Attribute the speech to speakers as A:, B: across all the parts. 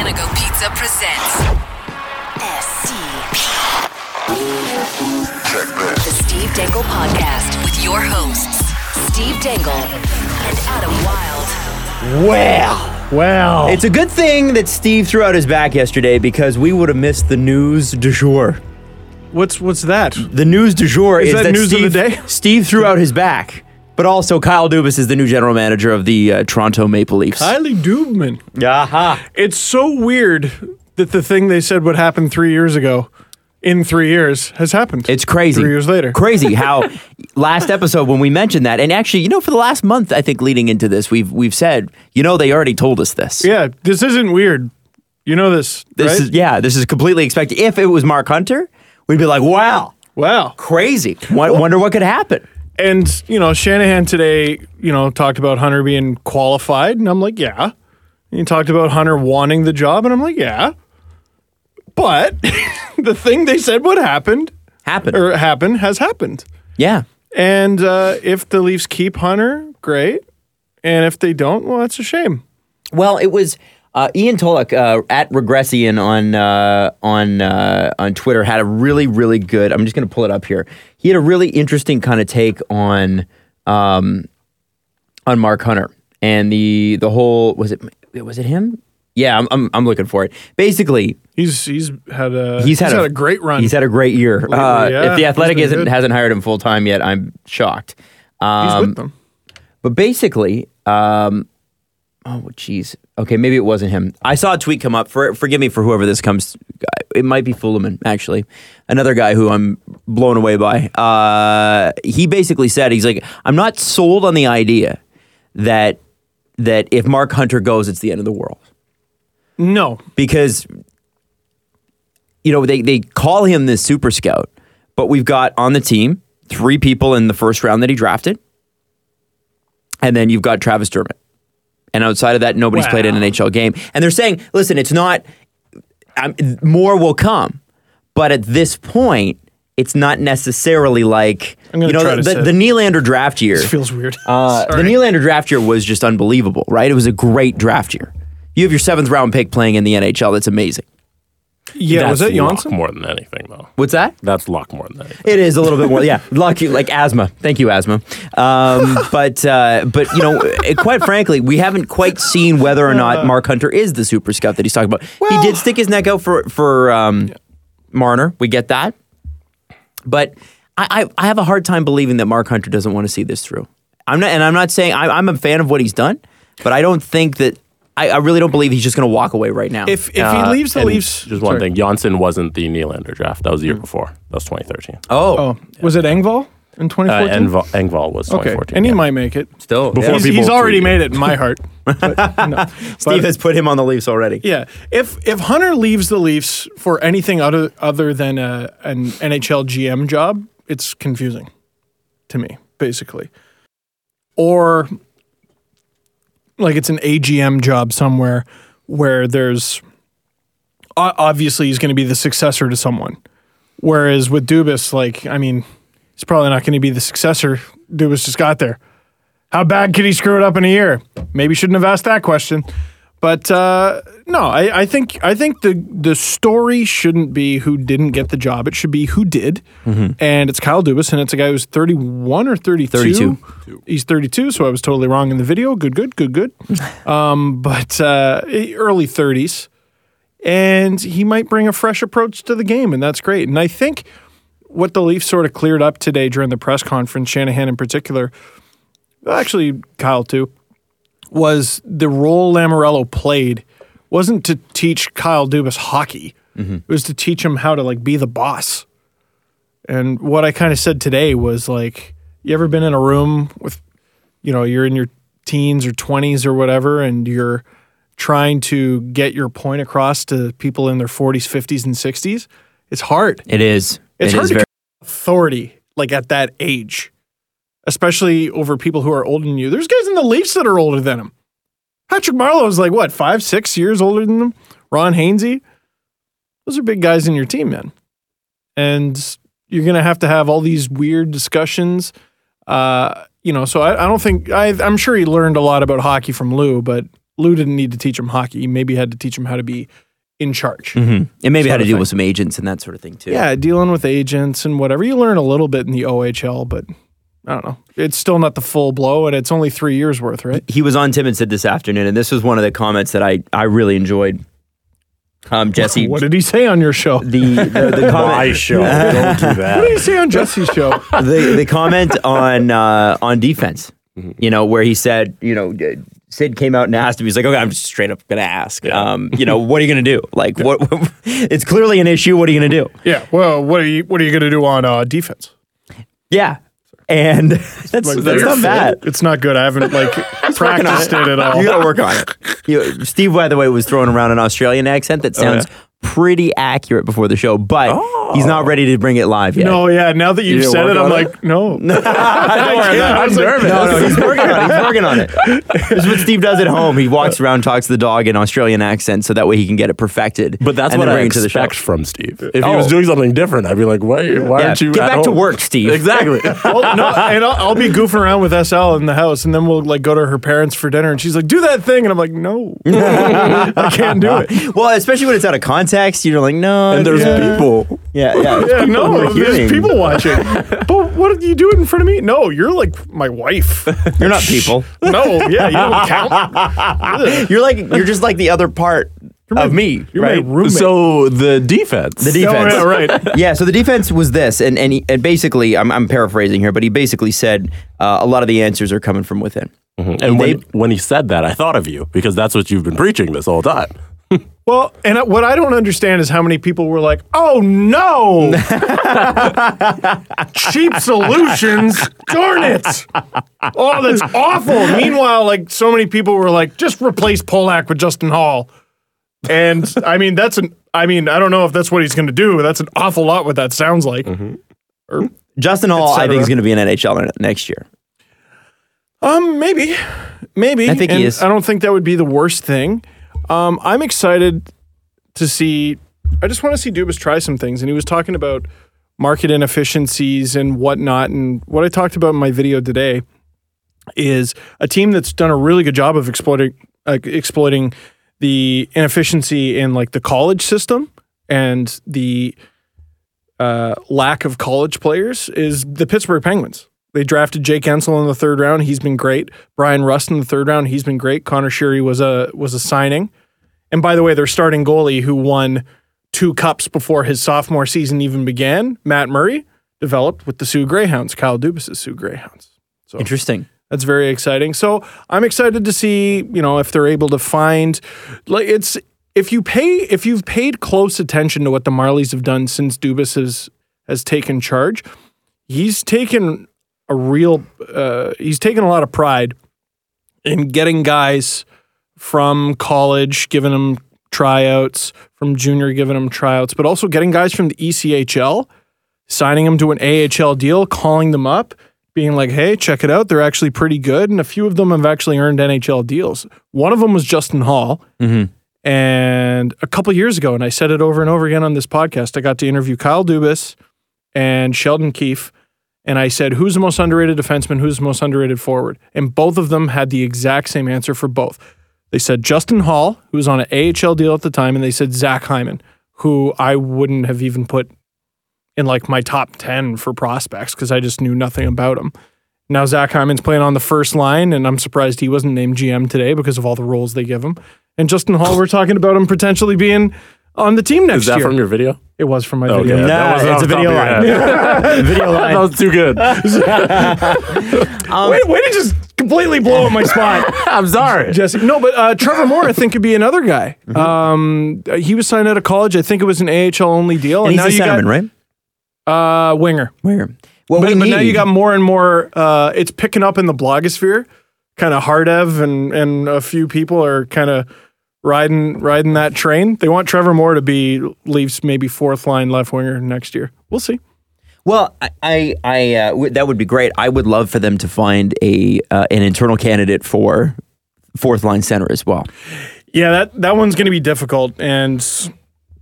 A: Producer presents SCP.
B: Check this.
A: The Steve Dangle Podcast with your hosts, Steve Dangle and Adam Wilde.
C: Well,
D: Wow.
C: it's a good thing that Steve threw out his back yesterday because we would have missed the news du jour.
D: what's what's that?
C: The news du jour is,
D: Is that news of
C: Steve,
D: the day?
C: Steve threw out his back, but also Kyle Dubas is the new general manager of the uh, Toronto Maple Leafs.
D: Kylie Dubman.
C: Aha.
D: It's so weird that the thing they said would happen three years ago in three years has happened.
C: It's crazy.
D: Three years later.
C: Crazy how last episode when we mentioned that, and actually, you know, for the last month, I think leading into this, we've we've said, you know, they already told us this.
D: yeah, this isn't weird. You know this,
C: This
D: right?
C: is yeah, this is completely expected. If it was Mark Hunter, we'd be like, wow,
D: wow.
C: crazy. Wo- Wonder what could happen.
D: And you know, Shanahan today, you know, talked about Hunter being qualified, and I'm like, yeah. And he talked about Hunter wanting the job, and I'm like, yeah. But the thing they said would happen
C: Happen.
D: or happen has happened.
C: Yeah.
D: And uh, if the Leafs keep Hunter, great. And if they don't, well, that's a shame.
C: Well, it was uh, Ian Tolak uh, at Regressian on uh, on uh, on Twitter had a really really good. I'm just going to pull it up here. He had a really interesting kind of take on um, on Mark Hunter and the the whole was it was it him? Yeah, I'm I'm, I'm looking for it. Basically,
D: He's he's had a
C: he's had,
D: a, great run.
C: He's had a great year. uh,
D: yeah,
C: if the
D: he's
C: Athletic
D: been
C: isn't
D: good.
C: hasn't hired him full time yet, I'm shocked. Um,
D: He's with them.
C: But basically, um, oh jeez. Okay, maybe it wasn't him. I saw a tweet come up. For forgive me for whoever this comes. It might be Fuleman actually, another guy who I'm blown away by. Uh, he basically said he's like, I'm not sold on the idea that that if Mark Hunter goes, it's the end of the world
D: No,
C: because you know they they call him the super scout, but we've got on the team three people in the first round that he drafted, and then you've got Travis Dermott, and outside of that, nobody's played an
D: Wow.
C: NHL game, and they're saying, listen, it's not um, more will come, but at this point. It's not necessarily like
D: I'm
C: you
D: gonna
C: know
D: try to
C: the,
D: sit.
C: the Nylander draft year.
D: it feels weird.
C: Uh, the
D: Sorry.
C: Nylander draft year was just unbelievable, right? It was a great draft year. You have your seventh round pick playing in the NHL. That's amazing.
D: yeah, was
E: That's
D: that Janssen?
E: luck more than anything, though.
C: What's that?
E: That's luck more than anything.
C: It is a little bit more, yeah. Lucky, like asthma. Thank you, asthma. Um, but uh, but you know, eh, quite frankly, we haven't quite seen whether or not Mark Hunter is the super scout that he's talking about. he did stick his neck out for for um, Marner. We get that, but I, I I have a hard time believing that Mark Hunter doesn't want to see this through. I'm not, and I'm not saying I, I'm a fan of what he's done, but I don't think that I, I really don't believe he's just going to walk away right now.
D: If if
E: Uh,
D: he leaves the
E: and
D: Leafs,
E: Just one
D: sorry. Mm.
E: thing. Janssen wasn't the Nylander draft. That was the year before. That was 2013.
C: oh,
D: Oh, was it Engvall in
E: Uh,
D: 2014?
E: Engvall, Engvall was
D: Oh, okay,
E: 2014.
D: and he
E: yeah.
D: might make it.
C: still
E: Before
C: yeah.
D: He's,
E: people
D: he's already
E: tweeted.
D: made it in my heart. But, no.
C: Steve
D: But-
C: has put him on the Leafs already.
D: Yeah, if if Hunter leaves the Leafs for anything other other than a, an NHL GM job, it's confusing to me, basically. Or like it's an AGM job somewhere where there's o- obviously he's going to be the successor to someone. Whereas with Dubas, like I mean, he's probably not going to be the successor. Dubas just got there. How bad could he screw it up in a year? Maybe shouldn't have asked that question. But uh, no, I, I think I think the the story shouldn't be who didn't get the job. It should be who did. And it's Kyle Dubas, and it's a guy who's thirty one or thirty two.
C: 32.
D: He's thirty two, so I was totally wrong in the video. Good, good, good, good. um, but uh, early thirties, and he might bring a fresh approach to the game, and that's great. And I think what the Leafs sort of cleared up today during the press conference, Shanahan in particular, actually Kyle too, was the role Lamorello played wasn't to teach Kyle Dubas hockey. It was to teach him how to like be the boss. And what I kind of said today was like, you ever been in a room with, you know, you're in your teens or 20s or whatever, and you're trying to get your point across to people in their 40s, 50s, and 60s? It's hard
C: It is.
D: It's
C: It
D: hard
C: is
D: to
C: very-
D: authority like at that age, especially over people who are older than you. There's guys in the Leafs that are older than him. Patrick Marlowe's like what five, six years older than them. Ron Hainsey, those are big guys in your team, man. And you're gonna have to have all these weird discussions. Uh, you know, so I, I don't think I, I'm sure he learned a lot about hockey from Lou, but Lou didn't need to teach him hockey. He maybe had to teach him how to be in charge.
C: It maybe had
D: Sort
C: to
D: of
C: do
D: thing.
C: with some agents and that sort of thing too.
D: Yeah, dealing with agents and whatever. You learn a little bit in the OHL, but I don't know. It's still not the full blow, and it's only three years worth, right?
C: he was on Tim and Sid this afternoon, and this was one of the comments that I, I really enjoyed. Um, Jesse,
D: What did he say on your show? What
C: the the, the
E: My
C: comment,
E: show. Don't do
D: did he
E: that.
D: say on Jesse's show?
C: the, the comment on uh, on defense,
D: Mm-hmm.
C: you know, where he said, you know, uh, Sid came out and asked him. He's like, okay, I'm just straight up gonna ask. Um, you know, what are you gonna do? Like, what, It's clearly an issue. What are you gonna do?
D: Yeah. Well, what are you what are you going to do on uh, defense?
C: Yeah, and that's that's
D: Your
C: not
D: fit?
C: bad.
D: It's not good. I haven't like practiced it at all.
C: You gotta work on it. You- Steve, by the way, was throwing around an Australian accent that sounds pretty accurate before the show, but he's not ready to bring it live yet.
D: No, yeah. Now that you've
E: didn't
D: said
E: work
D: it, I'm
E: on
D: like, no. no. I'm nervous.
C: No, no, he's working on it. He's working on it. This is what Steve does at home. He walks around, talks to the dog in Australian accent, so that way he can get it perfected.
E: But that's
C: and
E: what
C: then
E: I
C: bring it to the
E: expect
C: show.
E: from Steve. If he
C: Oh.
E: was doing something different, I'd be like, why, why
C: Yeah,
E: aren't you
C: get
E: at
C: back to
E: home?
C: work, Steve.
E: Exactly.
D: well, no, and I'll, I'll be goofing around with SL in the house, and then we'll like go to her parents for dinner, and she's like, "Do that thing," and I'm like, "No, I can't do it."
C: Well, especially when it's out of context, you're like, no.
E: and there's
D: Yeah.
E: people.
C: yeah, yeah,
D: Yeah, no,
C: we're hearing.
D: there's people watching. but what do you do it in front of me? No, you're like my wife.
C: You're not people.
D: No, yeah, you don't count.
C: You're like, you're just like the other part of me,
D: You're
C: right?
D: my roommate.
E: So the defense.
C: The defense.
D: Oh, yeah, right.
C: yeah, so the defense was this, and and, he, and basically, I'm, I'm paraphrasing here, but he basically said uh, a lot of the answers are coming from within.
D: Mm-hmm.
E: and when, when he said that, I thought of you because that's what you've been preaching this whole time.
D: Well, and I- what I don't understand is how many people were like, "Oh no, cheap solutions, darn it! Oh, that's awful." Meanwhile, like so many people were like, "Just replace Polak with Justin Hall," and I mean, that's an. I mean, I don't know if that's what he's going to do. That's an awful lot. What that sounds like.
C: Justin Hall,
D: Et
C: I think,
D: cetera.
C: is going to be an NHL ne- next year.
D: Um, maybe, maybe.
C: I think he
D: And
C: is.
D: I don't think that would be the worst thing. Um, I'm excited to see. I just want to see Dubas try some things, and he was talking about market inefficiencies and whatnot. And what I talked about in my video today is a team that's done a really good job of exploiting uh, exploiting the inefficiency in like the college system and the uh, lack of college players is the Pittsburgh Penguins. They drafted Jake Ensel in the third round. He's been great. Brian Rust in the third round. He's been great. Connor Sheary was a was a signing. And by the way, their starting goalie who won two cups before his sophomore season even began, Matt Murray, developed with the Sioux Greyhounds, Kyle Dubas' Sioux Greyhounds.
C: Interesting.
D: That's very exciting. So I'm excited to see, you know, if they're able to find like it's if you pay if you've paid close attention to what the Marlies have done since Dubas has has taken charge, he's taken a real uh, he's taken a lot of pride in getting guys from college, giving them tryouts, from junior giving them tryouts, but also getting guys from the E ECHL signing them to an AHL deal, calling them up, being like, hey, check it out. They're actually pretty good. And a few of them have actually earned NHL deals. One of them was Justin Hall. And a couple years ago, and I said it over and over again on this podcast, I got to interview Kyle Dubas and Sheldon Keefe. And I said, who's the most underrated defenseman? Who's the most underrated forward? And both of them had the exact same answer for both. They said Justin Hall, who was on an AHL deal at the time, and they said Zach Hyman, who I wouldn't have even put in like my top 10 for prospects because I just knew nothing about him. Now, Zach Hyman's playing on the first line, and I'm surprised he wasn't named GM today because of all the roles they give him. And Justin Hall, we're talking about him potentially being on the team next
E: Is that
D: year.
E: from Oh, your video?
D: it was from my
E: Okay.
D: video.
C: Nah,
E: wasn't
C: it's
E: off
C: a
E: the top
C: video
E: of your
C: line.
E: head. video line. That was too good.
D: Way, way to just completely blow up my spot,
E: I'm sorry.
D: Jesse. No, but uh, Trevor Moore, I think, could be another guy. Um, he was signed out of college. I think it was an AHL only deal.
C: And he's
D: now
C: a
D: you
C: centerman,
D: got,
C: right?
D: Uh, winger.
C: Where? Well,
D: But,
C: we
D: but now
C: need-
D: you got more and more. Uh, it's picking up in the blogosphere. Kind of Hardev and and a few people are kind of riding riding that train. They want Trevor Moore to be Leafs maybe fourth line left winger next year. We'll see.
C: Well, I, I, I uh, w- that would be great. I would love for them to find a uh, an internal candidate for fourth line center as well.
D: Yeah, that that one's going to be difficult, and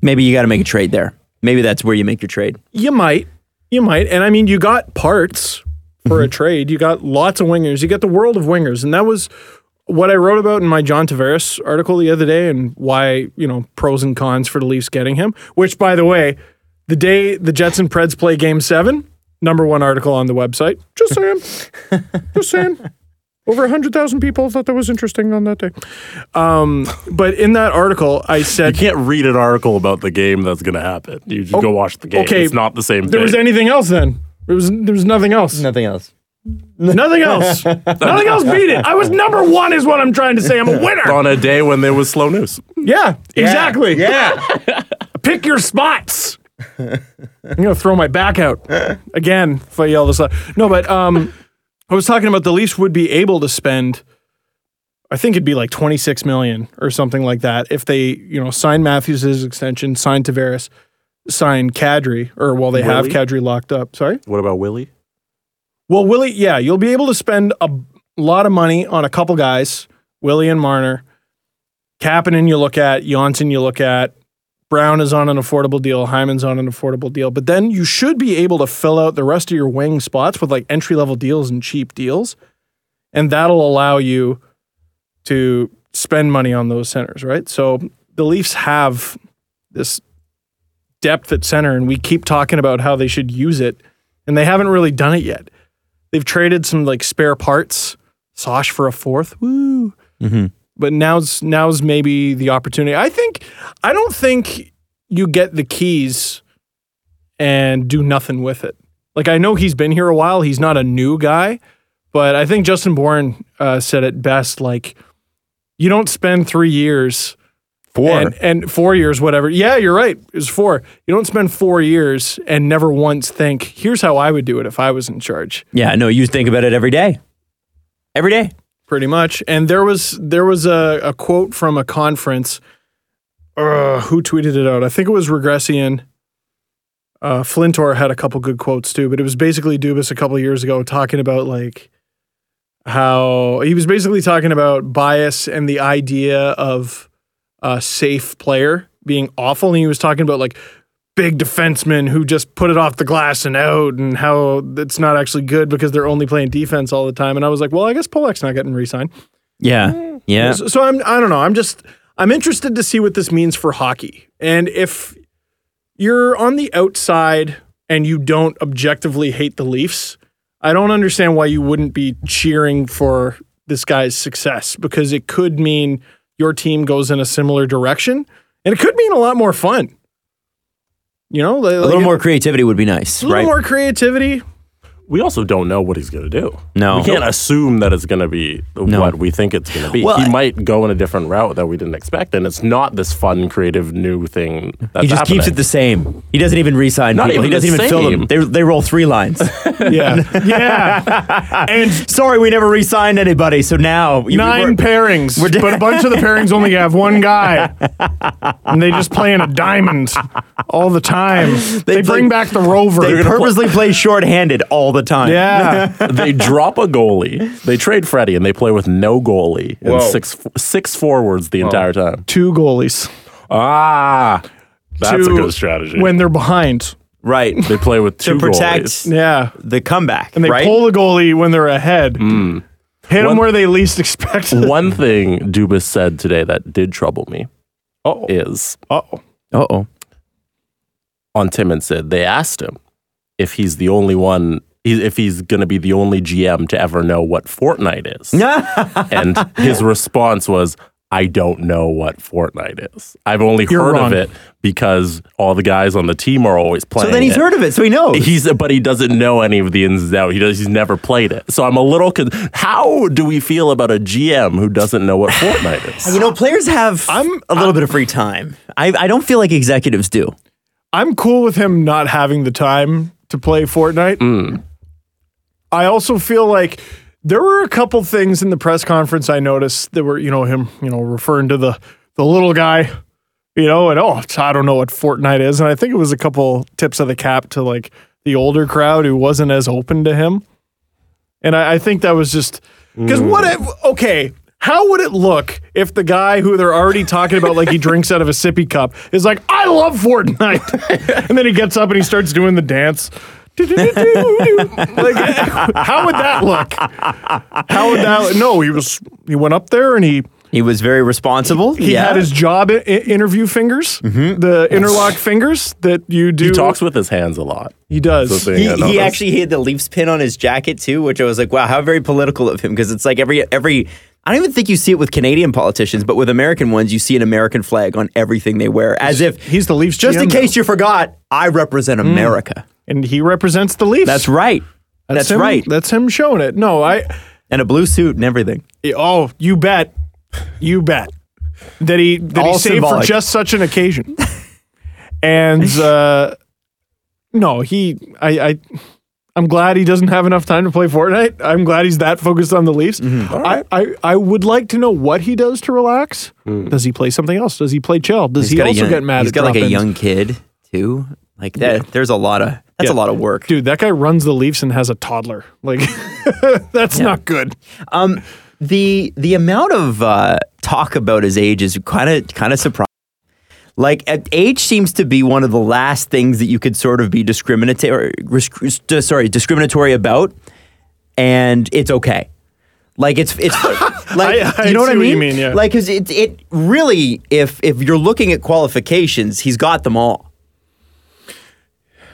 C: Maybe you got to make a trade there. Maybe that's where you make your trade.
D: you might you might. And I mean, you
E: Mm-hmm.
D: got parts for a trade. You got lots of wingers. You got the world of wingers, and that was what I wrote about in my John Tavares article the other day and why, you know, pros and cons for the Leafs getting him, which by the way, the day the Jets and Preds play game seven, number one article on the website. Just saying. Just saying. Over 100,000 people thought that was interesting on that day. Um, but in that article, I
E: You
D: said
E: can't read an article about the game that's going to happen. You just go watch the game.
D: okay,
E: It's not the same
D: there
E: thing.
D: was anything else then. There was, there was nothing else.
C: Nothing else.
D: Nothing else. nothing else beat it. I was number one, is what I'm trying to say. I'm a winner.
E: on a day when there was slow news.
D: Yeah, exactly.
C: Yeah.
D: pick your spots. I'm gonna throw my back out again if I yell this out. No, but um, I was talking about the Leafs would be able to spend. I think it'd be like 26 million or something like that if they, you know, sign Matthews' extension, sign Tavares, sign Kadri, or well, they have
E: Willie?
D: Kadri locked up. Sorry.
E: What about Willie?
D: Well, Willie, yeah, you'll be able to spend a lot of money on a couple guys, Willie and Marner. Kapanen you look at, Janssen you look at, Brown is on an affordable deal, Hyman's on an affordable deal. But then you should be able to fill out the rest of your wing spots with like entry level deals and cheap deals. And that'll allow you to spend money on those centers, right? So the Leafs have this depth at center, and we keep talking about how they should use it, and they haven't really done it yet. They've traded some like spare parts, Sosh for a fourth, woo. But now's now's maybe the opportunity. I think I don't think you get the keys and do nothing with it. Like I know he's been here a while. He's not a new guy, but I think Justin Bourne uh, said it best. Like you don't spend three years
E: Four.
D: and, and four years, whatever. Yeah, you're right. It was four. You don't spend four years and never once think, here's how I would do it if I was in charge.
C: Yeah. No, you think about it every day. Every day.
D: Pretty much. And there was there was a, a quote from a conference. Uh, who tweeted it out? I think it was Regressian. Uh, Flintor had a couple good quotes too, but it was basically Dubas a couple years ago talking about like how he was basically talking about bias and the idea of a safe player being awful. And he was talking about like big defensemen who just put it off the glass and out and how it's not actually good because they're only playing defense all the time. And I was like, well, I guess Polak's not getting re signed.
C: Yeah. Yeah.
D: So, so I'm I don't know. I'm just I'm interested to see what this means for hockey. And if you're on the outside and you don't objectively hate the Leafs, I don't understand why you wouldn't be cheering for this guy's success because it could mean your team goes in a similar direction and it could mean a lot more fun. You know,
C: A little more creativity would be nice,
D: a little
C: right?
D: more creativity.
E: we also don't know what he's going to do.
C: No.
E: We can't assume that it's going to be what we think it's going to be.
C: Well,
E: he
C: I-
E: might go in a different route that we didn't expect, and it's not this fun, creative, new thing that's
C: he just keeps
E: happening.
C: it the same. He doesn't even re-sign
E: Not
C: people.
E: even
C: he doesn't
E: the
C: even fill them.
E: same.
C: They, they roll three lines.
D: Yeah. yeah. And
C: Sorry, we never re-signed anybody. So now you-
D: nine
C: we're-
D: pairings, but a bunch of the pairings only have one guy, and they just play in a diamond all the time. They,
C: play-
D: bring back the rover.
C: They purposely play shorthanded all the time.
D: yeah,
E: they drop a goalie. They trade Freddie, and they play with no goalie
D: Whoa.
E: and six six forwards the entire time.
D: two goalies.
E: Ah, that's
D: Two
E: a good strategy.
D: when they're behind.
C: right.
E: they play with two
C: to protect
E: goalies.
D: Yeah,
C: the comeback,
D: and they
C: right?
D: pull the goalie when they're ahead. Hit them
E: One-
D: where they least expect it.
E: One thing Dubas said today that did trouble me
D: Oh,
E: is
D: oh,
C: uh oh.
E: on Tim and Sid. They asked him if he's the only one, he- if he's going to be the only GM to ever know what Fortnite is. and his response was, I don't know what Fortnite is. I've only
D: You're
E: heard
D: wrong.
E: of it because all the guys on the team are always playing.
C: So then he's
E: it.
C: heard of it, so he knows.
E: He's, but he doesn't know any of the ins and outs. He does, he's never played it. So I'm a little. Con- How do we feel about a GM who doesn't know what Fortnite is?
C: you know, players have
D: I'm-
C: a little bit of free time. I, I don't feel like executives do.
D: I'm cool with him not having the time to play Fortnite. I also feel like there were a couple things in the press conference I noticed that were, you know, him, you know, referring to the the little guy, you know, and oh, I don't know what Fortnite is, and I think it was a couple tips of the cap to like the older crowd who wasn't as open to him, and I, I think that was just because
C: Mm.
D: what if okay. How would it look if the guy who they're already talking about, like he drinks out of a sippy cup, is like, I love Fortnite? and then he gets up and he starts doing the dance. like, how would that look? How would that? No, he was he went up there and he
C: He was very responsible.
D: he
C: yeah. Mm-hmm.
D: had his job i- i- interview fingers, the interlock fingers that you do.
E: He talks with his hands a lot.
D: He does.
E: That's the thing.
C: He,
E: Yeah, no,
C: he
E: that's-
C: actually he had the Leafs pin on his jacket too, which I was like, wow, how very political of him because it's like every every. I don't even think you see it with Canadian politicians, but with American ones, you see an American flag on everything they wear, as if
D: he's the Leafs
C: Just in
D: GM,
C: case you forgot, I represent
D: Mm.
C: America.
D: and he represents the Leafs.
C: That's right. That's,
D: him-
C: right.
D: That's him showing it. No, I.
C: And a blue suit and everything.
D: Oh, you bet. You bet. That he that he
C: All
D: saved
C: symbolic.
D: for just such an occasion. and uh no, he I, I I'm glad he doesn't have enough time to play Fortnite. I'm glad he's that focused on the Leafs.
C: Mm-hmm.
D: I, I, I would like to know what he does to relax. Does he play something else? Does he play chill? Does he
C: got a
D: also
C: young-
D: get mad
C: Mm. He's
D: at
C: got like a
D: drop-ins?
C: young kid too. Like that. There's a lot of that's a
D: Yeah.
C: lot of work.
D: dude? That guy runs the Leafs and has a toddler. Like that's not good.
C: Um, the the amount of uh, talk about his age is kind of kind of surprising. Like at- age seems to be one of the last things that you could sort of be discriminatory, rescri- uh, sorry, discriminatory about, and it's okay. Like it's it's like
D: I- I
C: you know what I
D: see
C: mean?
D: what you mean, yeah.
C: Like because it it really if if you're looking at qualifications, he's got them all.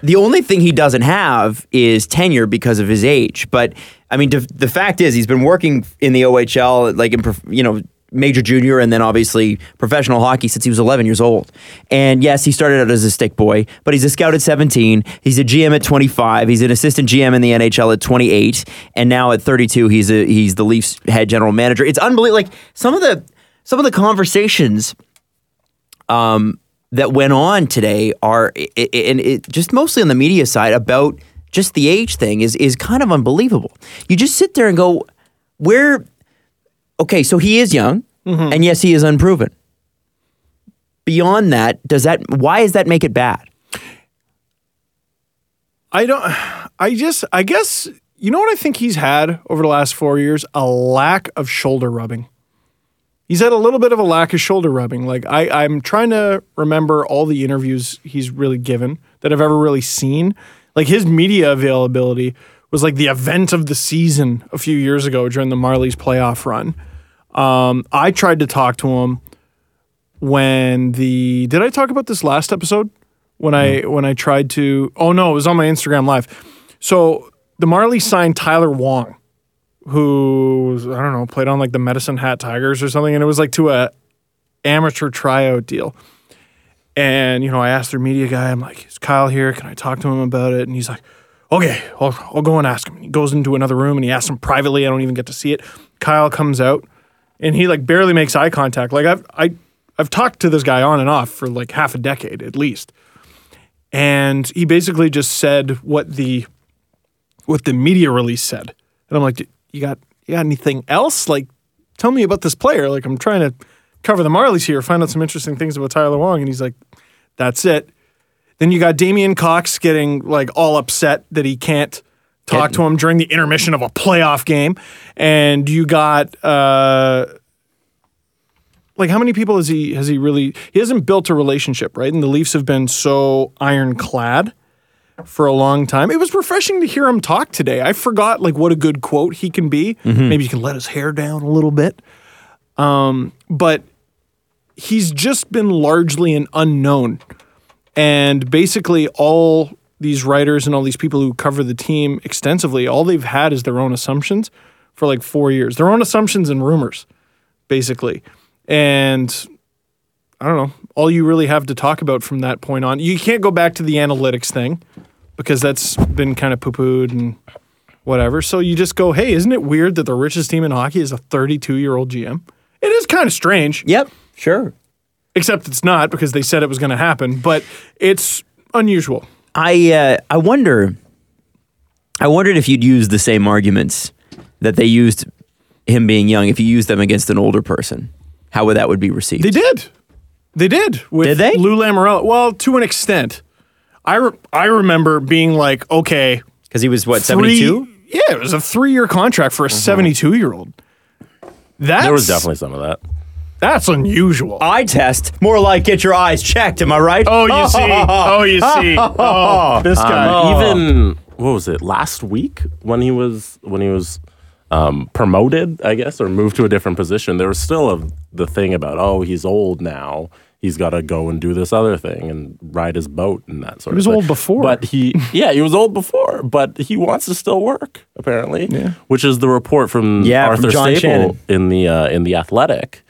C: The only thing he doesn't have is tenure because of his age. But I mean, the the fact is, he's been working in the OHL, like in prof- you know major junior, and then obviously professional hockey since he was 11 years old. And yes, he started out as a stick boy, but he's a scout at 17. He's a GM at 25. He's an assistant GM in the NHL at 28, and now at 32, he's a he's the Leafs head general manager. It's unbelievable. Like some of the some of the conversations that went on today are i- i- and it just mostly on the media side about just the age thing is is kind of unbelievable. You just sit there and go, where? Okay, so he is young, and yes, he is unproven. Beyond that, does that why does that make it bad?
D: I don't. I just. I guess you know what I think he's had over the last four years a lack of shoulder rubbing. He's had a little bit of a lack of shoulder rubbing. Like I, I'm trying to remember all the interviews he's really given that I've ever really seen. Like his media availability was like the event of the season a few years ago during the Marlies playoff run. Um, I tried to talk to him when the did I talk about this last episode when I when I tried to oh no it was on my Instagram live. So the Marley signed Tyler Wong, who was, I don't know played on like the Medicine Hat Tigers or something, and it was like to a amateur tryout deal. And you know I asked their media guy, I'm like, is Kyle here? Can I talk to him about it? And he's like. Okay, I'll, I'll go and ask him. He goes into another room and he asks him privately. I don't even get to see it. Kyle comes out and he like barely makes eye contact. Like I've I I've talked to this guy on and off for like half a decade at least, and he basically just said what the what the media release said, and I'm like, "D- you got you got anything else? Like, tell me about this player. Like I'm trying to cover the Marlies here, find out some interesting things about Tyler Wong, and he's like, that's it. Then you got Damian Cox getting like all upset that he can't talk to him during the intermission of a playoff game, and you got uh, like how many people has he has he really he hasn't built a relationship right? And the Leafs have been so ironclad for a long time. It was refreshing to hear him talk today. I forgot like what a good quote he can be. Maybe he can let his hair down a little bit, um, but he's just been largely an unknown and basically, all these writers and all these people who cover the team extensively, all they've had is their own assumptions for like four years, their own assumptions and rumors, basically. And I don't know, all you really have to talk about from that point on, you can't go back to the analytics thing because that's been kind of poo pooed and whatever. So you just go, hey, isn't it weird that the richest team in hockey is a 32 year old GM? It is kind of strange
C: Yep, sure.
D: except it's not because they said it was going to happen but it's unusual
C: I uh, I wonder. I wondered if you'd use the same arguments that they used him being young. If you used them against an older person, how would that would be received?
D: they did they did with
C: Did they?
D: lou lamorello well to an extent i, re- I remember being like okay
C: Because he was what
D: three-
C: seventy two.
D: yeah it was a three-year contract for a 72 year old that's,
E: There was definitely some of that.
D: that's unusual
C: eye test, more like get your eyes checked. Am I right?
D: oh you see oh you see oh this guy
E: Even what was it last week when he was when he was um, promoted, I guess, or moved to a different position. There was still a, the thing about oh he's old now. He's got to go and do this other thing and ride his boat and that sort
D: He was
E: of thing.
D: old before.
E: But he, yeah, he was old before, but he wants to still work, apparently. Yeah. Which is the report from
C: Yeah, from
E: Arthur
C: John
E: Staple
C: Shannon.
E: in the uh, in the Athletic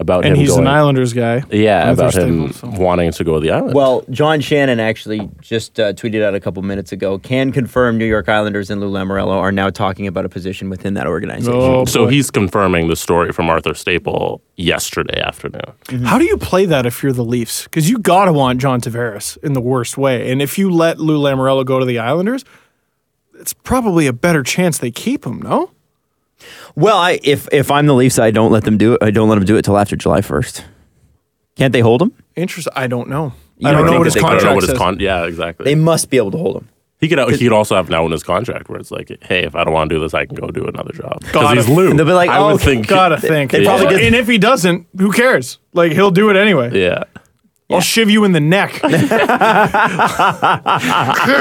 E: about
D: Oh. and
E: him
D: he's
E: going,
D: an Islanders guy.
E: yeah,
D: Arthur
E: about him
D: Staples, so-
E: wanting to go to the island.
C: Well, John Shannon actually just uh, tweeted out a couple minutes ago. Can confirm New York Islanders and Lou Lamorello are now talking about a position within that organization.
D: Oh,
E: so
D: boy.
E: he's confirming the story from Arthur Staple yesterday afternoon.
D: How do you play that if you're the Leafs? Because you gotta want John Tavares in the worst way. And if you let Lou Lamorello go to the Islanders, it's probably a better chance they keep him. No,
C: Well, I, if if I'm the Leafs, I don't let them do it. I don't let them do it till after July 1st. Can't they hold him?
D: interesting. I don't know.
C: You
D: I don't
C: don't
D: know what
C: think that
D: his
C: they- I
E: I
D: contract
E: don't know what
D: says.
E: his con. Yeah, exactly.
C: They must be able to hold him.
E: he could he could also have now in his contract where it's like, hey, if I don't want to do this, I can go do another job because
D: Gotta-
E: he's Lou.
C: And they'll be like,
E: I
C: oh,
E: would think,
D: gotta think.
C: They
E: probably
D: Also,
C: did-
D: and if he doesn't, who cares? Like he'll do it anyway.
E: yeah.
D: I'll shiv you in the neck.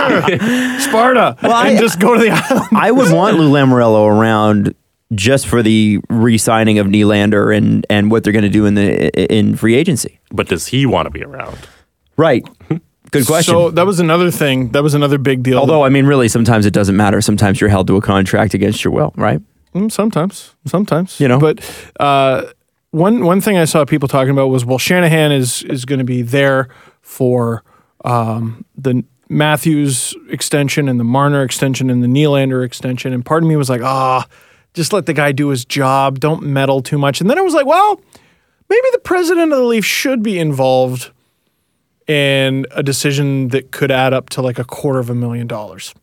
D: Sparta. and
C: I-
D: just go to the island.
C: I would want Lou Lamorello around just for the re-signing of Nylander and and what they're going to do in the in free agency.
E: But does he want to be around?
C: Right. Good question.
D: So that was another thing. That was another big deal.
C: Although I mean, really, sometimes it doesn't matter. Sometimes you're held to a contract against your will, right?
D: Mm, sometimes, sometimes,
C: You know?
D: But uh, one one thing I saw people talking about was well, Shanahan is is going to be there for um, the Matthews extension and the Marner extension and the Nylander extension, and part of me was like, ah, just let the guy do his job, don't meddle too much. And then I was like, well, maybe the president of the Leafs should be involved in a decision that could add up to like a quarter of a million dollars.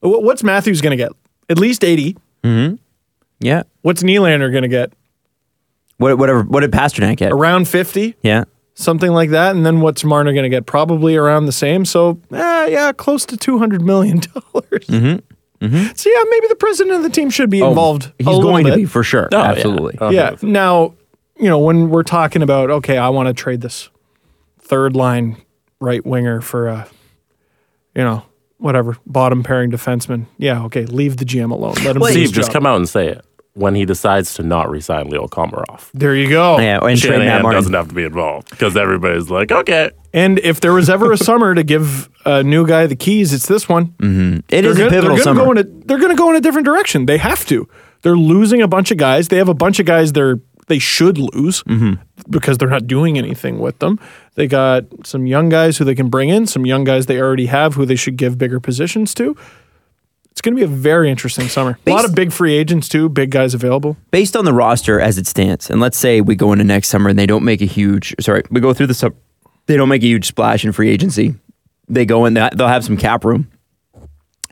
D: Wh- What's Matthews going to get? At least eighty.
C: Yeah.
D: What's Nylander going to get?
C: What, whatever. What did Pasternak get?
D: Around 50,
C: Yeah.
D: something like that. And then what's Marner going to get? Probably around the same. So, eh, yeah, close to $200 million. So, yeah, maybe the president of the team should be involved.
C: Mm-hmm, Oh, He's
D: a little
C: going to
D: bit.
C: be for sure.
E: Oh, yeah.
C: Absolutely.
E: Oh.
D: Yeah. Now, you know, when we're talking about, okay, I want to trade this third line right winger for a, you know, whatever, bottom pairing defenseman. Yeah, okay, leave the GM alone. Let him do his
E: Steve, just
D: job.
E: come out and say it when he decides to not resign Leo Komarov.
D: There you go.
C: Yeah. And trade Matt
E: Shanahan
C: Martin.
E: doesn't have to be involved because everybody's like, okay,
D: And if there was ever a summer to give a new guy the keys, it's this one.
C: Mm. It
D: They're
C: is a
D: gonna-
C: pivotal
D: they're gonna
C: summer.
D: Go in a, they're going to go in a different direction. They have to. They're losing a bunch of guys. They have a bunch of guys they're they should lose
C: Mm-hmm.
D: because they're not doing anything with them. They got some young guys who they can bring in, some young guys they already have who they should give bigger positions to. It's going to be a very interesting summer. a lot
C: Bas-
D: of big free agents too, big guys available.
C: based on the roster as it stands, and let's say we go into next summer and they don't make a huge sorry, we go through the sub they don't make a huge splash in free agency. They go in that they'll have some cap room.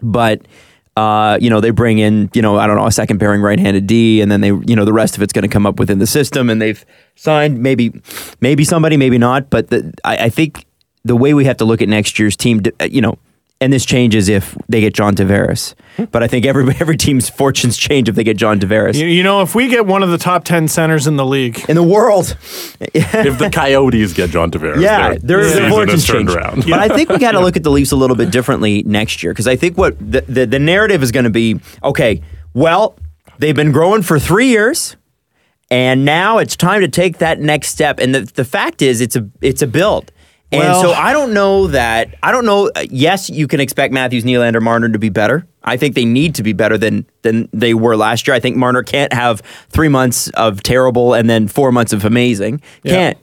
C: But uh, you know, they bring in, you know, I don't know, a second pairing right handed D and then they you know, the rest of it's gonna come up within the system and they've signed maybe maybe somebody, maybe not, but the, I, I think the way we have to look at next year's team, d- uh, you know, and this changes if they get John Tavares. But I think every every team's fortunes change if they get John Tavares
D: You, you know, if we get one of the top 10 centers in the league,
C: in the world.
E: if the Coyotes get John Tavares,
C: Yeah,
E: their,
C: there is
E: season
C: a fortune
E: is turned
C: change.
E: around.
C: But I think we got to look at the Leafs a little bit differently next year because I think what the, the, the narrative is going to be okay, well, they've been growing for three years. And now it's time to take that next step. And the, the fact is, it's a it's a build. And
D: Well-
C: so I don't know that I don't know. uh, Yes, you can expect Matthews, Nylander, Marner to be better. I think they need to be better than than they were last year. I think Marner can't have three months of terrible and then four months of amazing. Can't.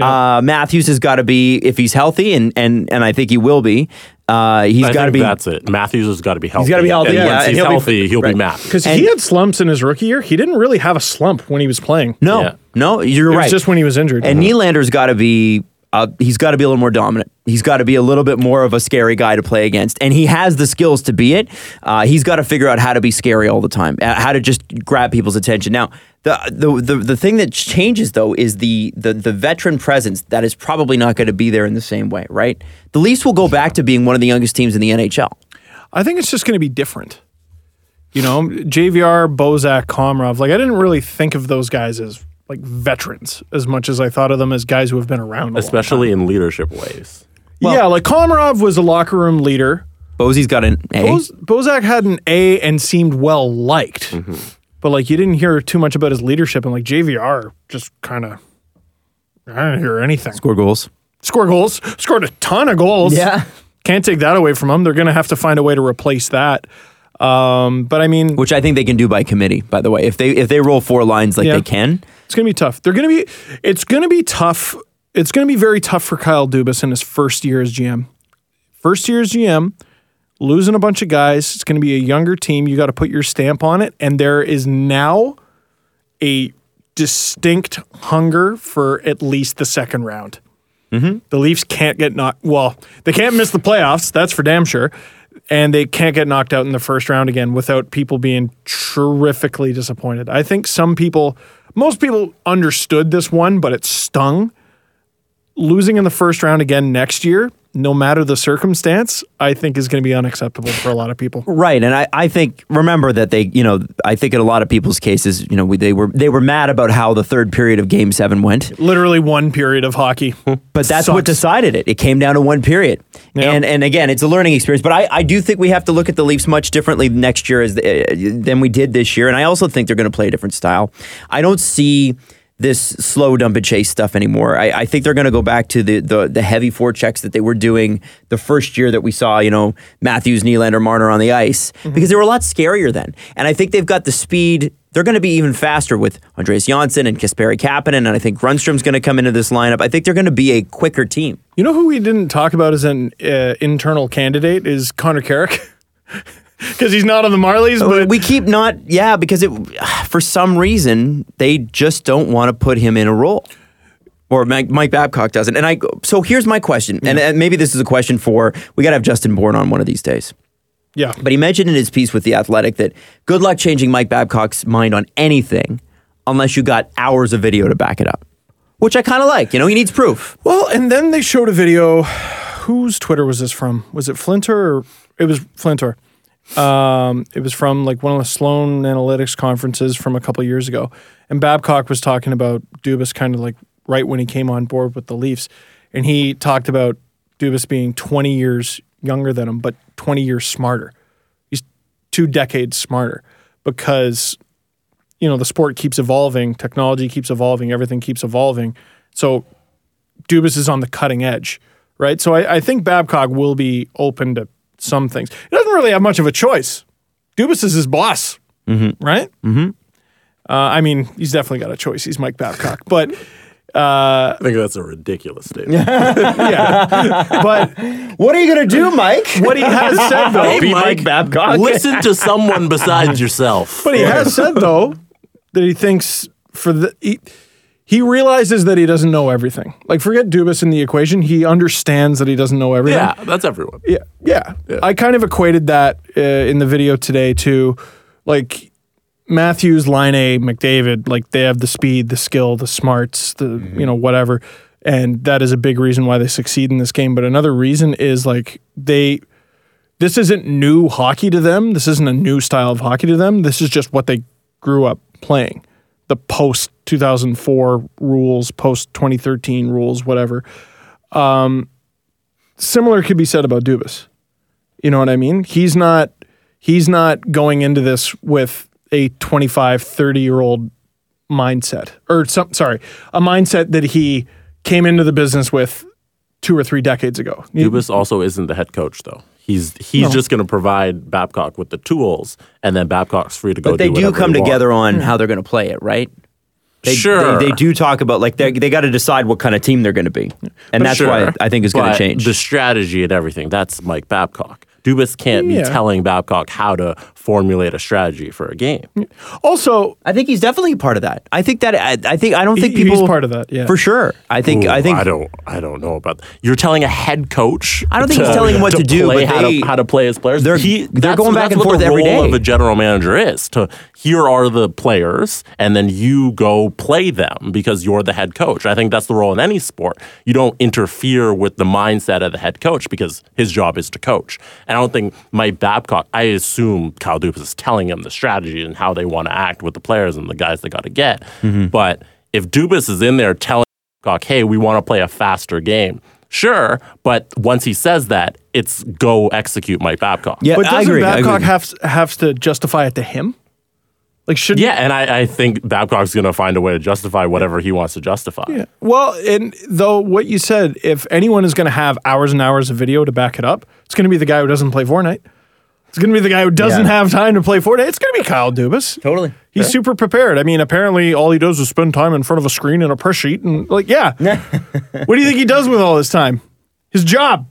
C: Uh, Matthews has got to be if he's healthy, and and and I think he will be. Uh, he's
E: I
C: got to
E: think
C: be.
E: That's it. Matthews has got to be healthy.
C: gotta be healthy,
E: And
C: yeah,
E: once
C: and
E: he's
C: he'll be-
E: healthy, he'll
C: right.
E: be Matt.
D: because
C: And-
D: he had slumps in his rookie year, he didn't really have a slump when he was playing.
C: No,
E: Yeah.
C: no, you're
D: It
C: right.
D: was just when he was injured.
C: And Nylander's got to be. Uh, he's got to be a little more dominant. He's got to be a little bit more of a scary guy to play against, and he has the skills to be it. Uh, he's got to figure out how to be scary all the time, uh, how to just grab people's attention. Now, the, the the the thing that changes though is the the the veteran presence that is probably not going to be there in the same way, right? The Leafs will go back to being one of the youngest teams in the NHL.
D: I think it's just going to be different. You know, JVR, Bozak, Komarov. Like I didn't really think of those guys as like veterans as much as I thought of them as guys who have been around. a long
E: especially in leadership ways.
D: yeah, like Komarov was a locker room leader.
C: Bosey's got an A.
D: Boz- Bozak had an A and seemed well liked,
C: Mm-hmm.
D: but like you didn't hear too much about his leadership, and like JVR just kind of. I didn't hear anything.
C: Score goals.
D: Score goals. Scored a ton of goals.
C: Yeah.
D: Can't take that away from him. They're going to have to find a way to replace that. Um, but I mean,
C: Which I think they can do by committee, by the way. If they if they roll four lines like
D: Yeah.
C: they can,
D: It's gonna be tough. They're gonna be. It's gonna be tough. It's gonna be very tough for Kyle Dubas in his first year as GM. First year as GM, losing a bunch of guys. It's gonna be a younger team. You got to put your stamp on it, and there is now a distinct hunger for at least the second round. The Leafs can't get knocked. Well, they can't miss the playoffs. That's for damn sure. And they can't get knocked out in the first round again without people being terrifically disappointed. I think some people, most people understood this one, but it stung. Losing in the first round again next year, no matter the circumstance, I think is going to be unacceptable for a lot of people.
C: Right, and I, I think remember that they you know I think in a lot of people's cases you know we, they were they were mad about how the third period of Game Seven went,
D: Literally one period of hockey.
C: but that's
D: Sucks.
C: what decided it. It came down to one period,
D: Yeah.
C: and and again it's a learning experience. But I, I do think we have to look at the Leafs much differently next year as the, uh, than we did this year, and I also think they're going to play a different style. I don't see this slow dump and chase stuff anymore. I, I think they're going to go back to the the the heavy four checks that they were doing the first year that we saw, you know, Matthews, Nylander, Marner on the ice
D: Mm-hmm.
C: because they were a lot scarier then. And I think they've got the speed. They're going to be even faster with Andreas Janssen and Kasperi Kapanen, and I think Grunstrom's going to come into this lineup. I think they're going to be a quicker team.
D: You know who we didn't talk about as an uh, internal candidate is Connor Carrick. Because he's not on the Marlies, but
C: Oh, we keep not, yeah, because it for some reason they just don't want to put him in a role, or Mike, Mike Babcock doesn't. And I so here's my question, and, and maybe this is a question for we got to have Justin Bourne on one of these days.
D: yeah.
C: But he mentioned in his piece with The Athletic that good luck changing Mike Babcock's mind on anything unless you got hours of video to back it up, which I kind of like. You know, he needs proof.
D: Well, and then they showed a video. Whose Twitter was this from? Was it Flinter? Or, it was Flinter. Um, it was from like one of the Sloan Analytics conferences from a couple years ago. And Babcock was talking about Dubas kind of like right when he came on board with the Leafs. And he talked about Dubas being 20 years younger than him, but 20 years smarter. He's two decades smarter because you know the sport keeps evolving, technology keeps evolving, everything keeps evolving. So Dubas is on the cutting edge, right? So I, I think Babcock will be open to some things. He doesn't really have much of a choice. Dubas is his boss, right? Mm-hmm. Uh, I mean, he's definitely got a choice. He's Mike Babcock, but
E: I think that's a ridiculous statement.
D: yeah, but
C: What are you gonna do, Mike?
D: what he has said though,
E: Hey,
C: Be Mike Babcock.
E: Listen to someone besides yourself.
D: But he has said though that he thinks for the he, he realizes that he doesn't know everything. Like forget Dubas in the equation, he understands that he doesn't know everything.
E: yeah, that's everyone.
D: Yeah, yeah. I kind of equated that uh, in the video today to like Matthews, Line A, McDavid. Like they have the speed, the skill, the smarts, the you know whatever, and that is a big reason why they succeed in this game. But another reason is like they. This isn't new hockey to them. This isn't a new style of hockey to them. This is just what they grew up playing. The post 2004 rules, post 2013 rules, whatever Um, similar could be said about Dubas. You know what I mean? He's not he's not going into this with a 25, 30 year old mindset or some sorry, a mindset that he came into the business with two or three decades ago.
E: Dubas also isn't the head coach though. He's he's just going to provide Babcock with the tools, and then Babcock's free to go.
C: But they do
E: whatever
C: come
E: he wants.
C: together
D: Hmm.
C: on how they're going to play it, right? They,
E: Sure.
C: They, they do talk about like they they got to decide what kind of team they're going to be, and that's why
E: Sure.
C: I think it's going
E: But
C: to change.
E: The strategy and everything, that's Mike Babcock. Dubas can't
D: Yeah.
E: be telling Babcock how to formulate a strategy for a game.
D: Also,
C: I think he's definitely a part of that. I think that I, I think I don't think
D: He- he's
C: people
D: part of that, yeah.
C: for sure. I think
E: Ooh,
C: I think
E: I don't I don't know about that. You're telling a head coach
C: I don't think he's telling him what to do,
E: play,
C: but
E: how,
C: they-
E: to, how to play his players.
C: they're- they're
E: that's-
C: going back
E: that's
C: and
E: what
C: forth
E: the
C: every
E: role
C: day.
E: of a general manager is to here are the players and then you go play them because you're the head coach. I think that's the role in any sport. You don't interfere with the mindset of the head coach because his job is to coach. And I don't think Mike Babcock, I assume Kyle Dubas is telling him the strategy and how they want to act with the players and the guys they got to get. But if Dubas is in there telling Babcock, hey, we want to play a faster game. Sure, but once he says that, it's go execute Mike Babcock.
C: Yeah,
D: But
C: I
D: doesn't
C: agree. I
D: Babcock
C: agree.
D: have have to justify it to him? Like should
E: Yeah, and I, I think Babcock's going to find a way to justify whatever he wants to justify.
D: Well, and though what you said, if anyone is going to have hours and hours of video to back it up, it's going to be the guy who doesn't play Fortnite. It's going to be the guy who doesn't
C: Yeah.
D: have time to play Fortnite. It's going to be Kyle Dubas.
C: Totally.
D: He's super prepared. I mean, apparently all he does is spend time in front of a screen and a press sheet and like, yeah. what do you think he does with all this time? His job.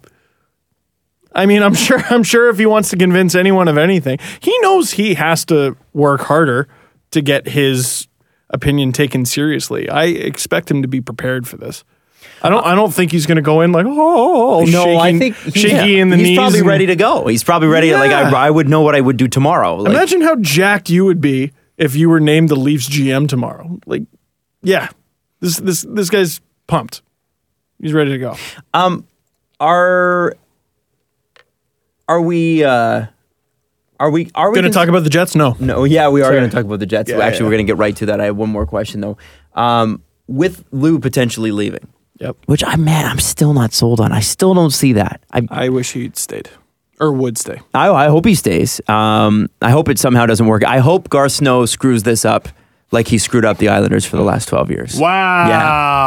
D: I mean, I'm sure I'm sure if he wants to convince anyone of anything, he knows he has to work harder to get his opinion taken seriously. I expect him to be prepared for this. I don't I don't think he's going to go in like, "Oh, oh, oh,"
C: No,
D: shaking,
C: I think he's-
D: shaky in the
C: he's
D: knees.
C: probably
D: and-
C: ready to go. He's probably ready. Like
D: Yeah.
C: I, I would know what I would do tomorrow. Like,
D: Imagine how jacked you would be if you were named the Leafs GM tomorrow. Like, yeah, this this this guy's pumped. He's ready to go.
C: are are we uh, are we are we
D: Going to
C: cons-
D: talk about the Jets? No.
C: No, yeah, we are
D: Sorry.
C: going to talk about the Jets.
D: Yeah,
C: Actually,
D: yeah.
C: we're going to get right to that. I have one more question though. Um, with Lou potentially leaving,
D: Yep.
C: which I'm mad, I'm still not sold on. I still don't see that. I
D: I wish he'd stayed or would stay.
C: I, I hope he stays. Um, I hope it somehow doesn't work. I hope Gar Snow screws this up like he screwed up the Islanders for the last 12 years.
D: Wow.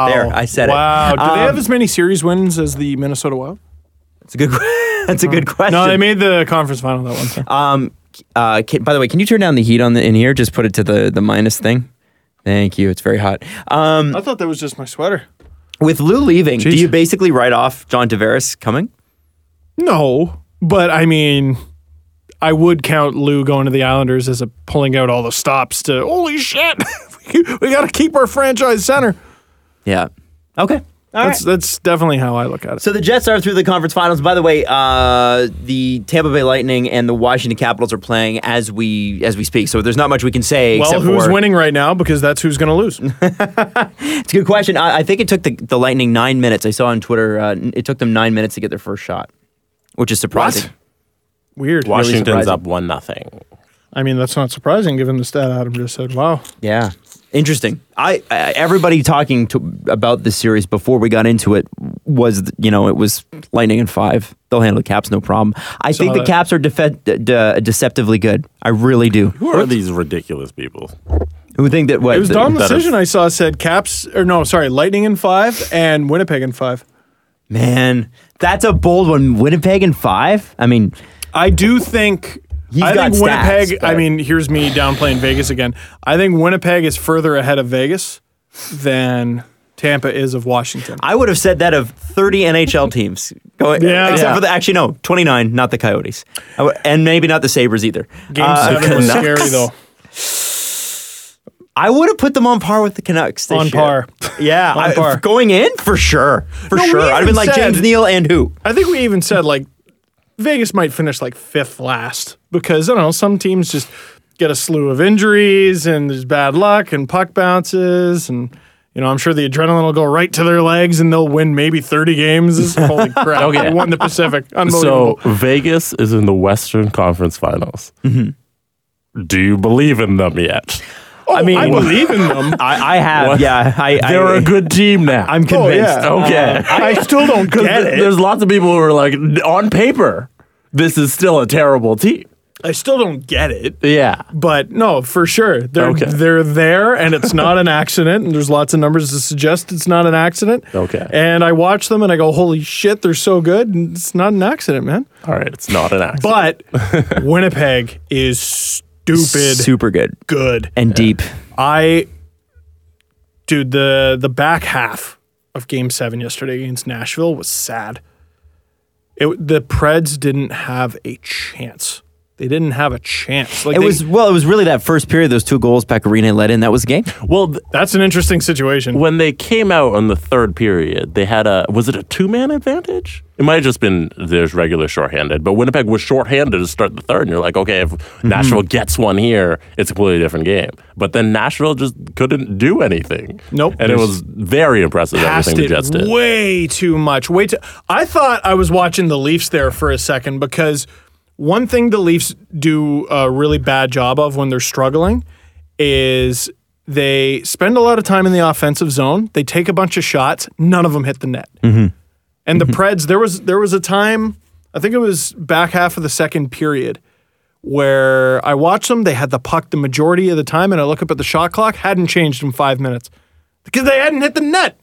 C: Yeah. There, I said it.
D: wow. Do they
C: Um,
D: have as many series wins as the Minnesota Wild?
C: That's a good, that's a good question.
D: Uh-huh. No, they made the conference final that one time.
C: Um, uh, can, by the way, can you turn down the heat on the in here? Just put it to the the minus thing. Thank you. It's very hot. Um,
D: I thought that was just my sweater.
C: with Lou leaving, do
D: Jeez.
C: you basically write off John Tavares coming?
D: No, but I mean, I would count Lou going to the Islanders as a pulling out all the stops to holy shit, we got to keep our franchise center.
C: Yeah. Okay. All right.
D: That's that's definitely how I look at it.
C: So the Jets are through the conference finals. By the way, uh, the Tampa Bay Lightning and the Washington Capitals are playing as we as we speak. So there's not much we can say.
D: well,
C: except
D: who's
C: for,
D: winning right now? Because that's who's going to lose.
C: It's a good question. I, I think it took the, the Lightning nine minutes. I saw on Twitter uh, n- it took them nine minutes to get their first shot, which is surprising.
D: Weird.
E: Washington's
C: surprising.
E: up one nothing.
D: I mean, that's not surprising given the stat Adam just said. Wow.
C: Yeah, interesting. I, I everybody talking to about this series before we got into it was you know it was Lightning and five. They'll handle the Caps no problem. I think the
D: that.
C: Caps are defe- de- de- deceptively good. I really do.
E: Who are these ridiculous people?
C: Who think that what
D: It was
C: the-
D: Dom
E: that
D: decision
E: is-
D: I saw said Caps or no, sorry, Lightning in five and Winnipeg in five.
C: man? That's a bold one. Winnipeg and five. I mean,
D: I do think.
C: He's
D: I
C: got
D: think
C: stats,
D: Winnipeg. I
C: but-
D: mean, here's me downplaying Vegas again. I think Winnipeg is further ahead of Vegas than Tampa is of Washington.
C: I would have said that of thirty NHL teams. Going,
D: Yeah.
C: except
D: Yeah.
C: for the actually no twenty nine, not the Coyotes, I would- and maybe not the Sabers either.
D: Game
C: Uh,
D: seven was
C: Canucks.
D: scary though.
C: I would have put them on par with the Canucks. This
D: On
C: year.
D: par.
C: Yeah,
D: On
C: I-
D: par.
C: going in for sure, for
D: No, we
C: sure. I'd have been
D: even
C: like
D: said-
C: James Neal and who?
D: I think we even said like Vegas might finish like fifth last because I don't know some teams just get a slew of injuries and there's bad luck and puck bounces and. You know, I'm sure the adrenaline will go right to their legs, and they'll win maybe 30 games. This- Holy crap!
E: Okay.
D: They won the Pacific.
E: So
D: Unbelievable.
E: Vegas is in the Western Conference Finals.
C: Mm-hmm.
E: Do you believe in them yet?
D: I mean, Oh, I believe in them.
C: I, I have.
E: What?
C: Yeah, I.
E: They're
C: I,
E: a good team now.
C: I'm convinced.
D: yeah.
E: okay.
D: I still don't get it.
E: There's lots of people who are like, on paper, this is still a terrible team.
D: I still don't get it.
E: Yeah.
D: But no, for sure, they're
E: Okay.
D: they're there, and it's not an accident. And there's lots of numbers to suggest it's not an accident.
E: Okay.
D: And I watch them, and I go, "Holy shit, they're so good!" And it's not an accident, man.
E: All right. It's not an accident.
D: But Winnipeg is stupid
C: super good
D: good.
C: and deep.
D: I, dude, the the back half of Game Seven yesterday against Nashville was sad. It the Preds didn't have a chance. They didn't have a chance. Like
C: It
D: they-
C: was well. It was really that first period. Those two goals Pecorino let in. That was the game.
E: well, th-
D: that's an interesting situation.
E: when they came out on the third period, they had a, was it a two man advantage? It might have just been there's regular shorthanded, but Winnipeg was shorthanded to start the third. And you're like, okay, if
C: Mhm.
E: Nashville gets one here, it's a completely different game. But then Nashville just couldn't do anything.
D: Nope.
E: And it was very impressive
D: Passed
E: everything the
D: it
E: Jets did.
D: way too much. Way too. I thought I was watching the Leafs there for a second because one thing the Leafs do a really bad job of when they're struggling is
E: Mm-hmm.
D: they spend a lot of time in the offensive zone. They take a bunch of shots. None of them hit the net. And the Preds, there was there was a time, I think it was back half of the second period, where I watched them. They had the puck the majority of the time, and I look up at the shot clock, hadn't changed in five minutes because they hadn't hit the net.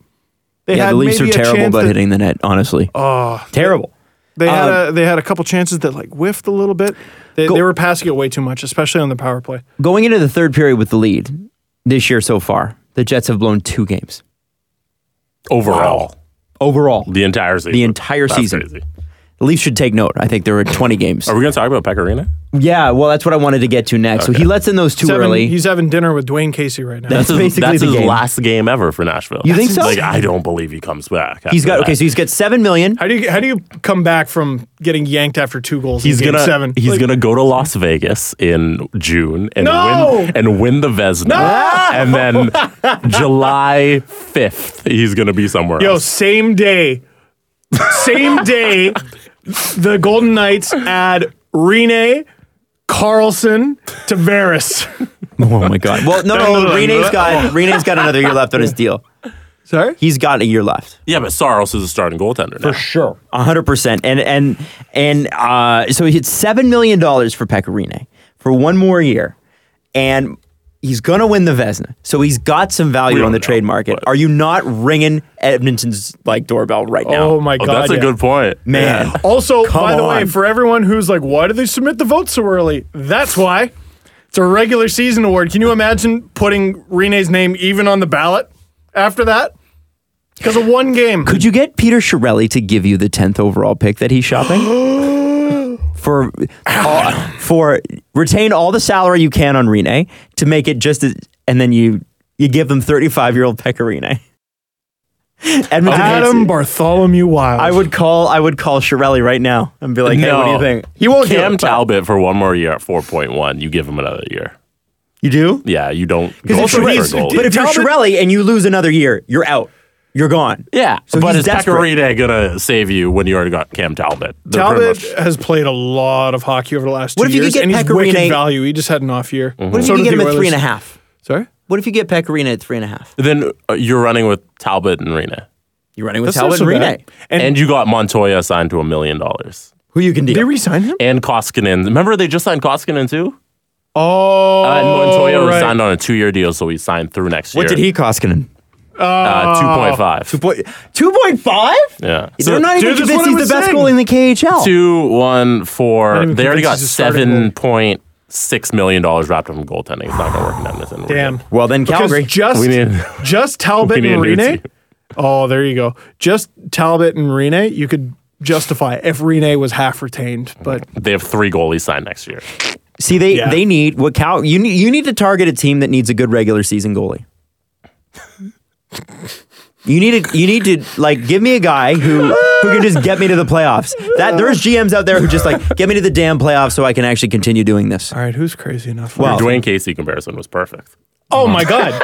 D: They
C: Yeah,
D: had
C: the Leafs are
D: maybe a
C: terrible
D: chance
C: about
D: that-
C: hitting the net, honestly. Oh, terrible.
D: They had a, they had a couple chances that like whiffed a little bit. They, they were passing it way too much, especially on the power play.
C: Going into the third period with the lead this year so far, the Jets have blown two games
E: overall
C: overall.
E: the entire season.
C: The entire
E: That's
C: season.
E: crazy.
C: The Leafs should take note. I think there were 20 games.
E: Are we going to talk about Pecorino?
C: Yeah, well, that's what I wanted to get to next. So he lets in those two
D: He's having,
C: early.
D: he's having dinner with Dwayne Casey right now.
C: That's
E: his,
C: basically
E: that's
C: the
E: his
C: game.
E: last game ever for Nashville.
C: You think so?
E: Like I don't believe he comes back.
C: he's
E: after
C: got okay,
E: that.
C: so he's got seven million.
D: How do you how do you come back from getting yanked after two goals?
E: He's
D: in game
E: gonna
D: seven.
E: he's
D: Like,
E: gonna go to Las Vegas in June and
D: No!
E: win and win the Vesna, and then July fifth he's gonna be somewhere
D: yo
E: else.
D: same day, same day. the Golden Knights add Rene Carlson Tavares.
C: Oh my god. Well, no, no,
D: no,
C: no.
D: no.
C: Rene's got Rene's got another year left on his deal.
D: Sorry,
C: He's got a year left.
E: Yeah, but Saros is a starting goaltender now.
D: sure.
C: hundred percent. And and and uh, so he hit seven million dollars for Pecorine for one more year, and he's gonna win the Vesna. So he's got some value
E: We
C: on the
E: don't know,
C: trade market.
E: but-
C: Are you not ringing Edmonton's like doorbell right now?
D: Oh my
E: Oh,
D: god,
E: that's
D: yeah.
E: a good point,
C: man.
D: Also,
C: Come
D: by the way,
C: on.
D: for everyone who's like, why did they submit the vote so early? That's why. It's a regular season award. Can you imagine putting Rene's name even on the ballot after that? Because of one game.
C: Could you get Peter Shirelli to give you the tenth overall pick that he's shopping? For uh, for retain all the salary you can on Rene to make it just as, and then you you give them thirty five year old Pecorine. Edmonton hates
D: Adam
C: it.
D: Bartholomew Wild.
C: I would call I would call Shirelli right now and be like, hey, what do you
E: No.
C: think?
D: He won't do
E: Cam
D: it, but-
E: Talbot for one more year at four point one. You give him another year.
C: You do?
E: Yeah, you don't.
C: Because
E: go
C: if
E: for a
C: Shirelli-
E: goalie.
C: but if you're
D: Talbot-
C: Shirelli and you lose another year, you're out. You're gone.
E: yeah,
C: So
E: but
C: he's
E: is
C: desperate.
E: Pecorino gonna save you when you already got Cam Talbot? They're pretty
D: Talbot
E: much-
D: has played a lot of hockey over the last two
C: What if you could
D: years,
C: get
D: and he's
C: Pecorine-
D: wicked value. He just had an off year.
C: What if you get him at three and a half?
D: Sorry?
C: What if you get Pecorino at three and a half?
E: then uh, you're running with Talbot and Rena,
C: You're running with
D: That's not
C: Talbot
D: so
C: and
D: bad.
C: Rene.
E: and,
D: And,
E: you got Montoya signed to a million dollars.
C: Who you can
D: they
C: deal?
D: re-signed him?
E: and Koskinen. Remember, they just signed Koskinen too.
D: Oh,
E: Uh, and Montoya was
D: right.
E: signed on a two-year deal, so he signed through next year.
C: What did he Koskinen?
E: Uh, two point five.
C: Two point two point five.
E: Yeah.
C: They're not even
D: dude, that's what
C: convinced
D: I
C: he's
D: was
C: the best
D: saying.
C: goalie in the KHL.
E: Two, one, four.
D: even
E: They already
D: convinced
E: got
D: he's a starting
E: seven point six million dollars wrapped up in goaltending. It's not going to work in Edmonton. We're
D: Damn.
E: good.
C: Well, then
D: Because
C: Calgary.
D: Just,
E: We need-
D: just Talbot
E: we need
D: and
E: a
D: Rene.
E: newsie.
D: Oh, there you go. Just Talbot and Rene. You could justify if Rene was half retained, but
E: They have three goalies signed next year.
C: See, they
D: Yeah.
C: they need what Cal. You need you need to target a team that needs a good regular season goalie. You need to you need to like give me a guy who who can just get me to the playoffs. That there's GMs out there who just like get me to the damn playoffs so I can actually continue doing this.
D: all right, who's crazy enough?
C: Well-
E: Dwayne Casey comparison was perfect.
D: oh my God,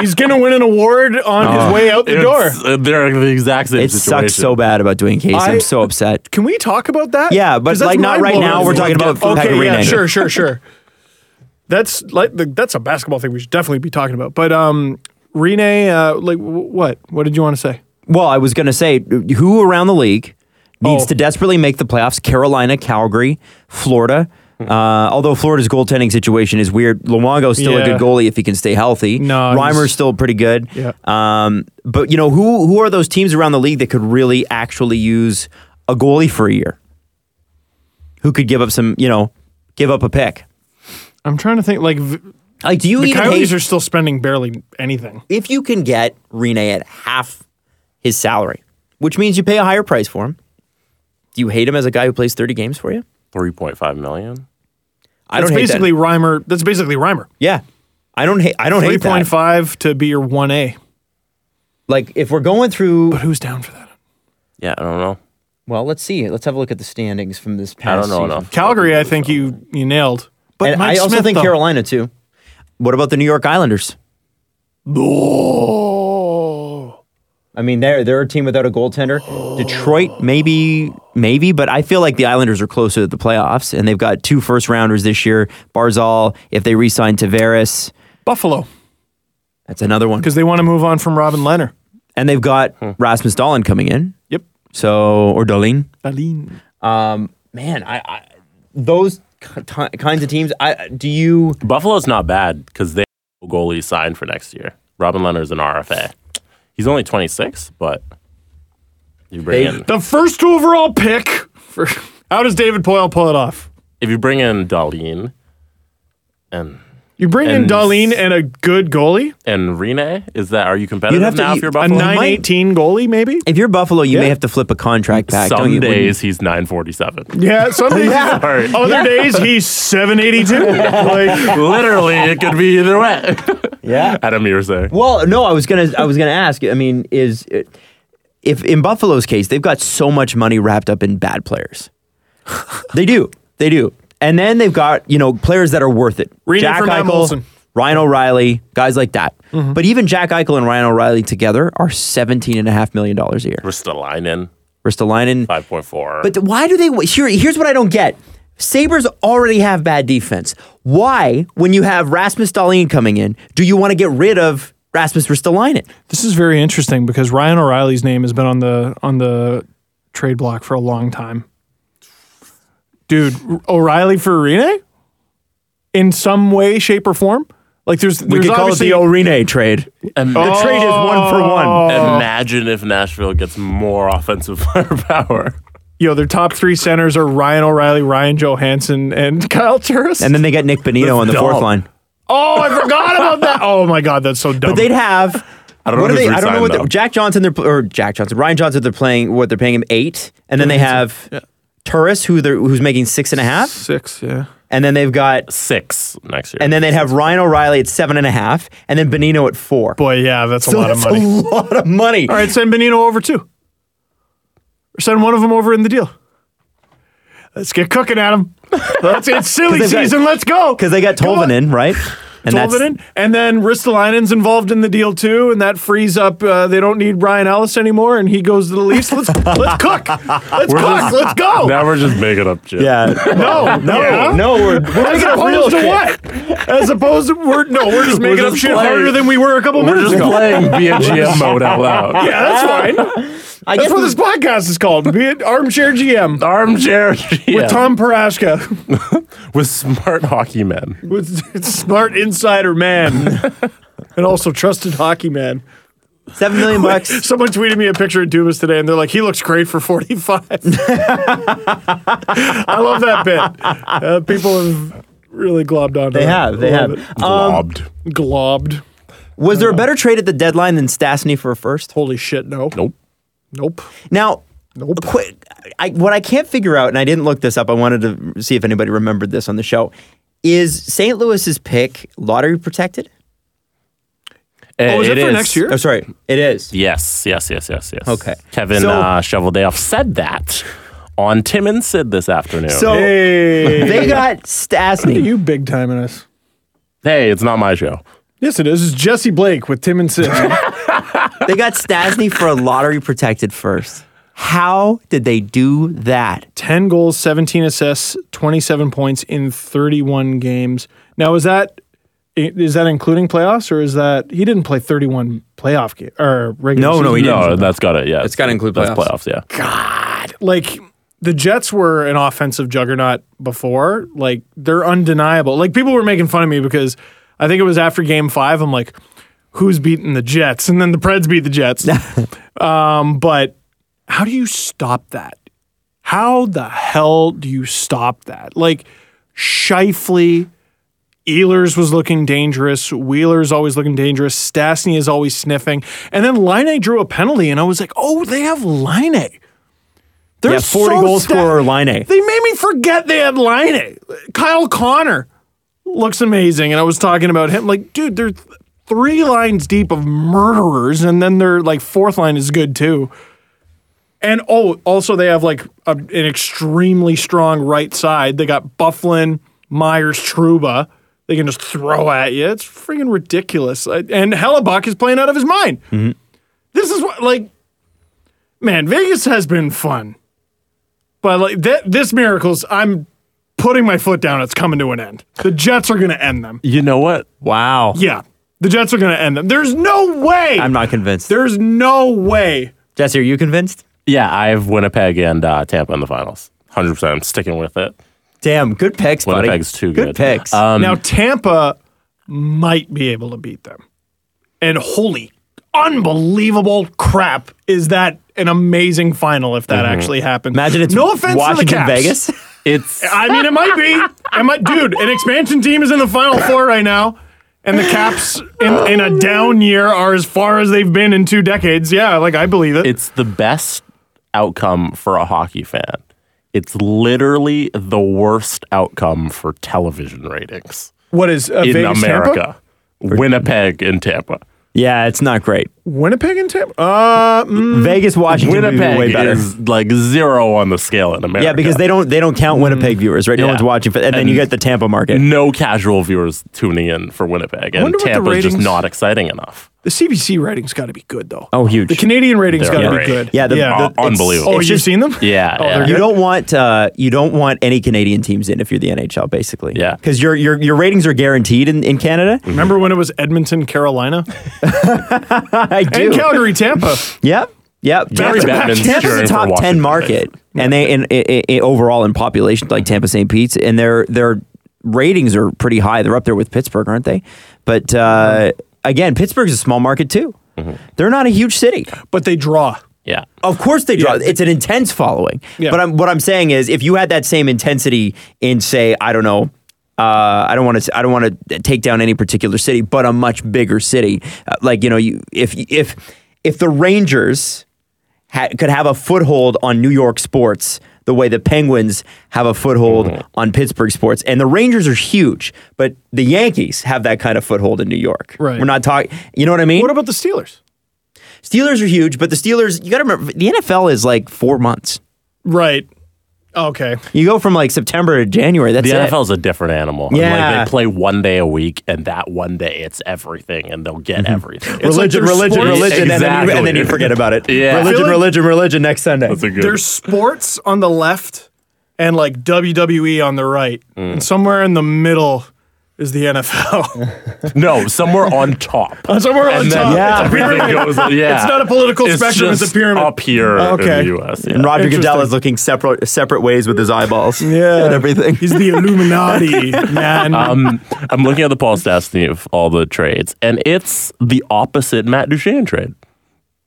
D: he's gonna win an award on his way out the door.
E: Oh. It's- uh, they're the exact same
C: It
E: situation.
C: sucks so bad about doing Casey. I,
D: I-
C: am so upset.
D: Can we talk about that?
C: Yeah, but,
D: 'Cause that's
C: like, not right
D: mind-blowing.
C: now. We're talking about
D: okay, yeah,
C: Pecorino.
D: sure, sure, sure. That's like the, that's a basketball thing we should definitely be talking about. But um, Rene, uh, like w- what? What did you want to say?
C: Well, I was gonna say who around the league needs
D: Oh.
C: to desperately make the playoffs? Carolina, Calgary, Florida.
D: Hmm.
C: Uh, although Florida's goaltending situation is weird, Luongo's still a
D: Yeah.
C: good goalie if he can stay healthy.
D: No, he's-
C: Reimer's still pretty good.
D: Yeah.
C: Um, but you know who who are those teams around the league that could really actually use a goalie for a year? Who could give up some? You know, give up a pick.
D: I'm trying to think. Like v-
C: Like, do you
D: the
C: even
D: Coyotes
C: hate
D: are still spending barely anything.
C: if you can get Rene at half his salary, which means you pay a higher price for him? Do you hate him as a guy who plays thirty games for you?
E: Three point five million.
C: I
D: that's
C: don't hate that.
D: basically Reimer. That's basically Reimer.
C: Yeah, I don't hate. I don't
D: Three
C: hate that.
D: point five to be your one A.
C: Like if we're going through,
D: But who's down for that?
E: Yeah, I don't know.
C: well, let's see. Let's have a look at the standings from this
E: I
C: past.
E: don't know
C: season.
E: enough.
D: Calgary, I think you you nailed. But
C: And
D: Mike
C: I also
D: Smith,
C: think
D: though.
C: Carolina too. What about the New York Islanders?
D: Oh,
C: I mean, they're they're a team without a goaltender. Detroit, maybe, maybe, but I feel like the Islanders are closer to the playoffs, and they've got two first rounders this year. Barzal, if they re-sign Tavares,
D: Buffalo,
C: that's another one.
D: because they want to move on from Robin Leonard.
C: Hmm. And they've got Rasmus Dahlin coming in.
D: Yep.
C: So or Darlene.
D: Aline.
C: Um, man, I, I those ki- ti- kinds of teams. I do you
E: Buffalo's not bad because they have a goalie signed for next year. Robin Leonard's an RFA. He's only 26, but you bring
C: They-
E: in
D: The first overall pick. For, how does David Poyle pull it off?
E: if you bring in Darlene and
D: You bring in
E: And-
D: Darlene and a good goalie,
E: and Rene, is that are you competitive
C: You'd have to-
E: now
C: you-
E: if you're
C: a
D: a
E: Buffalo?
D: nine eighteen goalie, maybe.
C: if you're Buffalo, you may
D: Yeah.
C: have to flip a contract pack. don't
E: Some
C: you?
E: days he's 947.
D: Yeah, some days.
E: Sorry.
D: Other days he's seven eighty two. Like
E: Literally, it could be either way.
C: Yeah.
E: Adam, you were saying.
C: Well, no, I was gonna I was gonna ask. I mean, is if in Buffalo's case they've got so much money wrapped up in bad players, they do, they do, and then they've got you know players that are worth it.
D: Reading from Matt Molson.
C: Ryan O'Reilly, guys like that. But even Jack Eichel and Ryan O'Reilly together are seventeen and a half million dollars a year.
E: Ristolainen,
C: Ristolainen,
E: 5.4.
C: but why do they? Here, here's what I don't get. Sabres already have bad defense. Why, when you have Rasmus Dahlin coming in, do you want to get rid of Rasmus Ristolainen?
D: this is very interesting because Ryan O'Reilly's name has been on the on the trade block for a long time. Dude, O'Reilly for Rene? In some way, shape, or form? Like there's, there's obviously
C: Orine trade.
E: And-
D: Oh.
C: The trade is one for one. Oh.
E: Imagine if Nashville gets more offensive firepower.
D: yo, their top three centers are Ryan O'Reilly, Ryan Johansson, and Kyle Turris.
C: And then they get Nick Benito on the fourth
E: dumb.
C: line.
D: oh, I forgot about that. Oh my god, that's so dumb.
C: But they'd have. I
E: don't know
C: what are
E: who's
C: they? I don't know
E: re-signed,
C: what
E: though.
C: they're, Jack Johnson. They're pl- or Jack Johnson, Ryan Johnson. They're playing what they're paying him eight, and then they have Turris, who they're who's making six and a half,
D: six, yeah.
C: and then they've got
E: Six next year.
C: and then they'd have Ryan O'Reilly at seven and a half, and then Benino at four.
D: Boy, yeah, that's a
C: So
D: lot of
C: that's
D: money.
C: A lot of money.
D: All right, send Benino over too. Or send one of them over in the deal. Let's get cooking, Adam. Let's, it's silly
C: 'Cause they've got-
D: season. Let's go.
C: Because they got
D: Come on.
C: Tolvanen, right? And that's-
D: Tolvanen. And then Ristolainen's involved in the deal too, and that frees up. Uh, they don't need Ryan Ellis anymore, and he goes to the Leafs. Let's let's cook. Let's cook.
E: just-
D: let's go.
E: now we're just making up shit.
C: Yeah.
D: no, no,
C: No, no, we're, we're
D: As
C: making up real
D: opposed to
C: shit.
D: what? As opposed to we're no, we're just making up
E: just
D: shit
E: playing.
D: harder than we were a couple
E: We're
D: minutes
E: just
D: ago.
E: playing be a GM mode out loud.
D: Yeah, that's fine.
C: I
D: That's
C: guess
D: what this podcast is called. Be it armchair GM.
E: Armchair GM.
D: With Tom Parashka,
E: with smart hockey men.
D: with smart insider man, and also trusted hockey man.
C: seven million bucks.
D: Someone tweeted me a picture of Dubas today, and they're like, "He looks great for 45." I love that bit. Uh, people have really globbed on.
C: They have. They have. Um,
E: Lobbed.
D: globbed.
C: was there a better trade at the deadline than Stastny for a first?
D: Holy shit! No.
E: Nope.
D: Nope.
C: Now,
D: Nope.
C: quick, I, what I can't figure out, and I didn't look this up, I wanted to see if anybody remembered this on the show, is St. Louis's pick lottery protected?
E: Eh,
D: Oh, is it for next year?
C: Oh, sorry, it is.
E: Yes, yes, yes, yes, yes.
C: Okay.
E: Kevin
C: So-
E: uh, Shoveldayoff said that on Tim and Sid this afternoon.
C: So
D: Hey,
C: they got Stastny.
D: you big timing us.
E: hey, it's not my show.
D: Yes, it is. It's Jesse Blake with Tim and Sid.
C: They got Stastny for a lottery protected first. How did they do that?
D: 10 goals, 17 assists, 27 points in 31 games. Now is that is that including playoffs or is that he didn't play 31 playoff game or regular
C: No, no,
D: season
C: Oh, he didn't.
D: games?
E: No, that's got it. Yeah,
C: It's gotta include
E: that's
C: playoffs.
E: playoffs. Yeah,
D: Like the Jets were an offensive juggernaut before. Like they're undeniable. Like people were making fun of me because I think it was after game 5 I'm like who's beating the Jets? And then the Preds beat the Jets. um but how do you stop that? How the hell do you stop that? Like Shifley, Ehlers was looking dangerous. Wheeler's always looking dangerous. Stastny is always sniffing. And then Line drew a penalty, and I was like, oh, they have Line. They're
C: Yeah, 40
D: so
C: goal
D: sta-
C: scorer Line.
D: They made me forget they had Line. Kyle Connor looks amazing. And I was talking about him. Like, dude, they're th- three lines deep of murderers, and then their like fourth line is good too. And oh, also they have like a, an extremely strong right side. They got Bufflin, Myers, Truba. They can just throw at you. It's freaking ridiculous. I- And Hellebuck is playing out of his mind. This is what like, man, Vegas has been fun, but like th- this miracles. I'm putting my foot down. It's coming to an end. The Jets are going to end them.
E: you know what?
C: Wow.
D: Yeah, the Jets are going to end them. There's no way.
C: I'm not convinced.
D: There's no way.
C: Jesse, are you convinced?
E: Yeah, I have Winnipeg and uh, Tampa in the finals. 100%. I'm sticking with it.
C: Damn, good picks, buddy.
E: Winnipeg's too
C: good.
E: good.
C: picks.
E: Um,
D: now Tampa might be able to beat them. And holy unbelievable crap is that an amazing final if that actually happens.
C: Mm-hmm. Imagine it's
D: no offense to the
C: Washington,
D: Caps.
C: Vegas.
E: it's
D: I mean it might be. It might dude, an expansion team is in the final four right now. And the Caps in, in a down year are as far as they've been in two decades. Yeah, like I believe it.
E: it's the best outcome for a hockey fan. It's literally the worst outcome for television ratings
D: what is uh,
E: in
D: Vegas, Tampa?
E: America. Winnipeg and Tampa.
C: Yeah, it's not great.
D: Winnipeg and Tampa? Uh, mm,
C: Vegas, Washington, would be way
E: Winnipeg
C: better.
E: is like zero on the scale in America.
C: yeah, because they don't they don't count Winnipeg viewers, right? No
E: Yeah.
C: one's watching, for, Mm. and, then
E: And-
C: you get the Tampa market.
E: no casual viewers tuning in for Winnipeg, and
D: Wonder what the
E: Tampa's just
D: ratings-
E: not exciting enough.
D: the CBC rating's got to be good, though.
C: Oh, huge.
D: The Canadian rating's
E: They're
D: got to be
E: great.
D: good.
C: Yeah, the-
E: Uh,
C: it's-
E: unbelievable.
D: oh,
C: it's
D: you've
C: just-
D: seen them?
E: Yeah,
D: Oh,
E: yeah.
D: they're
C: You
D: good.
C: don't want uh, you don't want any Canadian teams in if you're the NHL, basically.
E: Yeah.
C: because your your your ratings are guaranteed in, in Canada.
D: Remember when it was Edmonton, Carolina,
C: I do.
D: and Calgary, Tampa?
C: Yep. Yep.
E: Barry
C: Tampa's
E: Bettman's
C: a
E: cheering for
C: top ten
E: Washington,
C: market, and they in, in, in- overall in population like Tampa St. Pete's, and their their ratings are pretty high. They're up there with Pittsburgh, aren't they? But uh,
E: Mm-hmm.
C: again, Pittsburgh's a small market too. They're not a huge city.
D: But they draw.
E: yeah.
C: Of course they draw.
D: Yeah.
C: It's an intense following.
D: Yeah.
C: But I'm, what I'm saying is, if you had that same intensity in, say, I don't know, uh, I don't want to, I don't want to take down any particular city, but a much bigger city, uh, like you know, you, if if if the Rangers ha- could have a foothold on New York sports the way the Penguins have a foothold
D: Mm-hmm.
C: on Pittsburgh sports. And the Rangers are huge, but the Yankees have that kind of foothold in New York.
D: Right.
C: We're not talking, you know what I mean?
D: What about the Steelers?
C: Steelers are huge, but the Steelers, you got to remember, the NFL is like four months.
D: Right. Okay.
C: You go from like September to January. That's
E: The
C: it.
E: NFL is a different animal.
C: Yeah.
E: Like they play one day a week, and that one day it's everything, and they'll get everything.
D: It's like
C: Religion,
D: their
C: religion,
D: sports-
C: religion, and then you- and, then you,
E: Exactly.
C: forget about it.
E: Yeah. I
C: Religion,
D: feel like-
C: religion, religion next Sunday.
D: There's sports on the left and like WWE on the right.
C: Mm.
D: And somewhere in the middle is the NFL.
E: no, somewhere on top.
D: somewhere on
E: And then
D: top.
C: Yeah.
D: It's a
E: everything
D: pyramid.
E: goes. Yeah,
D: It's not a political
E: It's
D: spectrum, it's
E: just
D: a pyramid.
E: up here
D: Okay.
E: in the U.S. yeah.
C: And Roger
D: Interesting.
C: Goodell is looking separate separate ways with his eyeballs.
D: Yeah.
C: and everything.
D: He's the Illuminati, man.
C: Uh,
E: um, I'm looking at the Paul Stastny of all the trades, and it's the opposite Matt Duchene trade.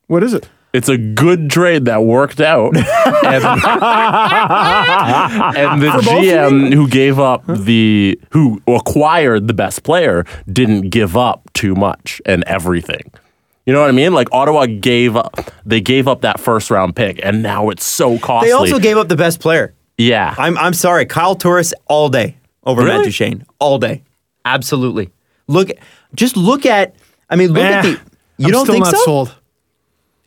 D: what is it?
E: It's a good trade that worked out. and, and the GM who gave up the who acquired the best player didn't give up too much and everything. You know what I mean? Like Ottawa gave up they gave up that first round pick and now it's so costly.
C: They also gave up the best player.
E: yeah.
C: I'm I'm sorry, Kyle Torres all day over Matt
E: Really?
C: Duchene all day. Absolutely. Look, just look at. I mean, look at
D: Eh,
C: the. You
D: I'm
C: don't
D: still
C: think
D: not
C: so?
D: sold.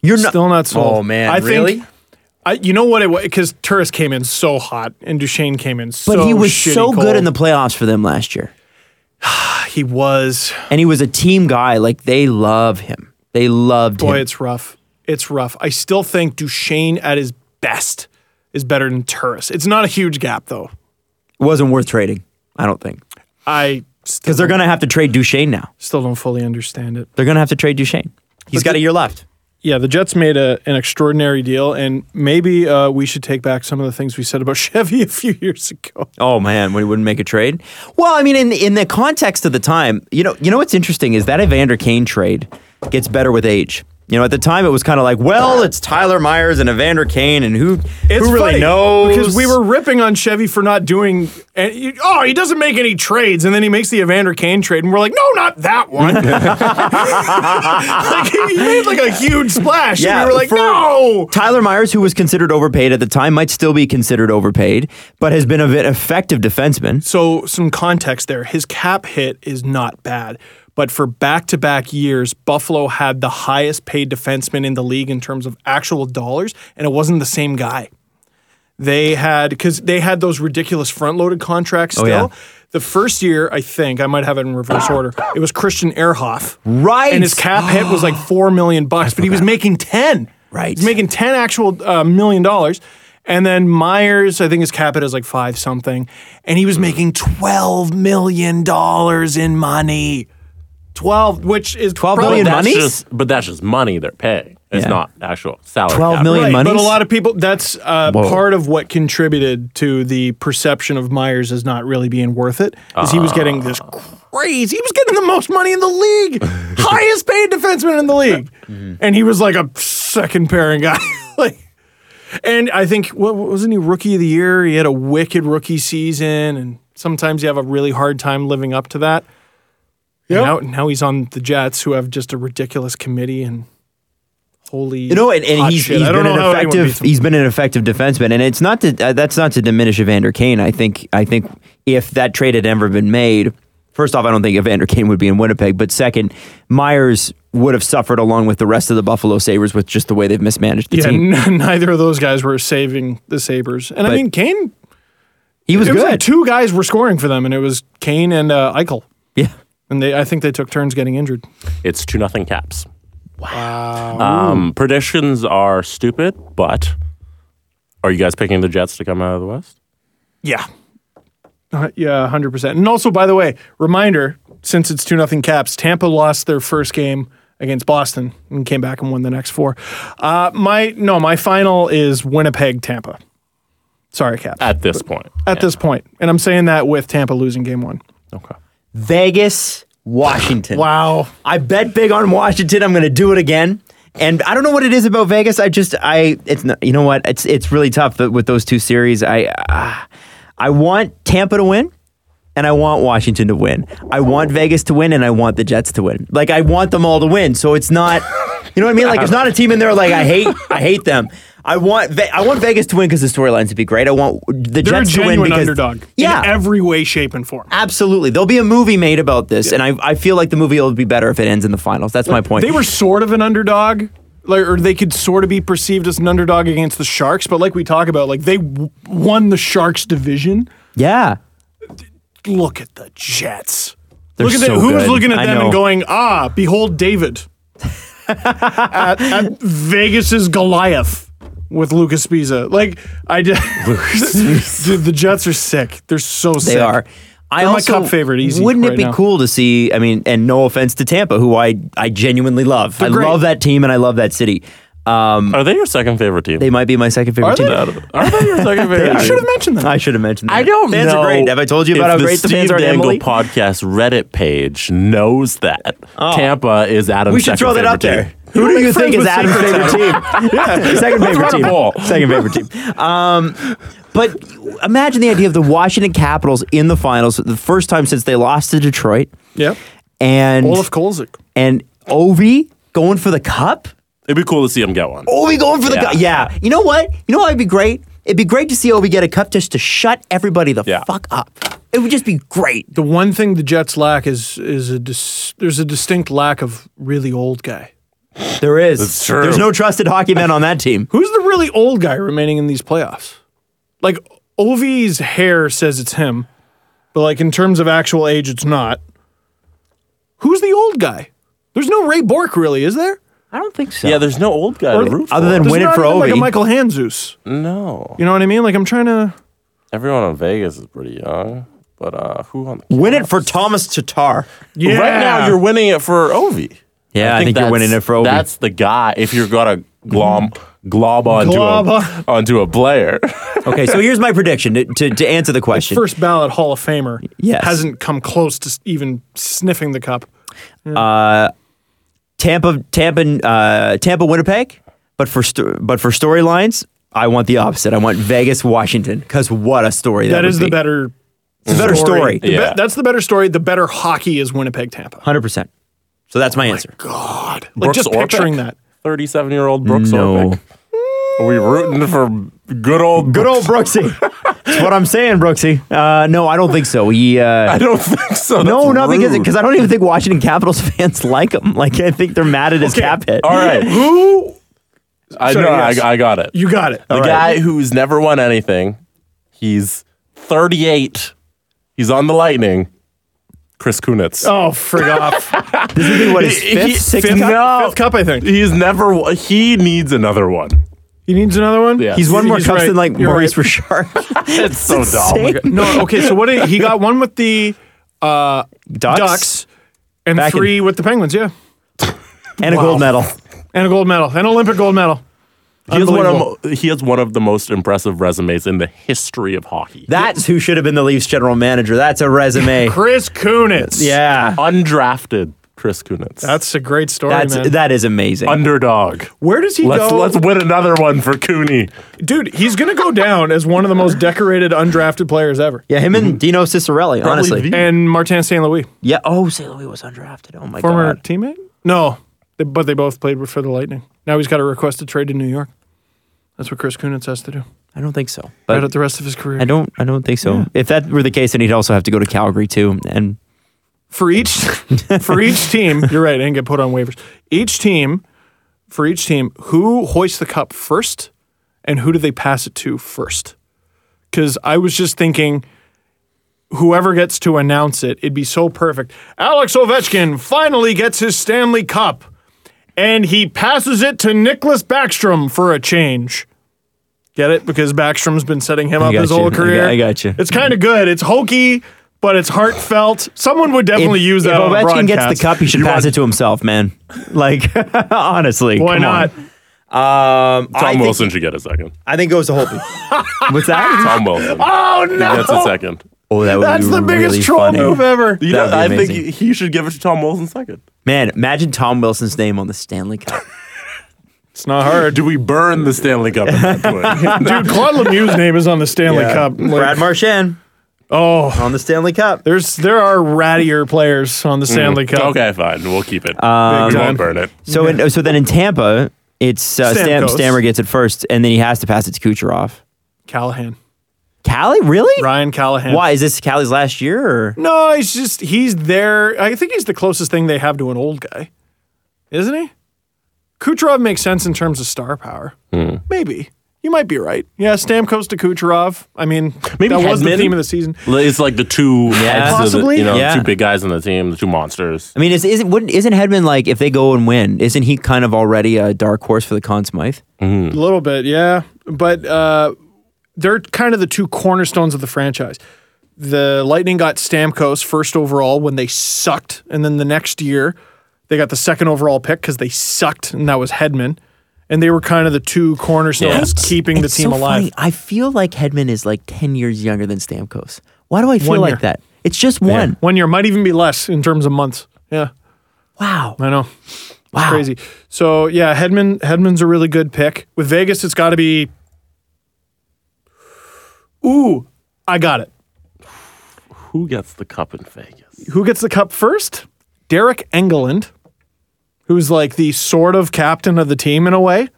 C: You're not
D: Still not sold.
C: Oh man,
D: I think-
C: really?
D: I, you know what it was? Because Turris came in so hot and Duchesne came in so
C: but he was
D: shitty
C: so
D: cold.
C: good in the playoffs for them last year,
D: He was.
C: and he was a team guy. Like they love him. They loved
D: Boy,
C: him.
D: it's rough. It's rough. I still think Duchesne at his best is better than Turris. It's not a huge gap, though.
C: It wasn't worth trading. I don't think
D: I still,
C: because they're gonna have to trade Duchesne now.
D: still don't fully understand it.
C: They're gonna have to trade Duchesne. He's got a year left.
D: Yeah, the Jets made a, an extraordinary deal, and maybe uh, we should take back some of the things we said about Chevy a few years ago.
C: Oh man, when he wouldn't make a trade. Well, I mean, in in the context of the time, you know, you know what's interesting is that Evander Kane trade gets better with age. You know, at the time it was kind of like, well, it's Tyler Myers and Evander Kane, and who
D: It's
C: who really
D: funny,
C: knows?
D: because we were ripping on Chevy for not doing. And you, oh, he doesn't make any trades, and then he makes the Evander Kane trade, and we're like, no, not that one. like he made like a huge splash, and we were like,
C: for-
D: no.
C: Tyler Myers, who was considered overpaid at the time, might still be considered overpaid, but has been an effective defenseman.
D: So some context there. His cap hit is not bad. But for back-to-back years, Buffalo had the highest paid defenseman in the league in terms of actual dollars, and it wasn't the same guy. They had because they had those ridiculous front-loaded contracts still.
C: Oh, yeah.
D: The first year, I think, I might have it in reverse order. It was Christian Ehrhoff.
C: Right.
D: And his cap hit was like four million bucks, but he was making ten.
C: Right.
D: He's making ten actual uh, million dollars, and then Myers, I think his cap hit is like five something, and he was making twelve million dollars in money. 12, which is
C: 12
D: probably-
C: million
E: but that's
C: monies?
E: just but that's just money they're paying. It's
C: Yeah.
E: not actual salary.
C: 12
E: cap.
C: million
D: Right, but a
C: monies?
D: lot of people, that's uh,
C: Whoa.
D: part of what contributed to the perception of Myers as not really being worth it, is he was getting
C: Ah.
D: this crazy, he was getting the most money in the league, highest paid defenseman in the league.
C: Mm-hmm.
D: And he was like a second pairing guy. like, and I think, what, wasn't he rookie of the year? He had a wicked rookie season, and sometimes you have a really hard time living up to that. Yeah. Now, now he's on the Jets, who have just a ridiculous committee and holy.
C: You know, and, and
D: hot
C: he's,
D: shit.
C: he's
D: I don't
C: been an
D: know how anyone
C: effective E
D: beats him.
C: he's been an effective defenseman, and it's not to uh, that's not to diminish Evander Kane. I think I think if that trade had ever been made, first off, I don't think Evander Kane would be in Winnipeg, but second, Myers would have suffered along with the rest of the Buffalo Sabers with just the way they've mismanaged the
D: Yeah,
C: team.
D: n- neither of those guys were saving the Sabers, and I
C: But
D: mean Kane.
C: He was
D: It
C: good.
D: was like two guys were scoring for them, and it was Kane and uh, Eichel,
C: yeah.
D: and they I think they took turns getting injured.
E: It's two nothing caps. Wow. Um, predictions are stupid, but are you guys picking the Jets to come out of the West?
D: Yeah, uh, yeah, hundred percent. And also, by the way, reminder: since it's two nothing Caps, Tampa lost their first game against Boston and came back and won the next four. Uh, my no, my final is Winnipeg Tampa. Sorry, Caps.
C: Uh,
D: At,
E: At this point.
D: this point, and I'm saying that with Tampa losing game one.
E: Okay.
C: Vegas, Washington.
D: Wow.
C: I bet big on Washington. I'm going to do it again. And I don't know what it is about Vegas. I just I it's not, you know what it's it's really tough th- with those two series. I uh, I want Tampa to win, and I want Washington to win. I want Vegas to win, and I want the Jets to win. Like I want them all to win. So it's not you know what I mean. Like it's not a team in there. Like I hate I hate them. I want Ve- I want Vegas to win because the storylines would be great. I want
D: They're
C: the Jets
D: a
C: to win
D: genuine
C: because
D: underdog
C: Yeah,
D: in every way, shape, and form.
C: Absolutely. There'll be a movie made about this, and I, I feel like the movie will be better if it ends in the finals. That's my point.
D: They were sort of an underdog, like, or they could sort of be perceived as an underdog against the Sharks. But like we talk about, like they w- won the Sharks division.
C: yeah.
D: Look at the Jets.
C: They're
D: look at
C: so
D: the, who was
C: good.
D: looking at
C: I
D: them
C: know.
D: and going, ah, behold David at, at Vegas's Goliath with Lucas Pisa. Like I did, Dude, the Jets are sick. They're so sick.
C: They are. I
D: They're my
C: also,
D: cup favorite, easy
C: Wouldn't
D: right
C: it be
D: now.
C: cool to see? I mean, and no offense to Tampa, who I I genuinely love. I
D: great.
C: love that team and I love that city. Um,
E: Are they your second favorite team?
C: they might be my second favorite
D: Are
C: team.
D: they?
E: Out of the- are they your second favorite
D: I
E: team?
D: should have mentioned that.
C: I should have mentioned that.
E: I don't
C: fans
E: know.
C: are great. Have I told you about
E: if
C: how
E: the
C: great the
E: Steve
C: fans are in
E: Dangle
C: Emily?
E: podcast Reddit page knows that Tampa is Adam's
C: Oh. we should
E: second
C: throw that
E: favorite
C: out there.
E: team.
C: Who do
D: make
C: you
D: friends
C: think is
D: with
C: Adam's
D: secret
C: favorite team? yeah, second favorite
E: run a ball.
C: team. Second favorite team. Um, but imagine the idea of the Washington Capitals in the finals, the first time since they lost to Detroit,
D: Yep.
C: and
D: Olaf Kolzik.
C: and Ovi going for the cup.
E: It'd be cool to see him get one.
C: Ovi going for the
E: Yeah.
C: cup. Yeah. You know what? You know what would be great? It'd be great to see Ovi get a cup just to shut everybody the
E: Yeah.
C: fuck up. It would just be great.
D: the one thing the Jets lack is is a dis- there's a distinct lack of really old guy.
C: There is.
E: That's true.
C: There's no trusted hockey man on that team.
D: Who's the really old guy remaining in these playoffs? Like Ovi's hair says it's him, but like in terms of actual age, it's not. Who's the old guy? There's no Ray Bork really, is there?
C: I don't think so.
E: Yeah, there's no old guy
D: Or-
E: to root
C: other than
E: for.
D: There's
C: Win it
D: not
C: for
D: even, like
C: Ovi.
D: a Michael Hanzus.
E: no.
D: You know what I mean? Like I'm trying to.
E: Everyone on Vegas is pretty young, but uh, who on the
C: Win it for Thomas Tatar.
D: Yeah.
E: Right now, you're winning it for Ovi.
C: Yeah, I think you're
E: that's-
C: winning it for Ovi.
E: That's the guy. If you're gonna glom, glob onto
D: Glob
E: a,
D: on.
E: onto a player,
C: Okay, so here's my prediction to, to, to answer the question.
D: First ballot Hall of Famer
C: Yes.
D: hasn't come close to s- even sniffing the cup.
C: Tampa, Tampa, uh, Tampa, Winnipeg. But for sto- but for storylines, I want the opposite. I want Vegas, Washington. Because what a story that
D: that is
C: would
D: the
C: be.
D: better
C: It's a better story.
D: The be-
E: Yeah.
D: that's the better story. The better hockey is Winnipeg Tampa.
C: Hundred percent. So that's my answer.
D: God. Like
E: Brooks
D: just
E: Orpik?
D: picturing that.
E: thirty-seven-year-old Brooks
C: No.
E: Orpik. Are we rooting for good old?
C: Good old Brooksy. That's what I'm saying, Brooksy. Uh, no, I don't think so. He.
E: I
C: Uh,
E: don't think so.
C: no,
E: That's
C: not because
E: rude.
C: because I don't even think Washington Capitals fans like him. Like I think they're mad at his cap hit.
E: All right.
D: Who?
E: I
D: Sorry,
E: know.
D: yes.
E: I, I got it.
D: You got it.
E: the
D: Like,
E: guy who's never won anything. He's 38. He's on the Lightning. Chris Kunitz.
D: Oh, frig off.
C: This would be what his
E: He-
C: fifth,
E: he-
C: sixth
E: fifth-
C: cup?
E: No.
D: Fifth cup, I think.
E: He's never. won- He needs another one.
D: He needs another one?
E: Yeah.
C: He's won more
D: He's
C: cups
D: right.
C: than like
D: You're
C: Maurice
D: right.
C: Richard.
E: It's so
C: insane.
E: dumb.
D: No, okay, so what did, he got one with the uh,
C: Ducks.
D: Ducks. and
C: Back in-
D: three with the Penguins, yeah,
C: and a gold medal.
D: and a gold medal, an Olympic gold medal.
E: He has, one of,
D: Unbelievable.
E: mo- he has one of the most impressive resumes in the history of hockey.
C: That's who should have been the Leafs general manager. That's a resume.
D: Chris Kunitz.
C: yeah.
E: Undrafted Chris Kunitz.
D: that's a great story,
C: That's
D: man.
C: that is amazing.
E: underdog.
D: Where does he
E: Let's
D: go?
E: let's win another one for Cooney.
D: Dude, he's gonna go down as one of the most decorated undrafted players ever.
C: yeah, him and Dino Cicerelli, honestly.
E: the-
D: And Martin St. Louis,
C: yeah. Oh, St. Louis was undrafted. Oh my
D: former
C: god.
D: teammate. No, they- but they both played for the Lightning. Now he's got a request to trade to New York. That's what Chris Kunitz has to do.
C: I don't think so.
D: Right
C: But
D: at the rest of his career.
C: I don't I don't think so. If that were the case, then he'd also have to go to Calgary too. And
D: for each for each team. You're right, and get put on waivers. Each team for each team, who hoists the cup first, and who do they pass it to first? Because I was just thinking, whoever gets to announce it, it'd be so perfect. Alex Ovechkin finally gets his Stanley Cup, and he passes it to Nicholas Backstrom for a change. Get it? Because Backstrom's been setting him up
C: got
D: his
C: you. I
D: whole
C: got-
D: career.
C: I got you.
D: It's kind of good. It's hokey, but it's heartfelt. Someone would
C: if,
D: definitely use that.
C: if
D: on a
C: Ovechkin gets the
D: broadcast.
C: cup, he should
E: You
C: pass
E: want-
C: it to himself, man. Like honestly.
D: Why
C: come
D: not?
C: On. Um,
E: Tom
C: I
E: Wilson
C: think,
E: should get a second.
C: I think it goes to Holtby. What's that?
E: Tom Wilson.
D: Oh no!
E: He gets a second.
C: Oh, that would
D: That's
C: be
D: the biggest
C: really
D: troll
C: funny.
D: move ever.
C: That'd
E: You know,
C: be
E: I think
C: amazing.
E: he he should give it to Tom Wilson second.
C: Man, imagine Tom Wilson's name on the Stanley Cup.
D: It's not hard.
E: Do we burn the Stanley Cup at that point?
D: Dude, Claude Lemieux's name is on the Stanley Cup. Like,
C: Brad Marchand
D: oh,
C: on the Stanley Cup.
D: there's there are rattier players on the Stanley Cup.
E: okay, fine. We'll keep it. we
D: time.
E: won't burn it.
C: So, in, so then in Tampa, it's uh, Stam,
D: Stamkos.
C: Stammer gets it first, and then he has to pass it to Kucherov.
D: Callahan,
C: Callie, really?
D: Ryan Callahan.
C: Why is this Callie's last year? Or?
D: No, he's just he's there. I think he's the closest thing they have to an old guy, isn't he? Kucherov makes sense in terms of star power. Maybe you might be right. Yeah, Stamkos to Kucherov. I mean,
E: Maybe
D: that was the
E: Hedman?
D: theme of the season.
E: It's like the two heads of the-
D: Possibly.
E: you know,
C: Yeah.
E: two big guys on the team, the two monsters.
C: I mean, is, isn't wouldn't, isn't Hedman like if they go and win? Isn't he kind of already a dark horse for the Conn Smythe?
D: A little bit, yeah. But uh, they're kind of the two cornerstones of the franchise. The Lightning got Stamkos first overall when they sucked, and then the next year they got the second overall pick because they sucked, and that was Hedman. And they were kind of the two cornerstones
E: Yeah.
D: keeping the
C: It's
D: team
C: so
D: alive.
C: funny. I feel like Hedman is like ten years younger than Stamkos. Why do I feel
D: One
C: like
D: year.
C: that? It's just one.
D: One year might even be less in terms of months. Yeah,
C: Wow.
D: I know.
C: Wow.
D: Crazy. So yeah, Hedman Hedman's a really good pick. With Vegas, it's got to be. Ooh, I got it.
E: Who gets the cup in Vegas?
D: who gets the cup first? Derek Engeland, who's like the sort of captain of the team in a way.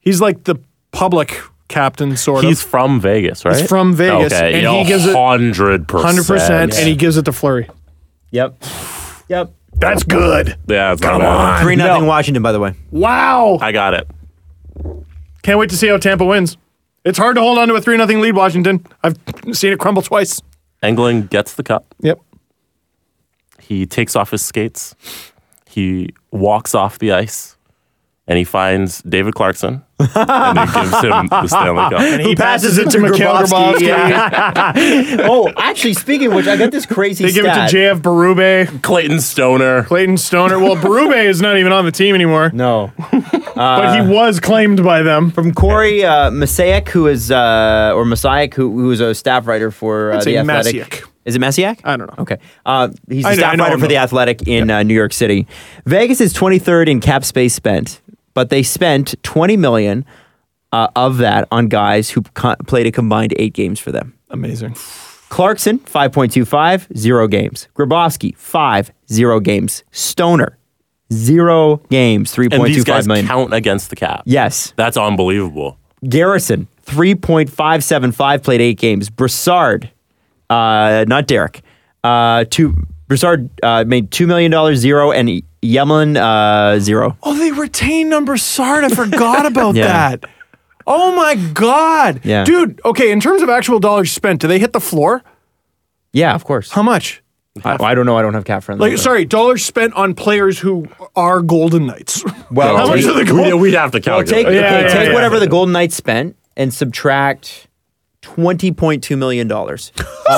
D: He's like the public captain, sort
E: He's
D: of.
E: from Vegas, right?
D: from Vegas,
E: Okay,
D: and he gives it-
E: hundred percent.
D: 100%, and he gives it to Flurry.
C: Yep. Yep.
D: That's good.
E: Yeah, it's come on.
C: Three nothing Washington, by the way.
D: Wow.
E: I got it.
D: Can't wait to see how Tampa wins. It's hard to hold on to a 3 0 lead, Washington. I've seen it crumble twice.
E: England gets the cup.
D: Yep.
E: He takes off his skates. He walks off the ice, and he finds David Clarkson, and he gives him the Stanley Cup.
D: He
C: passes it to
D: Mikhail
C: Grabowski,
D: Grabowski.
C: oh, actually, speaking of which, I got this crazy
D: They give it to JF Barube,
E: Clayton Stoner.
D: Clayton Stoner. Well, Barube is not even on the team anymore,
C: no.
D: but he was claimed by them.
C: From Corey uh, Masaic, who is, uh, or Masaic, who, who is a staff writer for uh,
D: I'd say
C: The Athletic.
D: Masiak.
C: Is it Masiak?
D: I don't know.
C: Okay. Uh, he's a
D: I know- I
C: staff
D: know
C: writer
D: him,
C: for The
D: though.
C: Athletic in uh, New York City. Vegas is 23rd in cap space spent, but they spent 20 million uh, of that on guys who co- played a combined eight games for them.
D: Amazing.
C: Clarkson, 5.25, zero games. Grabowski, five, zero games. Stoner, zero games,
E: And these
C: 3.25
E: guys
C: million.
E: count against the cap.
C: Yes.
E: That's unbelievable.
C: Garrison, 3.575, played eight games. Broussard, uh, not Derek, uh, two, Broussard uh, made $2 million, zero, and Yemen, uh, zero.
D: Oh, they retain number Sard. I forgot about
C: Yeah.
D: that. Oh my god.
C: Yeah.
D: Dude, okay, in terms of actual dollars spent, do they hit the floor?
C: Yeah, of course.
D: How much?
C: I, I don't know. I don't have cat friendly.
D: Like sorry, dollars spent on players who are Golden Knights.
C: Well,
D: how much
C: take-
D: are the
E: Oh, We'd,
D: gold?
E: we'd have to
C: Well,
E: calculate.
C: take, okay,
D: yeah,
C: take
D: yeah.
C: whatever the Golden Knights spent and subtract $20.2 million.
D: Uh,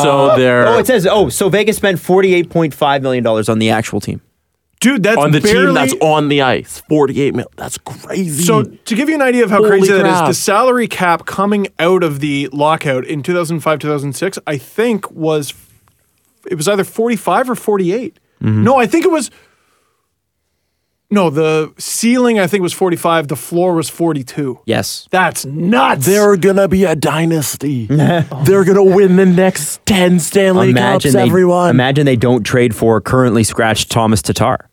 E: so they're
C: Oh, it says, oh, so Vegas spent $48.5 million on the actual team.
D: dude, that's
E: on the
D: barely,
E: team that's on the ice. 48 mil. That's crazy.
D: So to give you an idea of how
E: Mm. Holy
D: crazy that is,
E: crap.
D: the salary cap coming out of the lockout in 2005, 2006, I think was it was either 45 or 48.
E: Mm-hmm.
D: No, I think it was No, the ceiling I think was 45, the floor was 42.
C: Yes.
D: That's nuts.
E: they're gonna be a dynasty. they're gonna win the next ten Stanley
C: Oh. Imagine
E: Cups.
C: they,
E: everyone.
C: imagine they don't trade for currently scratched Thomas Tatar.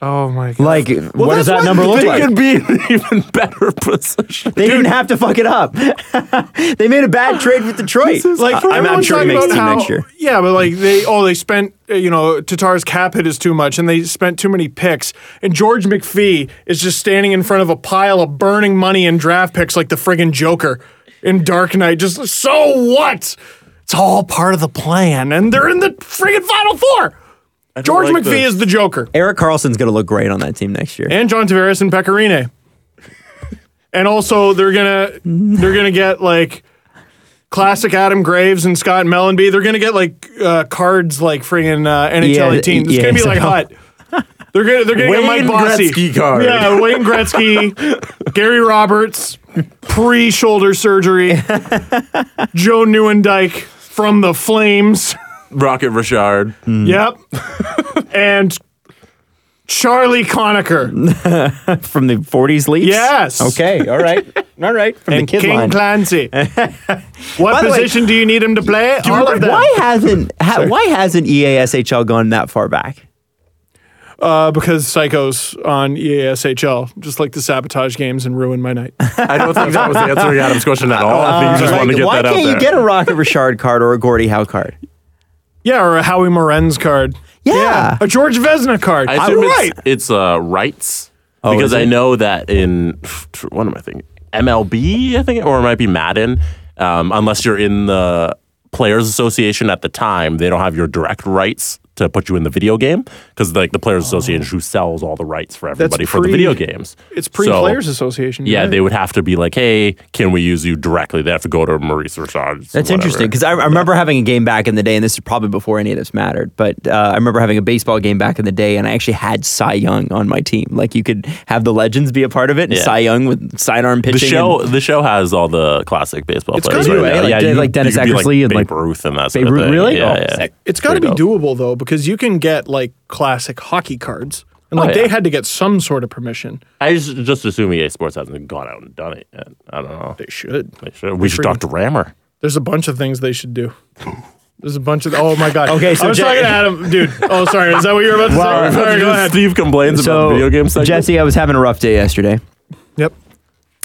D: oh my god.
C: Like, what
D: that's
C: does that
D: why
C: number look
E: they
C: like?
E: could be in an even better position.
C: They didn't have to fuck it up. they made a bad trade with Detroit.
D: like for
C: I- I'm, I'm
D: everyone
C: sure he
D: talking
C: makes
D: about
C: the team
D: how,
C: next year.
D: Yeah, but like they oh they spent uh, you know Tatar's cap hit is too much and they spent too many picks and George McPhee is just standing in front of a pile of burning money and draft picks like the friggin' Joker in Dark Knight. Just so what? It's all part of the plan, and they're in the friggin' final four. George
E: like
D: McPhee
E: this.
D: is the Joker,
C: Eric Carlson's going to look great on that team next year.
D: and John Tavares and Pecorine. And also, they're gonna they're gonna get like classic Adam Graves and Scott Mellenby. They're gonna get like uh, cards like friggin' uh, NHL
C: Yeah,
D: 18. It's
C: yeah,
D: gonna be
C: so-
D: like hot. They're gonna they're gonna get Mike
E: Wayne
D: Bossy.
E: Gretzky card.
D: Yeah, Wayne Gretzky, Gary Roberts, pre shoulder surgery, Joe Newendike from the Flames.
E: Rocket Richard.
D: Yep, and Charlie Conacher.
C: From the 40s Leafs?
D: Yes.
C: Okay, all right. All right. From
D: and
C: the kid
D: King
C: line.
D: Clancy. what
C: the way-
D: position do you need him to play? All of
C: Dude,
D: that.
C: why hasn't ha, why hasn't E EASHL gone that far back?
D: Uh, because psychos on E EASHL just like to sabotage games and ruin my night.
E: I don't think that was answering Adam's question at all. I think you just
C: Like,
E: wanted to get
C: why
E: that out
C: can't
E: there.
C: you get a Rocket Richard card or a Gordie Howe card?
D: yeah, or a Howie Morenz card.
C: Yeah.
D: A George Vesna card.
E: I
D: I'm
E: assume it's,
D: right.
E: it's uh, rights
D: Oh,
E: because
C: is
E: I
C: it?
E: know that in what am I thinking? MLB, I think, or it might be Madden. Um, unless you're in the Players Association at the time, they don't have your direct rights to put you in the video game because like the Players Association who sells all the rights for everybody for
D: Oh. pre-
E: the video games.
D: It's
E: So,
D: pre Players Association.
E: Yeah,
D: right?
E: they would have to be like, "Hey, can we use you directly?" They have to go to Maurice Richard.
C: That's interesting because I, I remember having a game back in the day, and this is probably before any of this mattered. But uh, I remember having a baseball game back in the day, and I actually had Cy Young on my team. Like you could have the legends be a part of it, and
E: Yeah.
C: Cy Young with sidearm pitching.
E: The show,
C: and-
E: the show has all the classic baseball
D: It's
E: players,
D: gotta be,
E: right?
C: right?
E: now.
C: Like
E: yeah,
C: Den-
E: you-
C: like Dennis
E: you could be
C: Eckersley and,
E: Babe
C: like,
E: Ruth and that sort
C: Babe
E: of
C: Ruth,
E: thing.
C: really?
E: Yeah,
C: Oh,
E: yeah.
C: sick.
D: It's got to be
E: Straight
D: doable though, because you can get like classic hockey cards, and like
E: Oh,
D: they
E: yeah.
D: had to get some sort of permission.
E: I just, just assume EA Sports hasn't gone out and done it yet. I don't know.
D: They should.
E: They should. We should talk to Rammer.
D: There's a bunch of things they should do. There's a bunch of oh my god.
C: Okay, so
D: I was
C: Jack-
D: talking to Adam, dude. Oh, sorry. Is that what you were about to
C: Well,
D: say? Sorry, go ahead.
E: Steve complains
C: so
E: about video game segments.
C: Jesse, I was having a rough day yesterday,
D: Yep.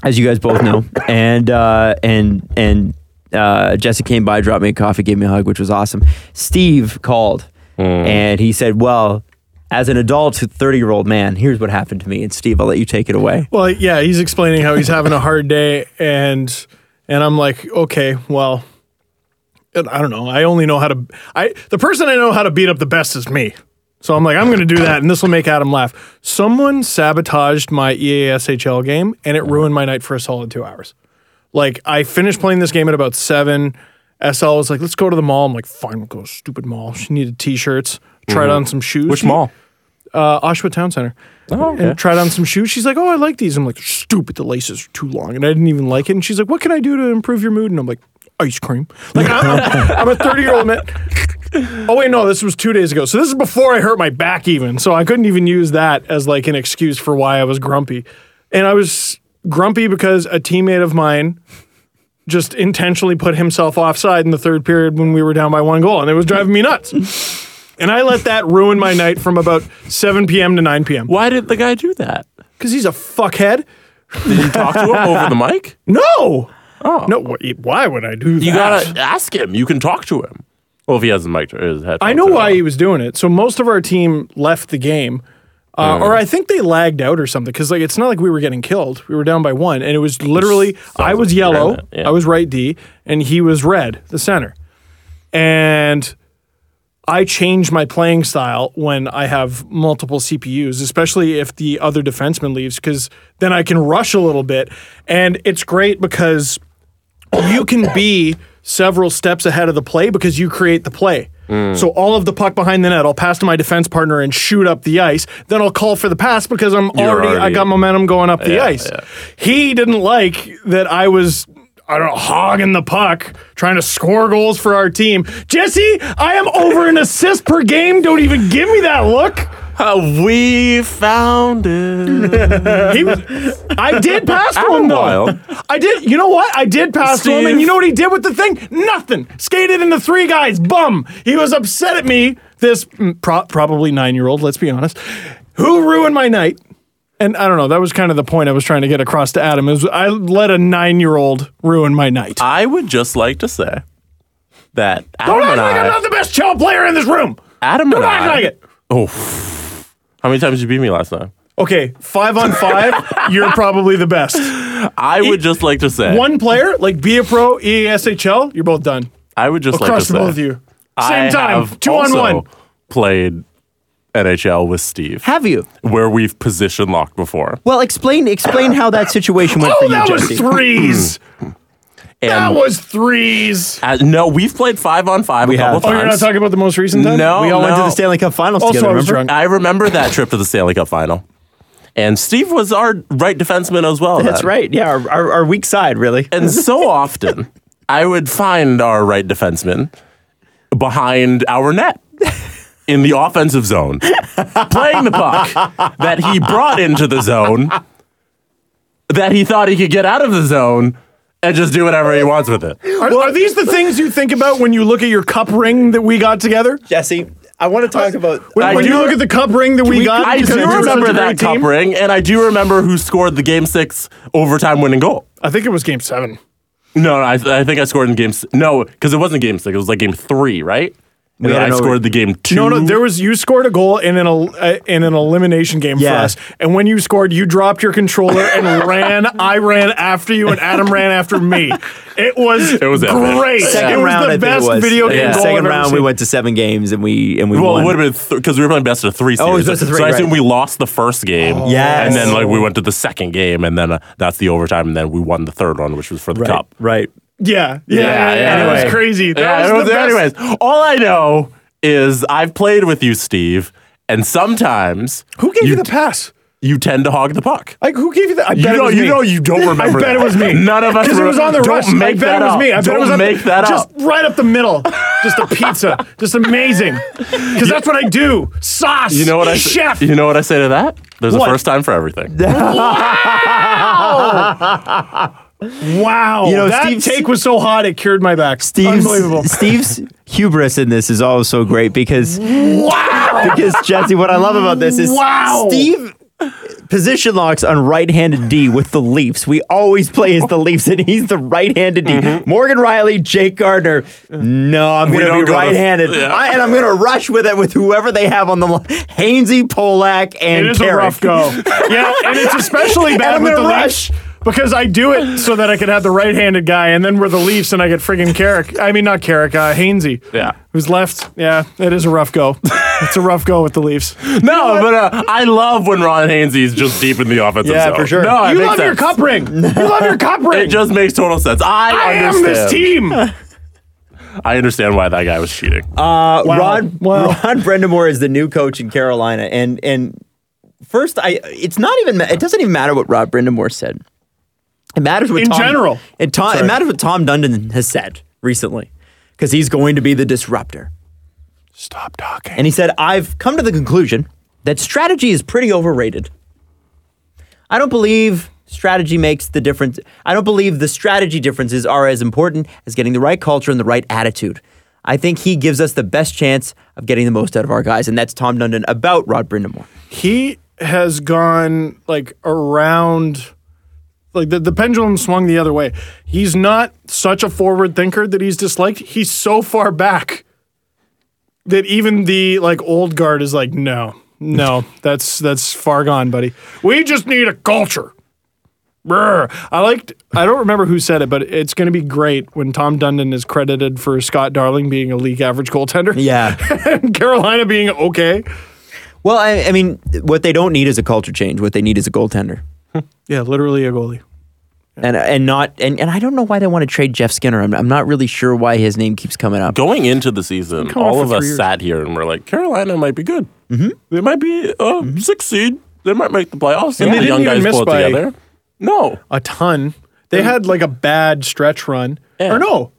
C: as you guys both know, and uh, and and uh, Jesse came by, dropped me a coffee, gave me a hug, which was awesome. Steve called,
E: Mm.
C: and he said, "Well." As an adult, thirty-year-old man, here's what happened to me. And Steve, I'll let you take it away.
D: Well, yeah, he's explaining how he's having a hard day, and and I'm like, okay, well, and I don't know. I only know how to. I the person I know how to beat up the best is me. So I'm like, I'm going to do that, and this will make Adam laugh. Someone sabotaged my E EASHL game, and it ruined my night for a solid two hours. Like I finished playing this game at about seven. SL was like, let's go to the mall. I'm like, fine, we'll go. Stupid mall. She needed t-shirts. Tried on some shoes.
E: Mm-hmm. Which
D: She-
E: mall?
D: uh, Oshawa Town Center. And tried on some shoes. She's like, "Oh, I like these." I'm like, "Stupid, the laces are too long," and I didn't even like it. And she's like, "What can I do to improve your mood?" And I'm like, "Ice cream." Like I'm, I'm a 30 year old man. Oh wait, no, this was two days ago. So this is before I hurt my back, even. So I couldn't even use that as like an excuse for why I was grumpy. And I was grumpy because a teammate of mine just intentionally put himself offside in the third period when we were down by one goal, and it was driving me nuts. And I let that ruin my night from about 7 p.m. to 9 p.m.
E: Why did the guy do that?
D: Because he's a fuckhead.
E: Did you talk to him over the mic?
D: No. Oh. No, wh- why would I do that?
E: You gotta ask him. You can talk to him. Well, if he has his mic, his headphones.
D: I know
E: turned
D: why
E: on.
D: he was doing it. So most of our team left the game, uh, or I think they lagged out or something. Because like it's not like we were getting killed. We were down by one, and it was literally I was
E: like you ran
D: yellow,
E: it, yeah.
D: I was right D, and he was red, the center, and. I change my playing style when I have multiple CPUs, especially if the other defenseman leaves, because then I can rush a little bit. And it's great because you can be several steps ahead of the play because you create the play.
E: Mm.
D: So all of the puck behind the net, I'll pass to my defense partner and shoot up the ice. Then I'll call for the pass because I'm already, I
E: already-
D: got momentum going up the
E: Yeah,
D: ice.
E: yeah.
D: He didn't like that I was. I don't know, hogging the puck, trying to score goals for our team. Jesse, I am over an assist per game. Don't even give me that look.
E: Uh, we found it.
D: He was, I did pass to him though.
E: Wild.
D: I did. You know what? I did pass to him, and
E: Steve.
D: you know what he did with the thing? Nothing. Skated into three guys. Bum. He was upset at me. This mm, pro- probably nine year old. Let's be honest. Who ruined my night? And I don't know. That was kind of the point I was trying to get across to Adam. Is I let a nine year old ruin my night.
E: I would just like to say that
D: don't
E: Adam
D: act
E: and
D: like I'm
E: I.
D: not the best child player in this room.
E: Adam
D: Don't
E: and
D: act
E: I.
D: like it.
E: Oh, how many times did you beat me last time?
D: Okay, five on five. you're probably the best.
E: I would just like to say
D: E- One player, like be a pro, EASHL. You're both done.
E: I would just like to
D: across
E: say
D: the both of you. Same
E: I
D: time,
E: have
D: two
E: also
D: on one.
E: Played NHL with Steve,
C: Have you?
E: where we've position locked before,
C: Well, explain explain how that situation went
D: Oh,
C: for you,
D: that was
C: Jesse.
D: threes. that
E: Mm. and
D: was threes.
E: uh, no, we've played five on five a couple
C: have.
D: Oh,
E: times.
D: you're not talking about the most recent time?
E: No.
C: we all went to
E: no.
C: the Stanley Cup Finals
D: Also,
C: together.
D: I was
C: remember?
D: drunk.
E: I remember that trip to the Stanley Cup final, and Steve was our right defenseman as well.
C: That's
E: then.
C: right. Yeah, our, our, our weak side, really.
E: And so often, I would find our right defenseman behind our net in the offensive zone, playing the puck that he brought into the zone, that he thought he could get out of the zone and just do whatever he wants with it.
D: Are, are these the things you think about when you look at your cup ring that we got together?
C: Jesse, I want to talk about.
D: When,
E: I
D: when
E: do-
D: you look at the cup ring that we, got,
E: I
D: because
E: do
D: we were
E: remember
D: such a
E: that
D: great team?
E: cup ring, and I do remember who scored the game six overtime winning goal.
D: I think it was game seven.
E: No, no I, I think I scored in game. s- No, because it wasn't game six. It was like game three, right? And then
C: had
E: I
C: an over-
E: scored the game two.
D: No, no, there was you scored a goal in an el- uh, in an elimination game for
C: Yeah.
D: us, and when you scored, you dropped your controller and ran. I ran after you, and Adam ran after me. It was it
E: was epic.
D: great.
C: Second
D: it was
C: round,
D: the
C: I think
D: best
C: it was.
D: video game
E: Yeah.
D: goal I've
C: Second
D: ever
C: round, we
D: seen.
C: went to seven games and we and we
E: Well,
C: won.
E: it would have been because we were playing best of three series.
C: Oh, it was best of three,
E: So I
C: right.
E: assume we lost the first game.
D: Oh.
C: Yes.
E: And then like we went to the second game, and then uh, that's the overtime, and then we won the third one, which was for the
C: right,
E: cup.
C: right.
D: Yeah, yeah, yeah, yeah. it was
E: Anyway.
D: crazy. That
E: Yeah,
D: was
E: it
D: the
E: was-
D: best.
E: Anyways, all I know is I've played with you, Steve, and sometimes
D: Who gave you,
E: you
D: the pass?
E: you tend to hog the puck.
D: Like who gave you the? I bet
E: You
D: it
E: know,
D: was
E: you
D: me.
E: know, you don't remember.
D: bet
E: that.
D: it was me.
E: None of us.
D: Because it
E: re-
D: was on the
E: Don't
D: rush.
E: make
D: I bet
E: that
D: it was
E: up.
D: me. I bet
E: don't
D: it was up
E: make
D: the,
E: that
D: just
E: up.
D: right up the middle. Just a pizza. just amazing. Because that's what I do. Sauce.
E: You know what I? s-
D: Chef.
E: You know what I say to that? There's
D: What?
E: a first time for everything.
D: Wow.
C: You know,
D: that
C: Steve's-
D: take was so hot it cured my back.
C: Steve's
D: Unbelievable.
C: Steve's hubris in this is also great because
D: wow.
C: because Jesse, what I love about this is
D: Wow.
C: Steve position locks on right-handed D with the Leafs. We always play as the Leafs, and he's the right-handed D.
D: Mm-hmm.
C: Morgan Riley, Jake Gardner. No, I'm
E: We
C: going to
E: don't
C: be
E: go to-
C: right-handed,
E: yeah.
C: I, and I'm going to rush with it with whoever they have on the line. Hainsey, Polak,
D: It
C: and
D: is a
C: Carrick.
D: rough go. Yeah, and it's especially
C: And
D: bad
C: I'm
D: with the
C: gonna
D: Leafs because I do it so that I can have the right-handed guy, and then we're the Leafs, and I get friggin' Carrick. I mean, not Carrick, uh, Hainsey.
E: Yeah.
D: who's left? Yeah, it is a rough go. it's a rough go with the Leafs.
E: No, but uh, I love when Ron Hainsey's just deep in the offensive
C: Yeah,
E: zone.
C: for sure.
E: No, it
D: you
E: makes
D: love your
E: sense.
D: cup ring. You love your cup ring.
E: It just makes total sense. I,
D: I am
E: understand.
D: this team.
E: I understand why that guy was cheating.
C: Uh,
D: Wow.
C: Rod
D: Wow.
C: Rod Brendamore is the new coach in Carolina, and and first, I it's not even ma- it doesn't even matter what Rod Brendamore said. It matters what
D: In
C: Tom,
D: general.
C: It, Tom, it matters what Tom Dundon has said recently because he's going to be the disruptor.
D: Stop talking.
C: And he said, I've come to the conclusion that strategy is pretty overrated. I don't believe strategy makes the difference. I don't believe the strategy differences are as important as getting the right culture and the right attitude. I think he gives us the best chance of getting the most out of our guys, and that's Tom Dundon about Rod Brindamore.
D: He has gone like around. Like the, the pendulum swung the other way. He's not such a forward thinker that he's disliked. He's so far back that even the like old guard is like, no, no, that's that's far gone, buddy. We just need a culture. Brr. I liked. I don't remember who said it, but it's going to be great when Tom Dundon is credited for Scott Darling being a league average goaltender.
C: Yeah.
D: and Carolina being okay.
C: well, I, I mean, what they don't need is a culture change. What they need is a goaltender.
D: Yeah, literally a goalie.
C: and and not and, and I don't know why they want to trade Jeff Skinner. I'm, I'm not really sure why his name keeps coming up.
E: Going into the season,
D: Come off
E: all
D: for
E: of
D: three
E: us
D: years.
E: sat here and were like, Carolina might be good. Mm-hmm. They might be uh, six seed. They might make the playoffs.
D: Mm-hmm. And
E: And
D: they
E: the
D: didn't
E: young
D: even
E: guys
D: miss
E: pull it
D: by-
E: together. No.
D: a ton. They had like a bad stretch run.
E: Yeah.
D: Or no.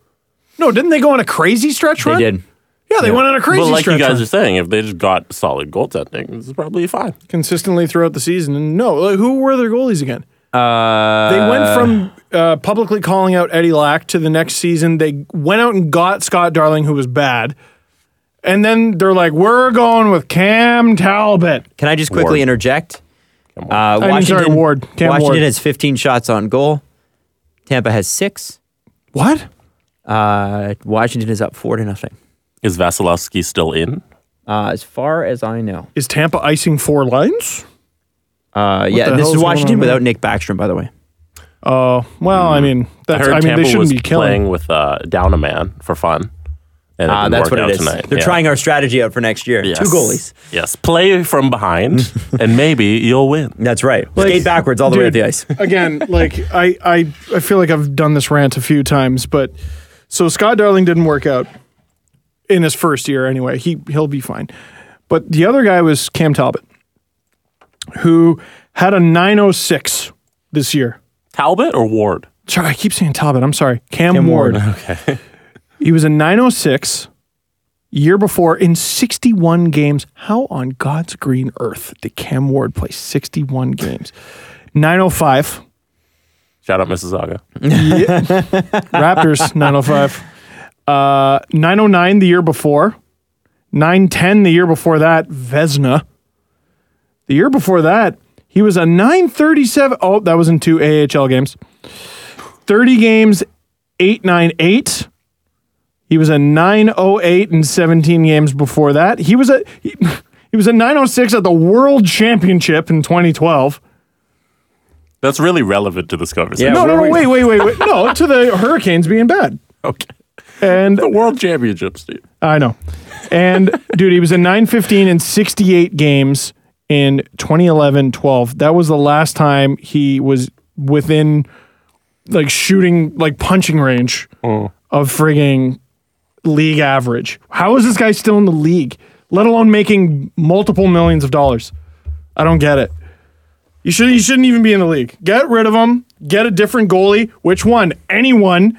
D: No, didn't they go on a crazy stretch
C: They
D: run?
C: did.
D: Yeah, they went on a crazy
E: But like you
D: stretch
E: guys
D: run.
E: are saying, if they just got solid goaltending, this is probably fine.
D: consistently throughout the season. And no, like, who were their goalies again? Uh, they went from uh, publicly calling out Eddie Lack to the next season. They went out and got Scott Darling, who was bad. And then they're like, we're going with Cam Talbot.
C: Can I just quickly
E: Ward.
C: interject? Uh,
D: sorry, Ward. Cam
C: Washington
D: Ward.
C: has 15 shots on goal. Tampa has six.
D: What?
C: Uh, Washington is up four to nothing.
E: Is Vasilevsky still in?
C: Uh, as far as I know,
D: Is Tampa icing four lines?
C: uh,
D: the
C: yeah,
D: hell
C: this is
D: is going on
C: Washington
D: there?
C: without Nick Backstrom, by the way.
D: Oh, well, I mean,
E: Hmm. I
D: that's,
E: heard
D: I, mean,
E: Tampa
D: they shouldn't
E: was
D: be killing.
E: playing with uh, down a man for fun. And it
C: Uh,
E: didn't
C: that's
E: work
C: what
E: out
C: it is.
E: Tonight.
C: They're
E: Yeah.
C: trying our strategy out for next year.
E: Yes.
C: Two goalies.
E: Yes, play from behind, and maybe you'll win.
C: That's right. Skate backwards all the way up
D: Dude,
C: the ice.
D: again, like I, I, I feel like I've done this rant a few times, but so Scott Darling didn't work out in his first year anyway. He he'll be fine. But the other guy was Cam Talbot, who had a 906 this year.
E: Talbot or Ward?
D: Sorry, I keep saying Talbot. I'm sorry. Cam, Ward. Okay. he was a 906 year before in 61 games. How on God's green earth did Cam Ward play 61 games? 905.
E: Shout out Mississauga.
D: Raptors 905. Uh, 909 the year before. 910 the year before that, Vesna. The year before that, he was a 937. Oh, that was in two AHL games. 30 games, 898. He was a 908 in 17 games before that. He was a he, he was a 906 at the World Championship in 2012.
E: That's really relevant to this conversation.
C: Yeah,
D: No, no,
C: where
D: no,
C: we-
D: wait, wait, wait, wait. No, to the Hurricanes being bad.
E: Okay.
D: And
E: The World Championships, dude.
D: I know. And dude, he was in 915 and 68 games in 2011 12. That was the last time he was within like shooting, like punching range
E: Mm.
D: of frigging league average. How is this guy still in the league, let alone making multiple millions of dollars? I don't get it. You should you shouldn't even be in the league. Get rid of him. Get a different goalie. Which one? Anyone.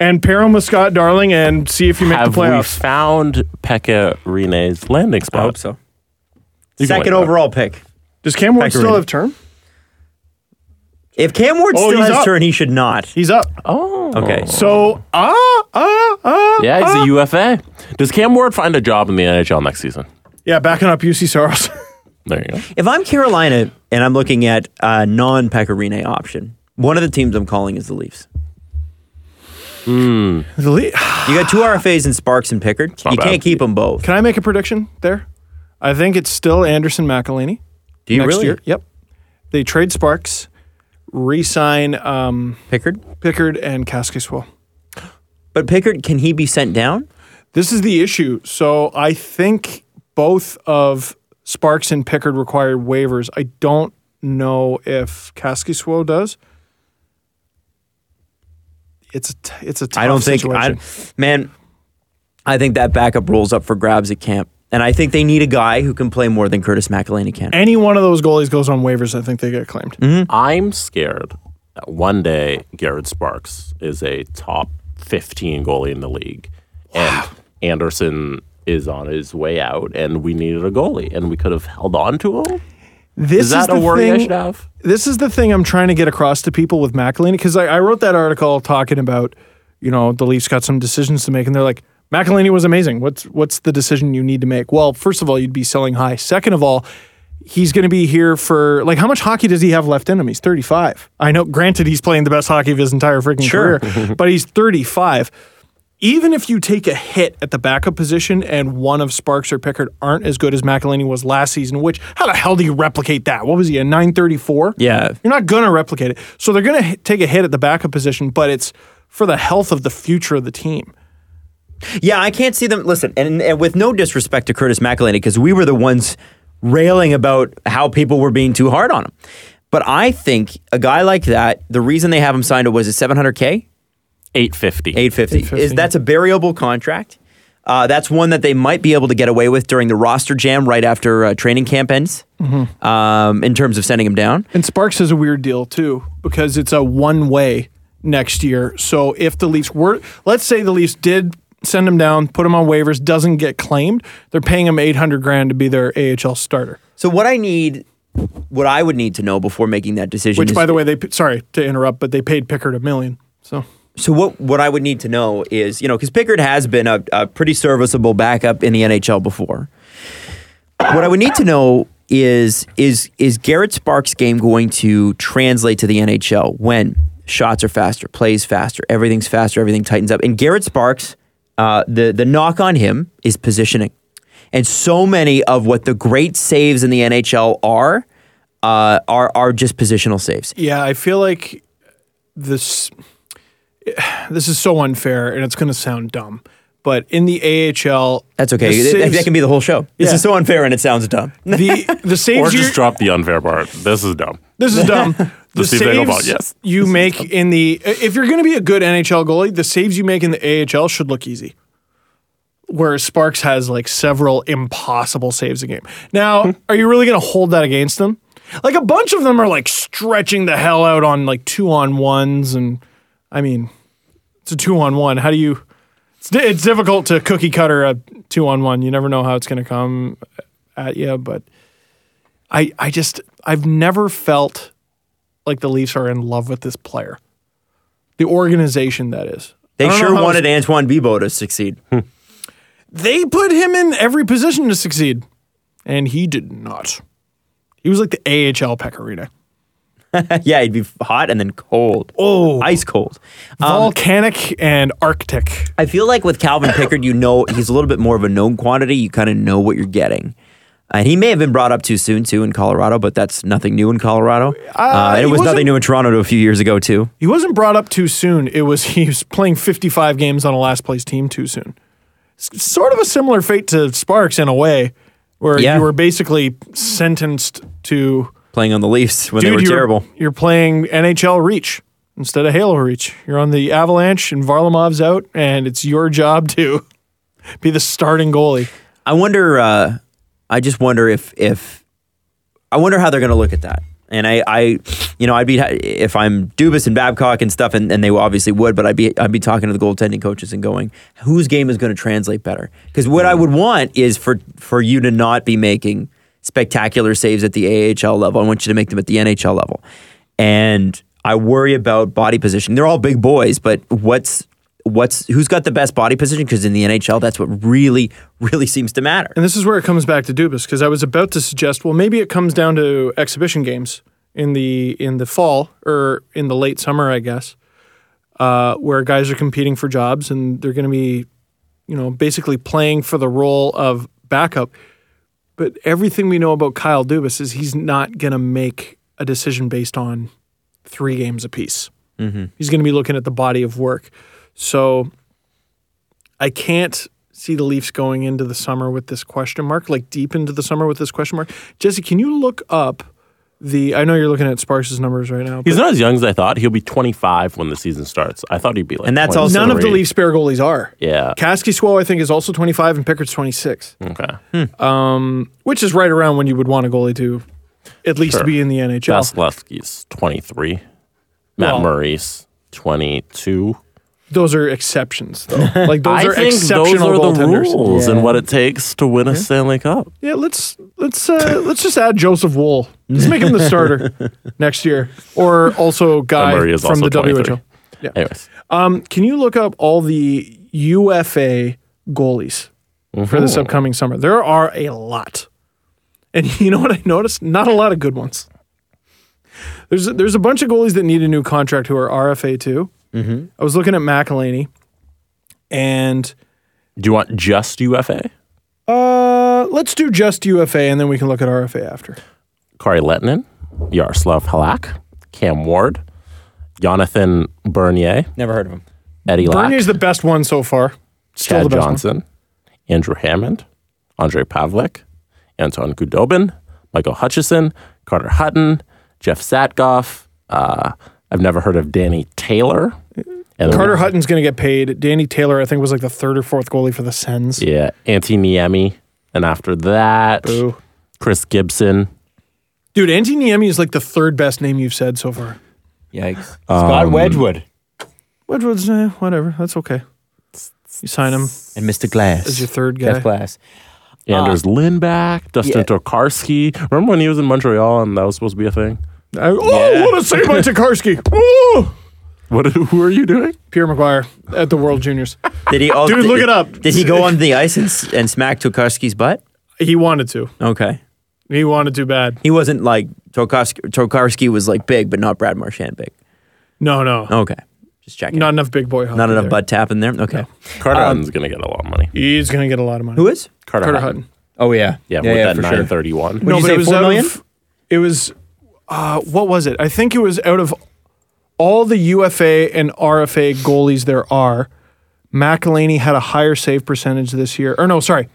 D: And pair him with Scott Darling and see if you make
E: Have
D: the
E: we
D: playoffs.
E: found Pekka Rene's landing spot?
C: so.
E: You can
C: Second
E: wait.
C: overall pick.
D: Does Cam Ward
C: Factor
D: still
C: in.
D: have term?
C: If Cam Ward
D: Oh,
C: still
D: he's
C: has
D: up.
C: turn, he should not.
D: He's up.
E: Oh.
C: Okay.
D: So ah ah ah.
E: Yeah, he's a UFA. Does Cam Ward find a job in the NHL next season?
D: Yeah, backing up UC Soros.
E: There you go.
C: If I'm Carolina and I'm looking at a non Pecorine option, one of the teams I'm calling is the Leafs.
D: The Le-
C: You got two RFAs in Sparks and Pickard.
E: not
C: You
E: bad.
C: can't keep them both.
D: Can I make a prediction there? I think it's still Anderson McElhinney
C: Do you
D: next
C: really?
D: year. Yep. They trade Sparks, re-sign um,
C: Pickard?
D: Pickard and Cascaswell.
C: But Pickard, can he be sent down?
D: This is the issue. So I think both of Sparks and Pickard require waivers. I don't know if Cascaswell does. It's a t- it's a tough
C: I don't think
D: situation.
C: I, man, I think that backup rolls up for grabs at camp. And I think they need a guy who can play more than Curtis McElhaney can.
D: any one of those goalies goes on waivers, I think they get claimed.
E: Mm-hmm. Hmm. I'm scared that one day Garrett Sparks is a top 15 goalie in the league and Anderson is on his way out and we needed a goalie and we could have held on to him.
D: This
E: Is that
D: the
E: a worry I
D: thing-
E: should have?
D: This is the thing I'm trying to get across to people with McElhinney because I, I wrote that article talking about, you know, the Leafs got some decisions to make, and they're like, McElhinney was amazing. What's what's the decision you need to make? Well, first of all, you'd be selling high. Second of all, he's going to be here for like how much hockey does he have left in him? He's 35. I know, granted, he's playing the best hockey of his entire freaking
C: Sure.
D: career, but he's 35. even if you take a hit at the backup position and one of Sparks or Pickard aren't as good as McElhinney was last season, which how the hell do you replicate that? What was he a 934?
C: Yeah.
D: you're not gonna replicate it. So they're gonna hit, take a hit at the backup position, but it's for the health of the future of the team.
C: Yeah, I can't see them. Listen, and, and with no disrespect to Curtis McElhaney, because we were the ones railing about how people were being too hard on him. But I think a guy like that, the reason they have him signed to was it 700K?
E: 850.
C: 850. Is that's a variable contract. Uh, that's one that they might be able to get away with during the roster jam right after uh, training camp ends
D: Mm-hmm.
C: um, in terms of sending him down.
D: And Sparks is a weird deal too because it's a one way next year. So if the Leafs were, let's say the Leafs did send him down, put him on waivers, doesn't get claimed, they're paying him eight hundred grand to be their AHL starter.
C: So what I need, what I would need to know before making that decision
D: Which,
C: is
D: by the way, they p- sorry to interrupt, but they paid Pickard a million. So
C: So what what I would need to know is, you know, because Pickard has been a, a pretty serviceable backup in the NHL before. What I would need to know is is is Garrett Sparks' game going to translate to the NHL when shots are faster, plays faster, everything's faster, everything tightens up. And Garrett Sparks, uh, the the knock on him is positioning, and so many of what the great saves in the NHL are. Uh, are are just positional saves.
D: yeah, I feel like this this is so unfair, and it's going to sound dumb. But in the AHL,
C: That's okay.
D: the
C: That-
D: saves-
C: that can be the whole show. This
D: Yeah.
C: is so unfair and it sounds dumb.
D: the the saves
E: Or just
D: you're-
E: drop the unfair part. This is dumb.
D: This is dumb. the
E: Steve
D: saves
E: Englebart, yes.
D: you make in the if you're going to be a good NHL goalie, the saves you make in the AHL should look easy. Whereas Sparks has like several impossible saves a game. Now, are you really going to hold that against them? Like a bunch of them are like stretching the hell out on like two on ones, and I mean, it's a two on one. How do you? It's, di- it's difficult to cookie cutter a two on one. You never know how it's going to come at you, but I I just I've never felt like the Leafs are in love with this player, the organization that is. I
C: They
D: don't know
C: sure
D: how
C: wanted Antoine Bebo to succeed.
D: They put him in every position to succeed, and he did not. He was like the AHL
C: Um,
D: Pecorino,
C: yeah, he'd be hot and then cold. Oh, ice cold. Um,
D: volcanic and Arctic.
C: I feel like with Calvin Pickard, you know he's a little bit more of a known quantity. You kind of know what you're getting. And he may have been brought up too soon too in Colorado, but that's nothing new in Colorado. Uh, and it
D: he
C: was nothing
D: wasn't-
C: new in Toronto to a few years ago too.
D: He wasn't brought up too soon. It was he was playing 55 games on a last place team too soon. S- sort of a similar fate to Sparks in a way, where
C: Yeah.
D: you were basically sentenced to
C: Playing on the Leafs when they were
D: you're,
C: terrible.
D: You're playing NHL Reach instead of Halo Reach. You're on the Avalanche, and Varlamov's out, and it's your job to be the starting goalie.
C: I wonder. Uh, I just wonder if if I wonder how they're going to look at that. And I, I, you know, I'd be if I'm Dubas and Babcock and stuff, and, and they obviously would, but I'd be I'd be talking to the goaltending coaches and going, whose game is going to translate better? Because what I would want is for for you to not be making spectacular saves at the AHL level. I want you to make them at the NHL level. And I worry about body position. They're all big boys, but what's what's who's got the best body position? Because in the NHL, that's what really really seems to matter.
D: And this is where it comes back to Dubas because I was about to suggest, well, maybe it comes down to exhibition games in the in the fall or in the late summer, I guess, uh, where guys are competing for jobs and they're going to be, you know, basically playing for the role of backup. But everything we know about Kyle Dubas is he's not going to make a decision based on three games apiece. He's going to be looking at the body of work. So I can't see the Leafs going into the summer with this question mark, like deep into the summer with this question mark. Jesse, can you look up the? I know you're looking at Sparks' numbers right now.
E: He's
D: but
E: not as young as I thought. He'll be 25 when the season starts. I thought he'd be like
C: And that's also-
D: none of the
E: 23.
D: Leafs' spare goalies are.
E: Yeah.
D: Kasky Swell, I think, is also 25, and Pickard's 26,
E: Okay.
D: Hmm. which is right around when you would want a goalie to at least
E: Sure.
D: be in the NHL.
E: Vasilevsky's 23. Matt
D: Well-
E: Murray's 22.
D: Those are exceptions, though. Like those
E: I
D: are
E: think
D: exceptional
E: those are the
D: goaltenders.
E: rules and what it takes to win a Stanley Cup.
D: Yeah, let's let's uh, let's just add Joseph Wool. Let's make him the starter next year, or also guy
E: Murray
D: from
E: is also
D: the
E: 23.
D: WHL. Yeah.
E: Anyways,
D: Um, can you look up all the UFA goalies for this upcoming summer? There are a lot, and you know what I noticed? Not a lot of good ones. There's a, there's a bunch of goalies that need a new contract who are RFA too.
E: Mm-hmm.
D: I was looking at McElhaney, and
E: do you want just UFA?
D: uh, let's do just UFA, and then we can look at RFA after.
E: Kari Lettinen, Yaroslav Halak, Cam Ward, Jonathan Bernier,
C: Never heard of him.
E: Eddie Lack,
D: Bernie's the best one so far. Still the
E: Chad
D: best
E: Johnson, Andrew Hammond, Andre Pavlik, Anton Kudobin, Michael Hutchison, Carter Hutton, Jeff Satgoff. Uh, I've never heard of Danny Taylor. And
D: Carter Hutton's going to get paid. Danny Taylor, I think, was like the third or fourth goalie for the Sens.
E: Yeah, Antti Niemi. And after that,
D: Boo.
E: Chris Gibson.
D: Dude, Antti Niemi is like the third best name you've said so far.
C: Yikes.
B: Scott Wedgwood
D: Which was eh, whatever. That's okay. You sign him
B: and Mr. Glass.
D: as your third guy.
B: Jeff Glass.
D: Ah.
E: Anders Lindback, Dustin
C: yeah.
E: Tokarski. Remember when he was in Montreal and that was supposed to be a thing?
D: I, oh, what a save by Tokarski! Oh!
E: What? Who are you doing?
D: Pierre McGuire at the World Juniors.
C: Did he? also
D: Dude,
C: did-
D: look it up.
C: Did he go on the ice and, s- and smack Tokarski's butt?
D: He wanted to.
C: Okay.
D: He wanted to bad.
C: He wasn't like Tokarski. Tokarski was like big, but not Brad Marchand big.
D: No, no.
C: Okay. Just checking.
D: Not enough big boy hockey.
C: Not enough
D: there.
C: butt tap in there. Okay.
E: Carter Hutton's gonna get a lot of money.
D: He's going to get a lot of money.
C: Who is?
D: Um,
E: Carter,
D: Carter
E: Hutton.
D: Hutton.
B: Oh yeah,
E: Yeah,
B: yeah,
E: with that
B: for
E: nine
B: sure.
E: thirty-one.
D: No,
C: you
D: but
C: say,
D: it was
C: four
D: out
C: million?
D: Of, it was, uh, what was it? I think it was out of all the UFA and RFA goalies there are. McElhaney had a higher save percentage this year. Or no, sorry.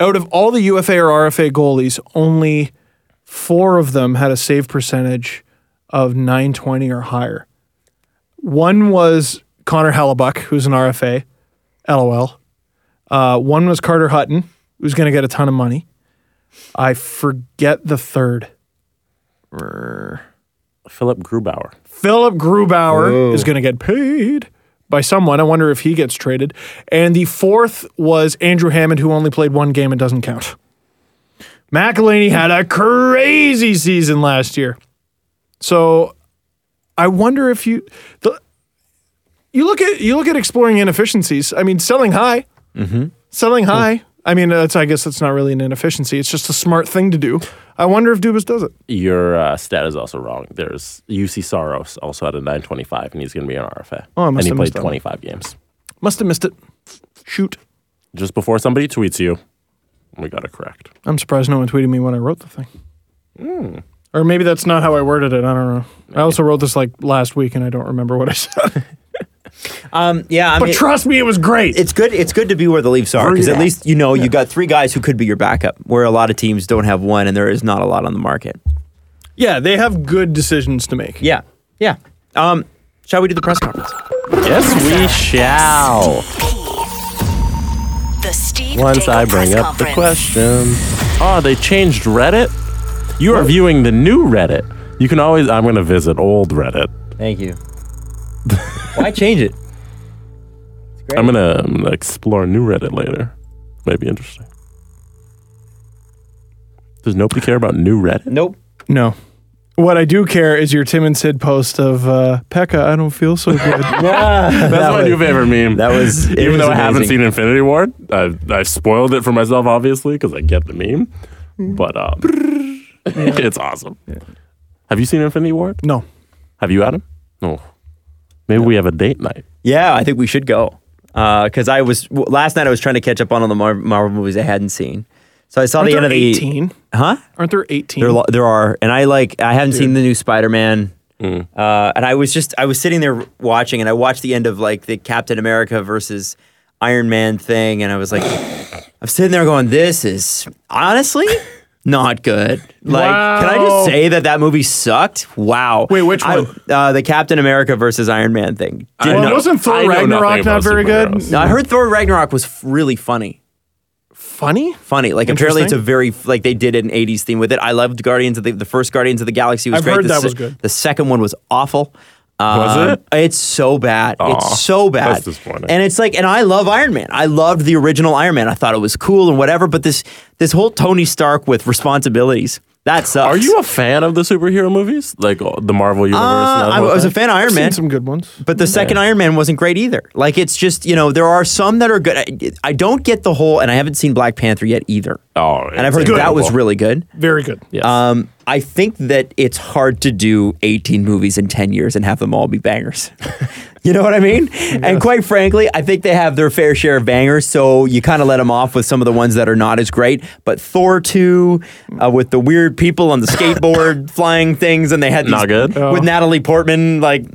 D: Out of all the UFA or RFA goalies, only four of them had a save percentage of 920 or higher. One was Connor Hellebuck, who's an RFA, LOL. Uh, one was Carter Hutton, who's going to get a ton of money. I forget the third.
E: Philip Grubauer.
D: Philip Grubauer is going to get paid by someone. I wonder if he gets traded. And the fourth was Andrew Hammond, who only played one game and doesn't count. McElhaney had a crazy season last year. So I wonder if you the, you look at you look at exploring inefficiencies. I mean, selling high, selling high. I mean, that's I guess that's not really an inefficiency. It's just a smart thing to do. I wonder if Dubas does it.
E: Your uh, stat is also wrong. There's UC Soros also had a 925, and he's going to be an RFA.
D: Oh, I
E: and
D: must
E: he
D: have
E: played
D: missed that one.
E: 25 games.
D: Must have missed it. Shoot.
E: Just before somebody tweets you, we got it correct.
D: I'm surprised no one tweeted me when I wrote the thing. Or maybe that's not how I worded it. I don't know. I also wrote this like last week and I don't remember what I said.
C: Um. Yeah. I
D: but
C: mean,
D: trust me, it was great.
C: it's good. It's good to be where the Leafs are because at least you know you got three guys who could be your backup. Where a lot of teams don't have one, and there is not a lot on the market.
D: yeah, they have good decisions to make.
C: Yeah. Yeah. Um. Shall we do the press conference?
E: Yes, we shall.
A: The Steve
E: Once
A: Dangle
E: I bring
A: press
E: up the
A: conference.
E: question. Oh, they changed Reddit? You are viewing the new Reddit. You can always, I'm going to visit old Reddit.
B: Thank you.
C: Why change it?
E: I'm going to um, explore new Reddit later. Might be interesting. Does nobody care about new Reddit?
C: Nope.
D: No. What I do care is your Tim and Sid post of uh, Pekka, I don't feel so good.
E: That's my new favorite meme.
C: That was it
E: even
C: was
E: though I haven't
C: amazing.
E: seen Infinity Ward, I've, I've spoiled it for myself, obviously, because I get the meme. But um, it's awesome. Have you seen Infinity Ward?
D: no.
E: Have you, Adam? No. Maybe we have a date night.
C: Yeah, I think we should go. Because I was w- last night, I was trying to catch up on all the Mar- Marvel movies I hadn't seen. So I saw
D: Aren't
C: the
D: there
C: end of the
D: 18?
C: huh?
D: Aren't there 18?
C: There, lo- there are, and I like. I haven't seen the new Spider Man. Uh, and I was just, I was sitting there watching, and I watched the end of like the Captain America versus Iron Man thing, and I was like, I'm sitting there going, "This is honestly not good." Like, can I
D: Wow.
C: just say that that movie sucked? Wow.
D: Wait, which
C: I-
D: one? Oh,
C: uh, the Captain America versus Iron Man thing. Did
D: well,
E: know-
D: wasn't Thor
E: I know nothing
D: Ragnarok not
E: about
D: very good?
E: superheroes.
C: No, I heard Thor Ragnarok was f- really funny.
D: Funny?
C: Funny, like apparently it's a
D: Interesting.
C: very like they did an '80s theme with it. I loved Guardians of the the first Guardians of the Galaxy was
D: I've
C: great.
D: heard
C: the,
D: that
C: se-
D: was good.
C: The second one was awful.
E: Was
C: Um,
E: it?
C: It's so bad.
E: Aw,
C: it's so bad.
E: that's disappointing.
C: And it's like, and I love Iron Man. I loved the original Iron Man. I thought it was cool and whatever. But this this whole Tony Stark with responsibilities that sucks.
E: Are you a fan of the superhero movies? Like uh, the Marvel Universe? and
C: Uh,
E: that
C: I
E: whole
C: was a
E: thing?
C: fan of Iron
D: I've
C: Man.
D: seen some good ones.
C: But the second Iron Man wasn't great either. Like it's just you know there are some that are good. I, I don't get the whole, and I haven't seen Black Panther yet either.
E: Oh,
C: and I've
E: it's
C: heard that was
E: incredible.
C: really good.
D: Very good.
E: Yes.
C: Um, I think that it's hard to do 18 movies in 10 years and have them all be bangers. you know what I mean? And quite frankly, I think they have their fair share of bangers. So you kind of let them off with some of the ones that are not as great. But Thor 2, uh, with the weird people on the skateboard flying things, and they had these
E: Not good?
C: with Natalie Portman, like.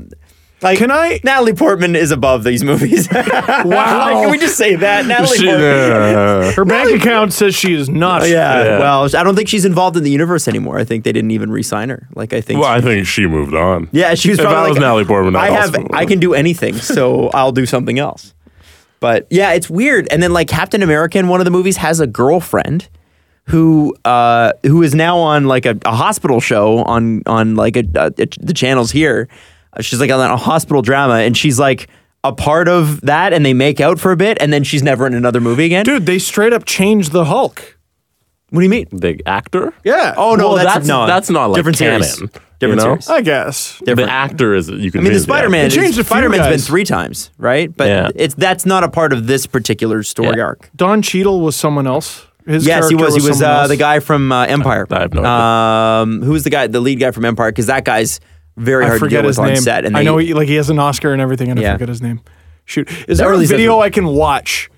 C: Like,
D: Can I-
C: Natalie Portman is above these movies. wow. Can we just say that? Natalie
E: She-
C: Portman.
E: uh,
D: Her bank account says she is not.
C: Yeah,
E: Yeah.
C: Well, I don't think she's involved in the universe anymore. I think they didn't even re-sign her. Like I think.
E: well, I
C: she-
E: think she moved on.
C: yeah, she was
E: If
C: probably
E: I was
C: like,
E: Natalie Portman,
C: I
E: I'd also
C: have.
E: move
C: I
E: on.
C: can do anything, so I'll do something else. But yeah, it's weird. And then like Captain America in one of the movies has a girlfriend who uh who is now on like a, a hospital show on on like a, a, a- the channels here. Uh, She's like on a hospital drama, and she's like a part of that, and they make out for a bit, and then she's never in another movie again.
D: Dude, they straight up changed the Hulk.
C: What do you mean?
E: The actor?
D: Yeah.
C: Oh no,
E: Well,
C: that's,
E: that's-
C: no,
E: that's not, like,
C: different series.
E: canon,
C: Different
E: you know?
C: series.
D: I guess.
C: Different.
E: The actor is you can.
C: I mean, the
E: change
C: Spider Man.
E: actor.
D: They changed a few
C: Spider Man's been
D: guys.
C: three times, right? But
E: Yeah.
C: it's that's not a part of this particular story
E: Yeah.
C: arc.
D: Don Cheadle was someone else. His
C: Yes, he
D: character
C: was. He was
D: someone
C: uh,
D: else.
C: the guy from uh, Empire.
E: I have no idea.
C: Um, who was the guy, the lead guy from Empire? Because that guy's very
D: I
C: hard to deal
D: forget
C: with
D: his
C: on
D: name.
C: set. And
D: I
C: they-
D: know he like he has an Oscar and everything, and
C: Yeah.
D: I forget his name. Shoot, is there
C: early
D: a
C: stuff-
D: video I can watch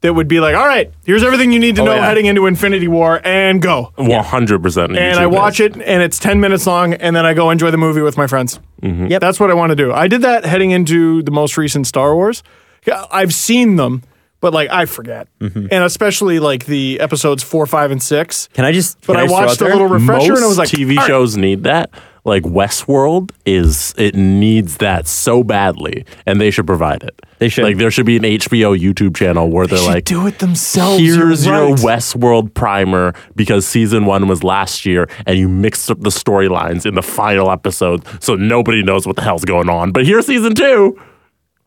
D: that would be like, all right, here's everything you need
C: Oh,
D: to know
E: yeah.
D: heading into Infinity War, and go.
E: One hundred percent.
D: And I watch it, and it's ten minutes long, and then I go enjoy the movie with my friends.
C: Yep.
D: That's what I want to do. I did that heading into the most recent Star Wars. Yeah, I've seen them, but like I forget, and especially like the episodes four, five, and six.
C: Mm-hmm. Can I just?
D: But
C: can
D: I
C: just throw
D: watched
C: out
D: a
C: there?
D: little refresher,
E: Most
D: and I was like,
E: TV
D: "All right,
E: shows need that. Like Westworld is it needs that so badly, and they should provide it. They
C: should.
E: Like there should be an HBO YouTube channel where they're
D: should
E: like,
D: do it themselves, you're
E: Here's your
D: right."
E: Westworld primer because season one was last year, and you mixed up the storylines in the final episode, so nobody knows what the hell's going on. But here's season two.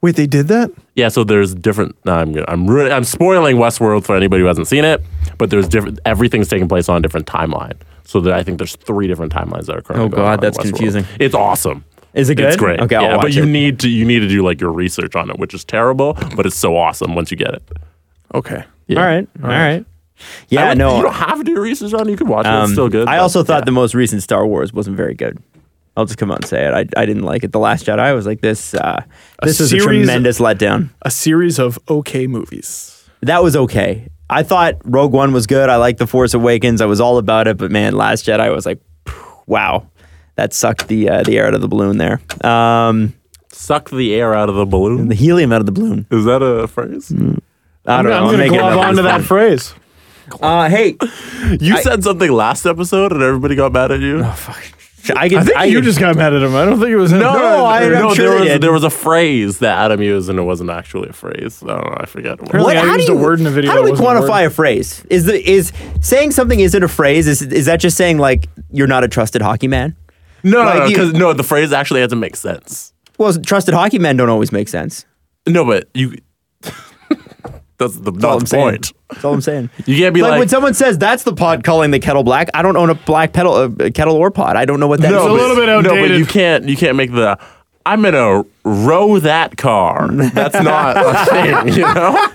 D: Wait, they did that?
E: Yeah, so there's different. no, I'm gonna- I'm ruin- I'm spoiling Westworld for anybody who hasn't seen it, but there's different. Everything's taking place on a different timeline. So that I think there's three different timelines that are currently.
C: Oh,
E: going
C: God,
E: on in
C: that's
E: Westworld.
C: confusing.
E: It's awesome.
C: Is it
E: It's
C: good?
E: great.
C: Okay, I'll
E: yeah, but
C: watch
E: you
C: it.
E: need to you need to do like your research on it, which is terrible, but it's so awesome once you get it.
D: Okay.
E: Yeah.
C: All right. All right. Yeah.
E: I would-
C: no.
E: you don't have to do research on. it. You can watch it. It's
C: um,
E: still good.
C: I
E: but-
C: also thought
E: yeah.
C: the most recent Star Wars wasn't very good. I'll just come out and say it. I, I didn't like it. The Last Jedi I was like this. Uh, this is a
D: series-
C: tremendous letdown.
D: a series of okay movies.
C: that was okay. I thought Rogue One was good. I liked The Force Awakens. I was all about it. But man, Last Jedi was like, wow, that sucked the uh, the air out of the balloon there. Um,
E: suck the air out of the balloon.
C: the Mm. helium out of the balloon.
E: Is that a phrase?
C: I don't know. I'm making it up.
D: phrase.
C: Uh, hey,
E: You said something last episode, and everybody got mad at you.
C: Oh, I, can,
D: I think you
C: can-
D: just got mad at him. I don't think it was him.
C: No, I- I'm
E: no,
C: sure
E: there
C: they
E: was
C: did.
E: there was a phrase that Adam used, and it wasn't actually a phrase. I don't know. I forget. What.
D: Apparently-
E: What?
C: What,
D: I
C: how
D: used
C: do
D: a
C: you,
D: word in a video
C: How do
D: that
C: we
D: wasn't a word.
C: quantify a, phrase? Is the is saying something isn't a phrase? Is is that just saying like you're not a trusted hockey man?
E: No,
C: Like
E: no,
C: you-
E: because no, the phrase actually has to make sense.
C: Well, trusted hockey men don't always make sense.
E: No, but you. that's the
C: That's all
E: not
C: I'm
E: the
C: saying.
E: point.
C: That's all I'm saying.
E: You can't be
C: like,
E: like-
C: when someone says that's the pod calling the kettle black. I don't own a black pedal, uh, kettle or pod. I don't know what that is.
D: a
E: No,
D: little bit
E: No, but
D: outdated.
E: you can't. You can't make the. I'm gonna row that car. That's not a thing. You know.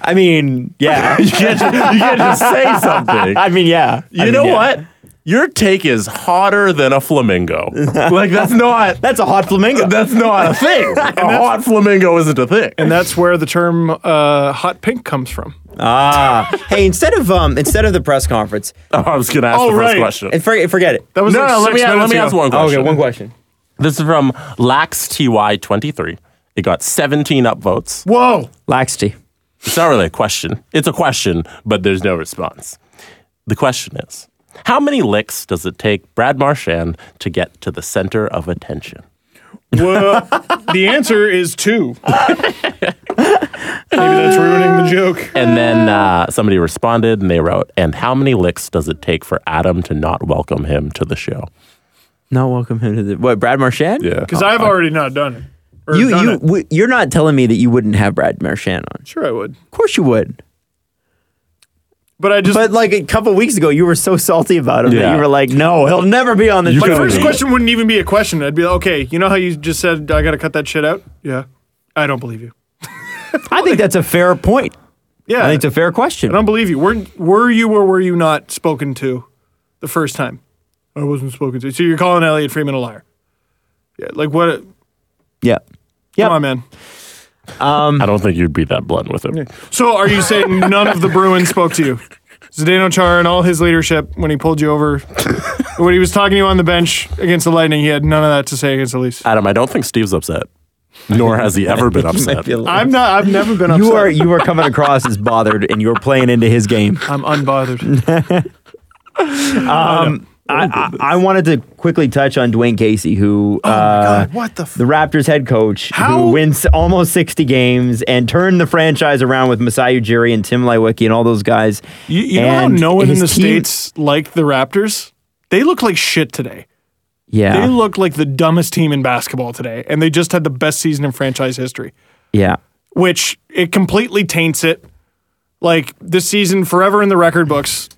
C: I mean, yeah.
E: You can't. Just, you can't just say something.
C: I mean, yeah.
E: You know what? Your take is hotter than a flamingo. like that's not.
C: That's a hot flamingo.
E: That's not a thing. a hot flamingo isn't a thing.
D: And that's where the term uh, hot pink comes from.
C: ah, hey, instead of um, instead of the press conference,
E: Oh, I was gonna ask
D: Oh,
E: the first
D: right.
E: question.
C: and for, forget it.
D: That was
E: no,
D: like
E: no, let
D: six
E: me let
D: minutes
E: me
D: ago.
E: ask one
C: Oh,
E: question.
C: question.
E: This is from LaxTY23. It got 17 upvotes.
D: Whoa.
C: Laxity.
E: It's not really a question. It's a question, but there's no response. The question is, how many licks does it take Brad Marchand to get to the center of attention?
D: Whoa. the answer is two. Maybe that's ruining the joke.
E: And then uh, somebody responded and they wrote, and how many licks does it take for Adam to not welcome him to the show?
C: Not welcome him to the what? Brad Marchand?
D: Because I've already not done it. Or
C: You
D: done
C: you
D: it.
C: w- you're not telling me that you wouldn't have Brad Marchand on.
D: Sure, I would.
C: Of course you would.
D: But I just.
C: But like a couple weeks ago, you were so salty about him that
E: Yeah.
C: you were like, "No, he'll never be on the
D: my
C: show."
D: first
C: again."
D: question wouldn't even be a question. I'd be like, okay, you know how you just said I got to cut that shit out? Yeah. I don't believe you.
C: I think that's a fair point.
D: Yeah.
C: I think it's a fair question.
D: I don't believe you. Were were you or were you not spoken to the first time? I wasn't spoken to. So you're calling Elliot Freeman a liar? Yeah. Like what?
C: Yeah. Yep.
D: Come on, man.
E: Um, I don't think you'd be that blunt with him.
D: So are you saying none of the Bruins spoke to you? Zdeno Char and all his leadership when he pulled you over, when he was talking to you on the bench against the Lightning, he had none of that to say against Elise.
E: Adam, I don't think Steve's upset, nor has he ever been upset.
D: I'm not. I've never been upset.
C: you are you are coming across as bothered, and you're playing into his game.
D: I'm unbothered.
C: I, I, I wanted to quickly touch on Dwayne Casey, who uh,
D: Oh God, what the f-
C: the Raptors head coach,
D: How-
C: who wins almost sixty games and turned the franchise around with Masai Ujiri and Tim Lewicki and all those guys.
D: You, you know how
C: And
D: no one in
C: his
D: the
C: team-
D: states liked the Raptors? They look like shit today. They
C: yeah,
D: look like the dumbest team in basketball today, and they just had the best season in franchise history.
C: yeah,
D: which it completely taints it. Like this season, forever in the record books.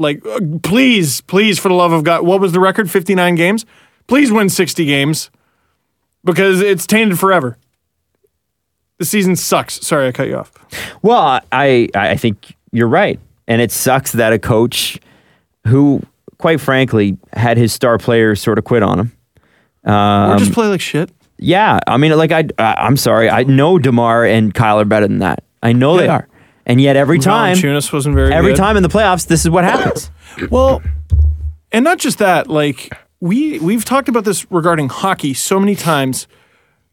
D: Like, uh, please, please, for the love of God, what was the record? 59 games? Please win 60 games because it's tainted forever. The season sucks. Sorry, I cut you off.
C: Well, I I think you're right, and it sucks that a coach who, quite frankly, had his star players sort of quit on him. Um,
D: or just play like shit.
C: Yeah, I mean, like I, I I'm sorry, I know Demar and Kyle are better than that. I know they
D: Yeah.
C: are, and yet every time,
D: Valanciunas wasn't very
C: every
D: good.
C: time in the playoffs, this is what happens.
D: Well, and not just that, like we we've talked about this regarding hockey so many times.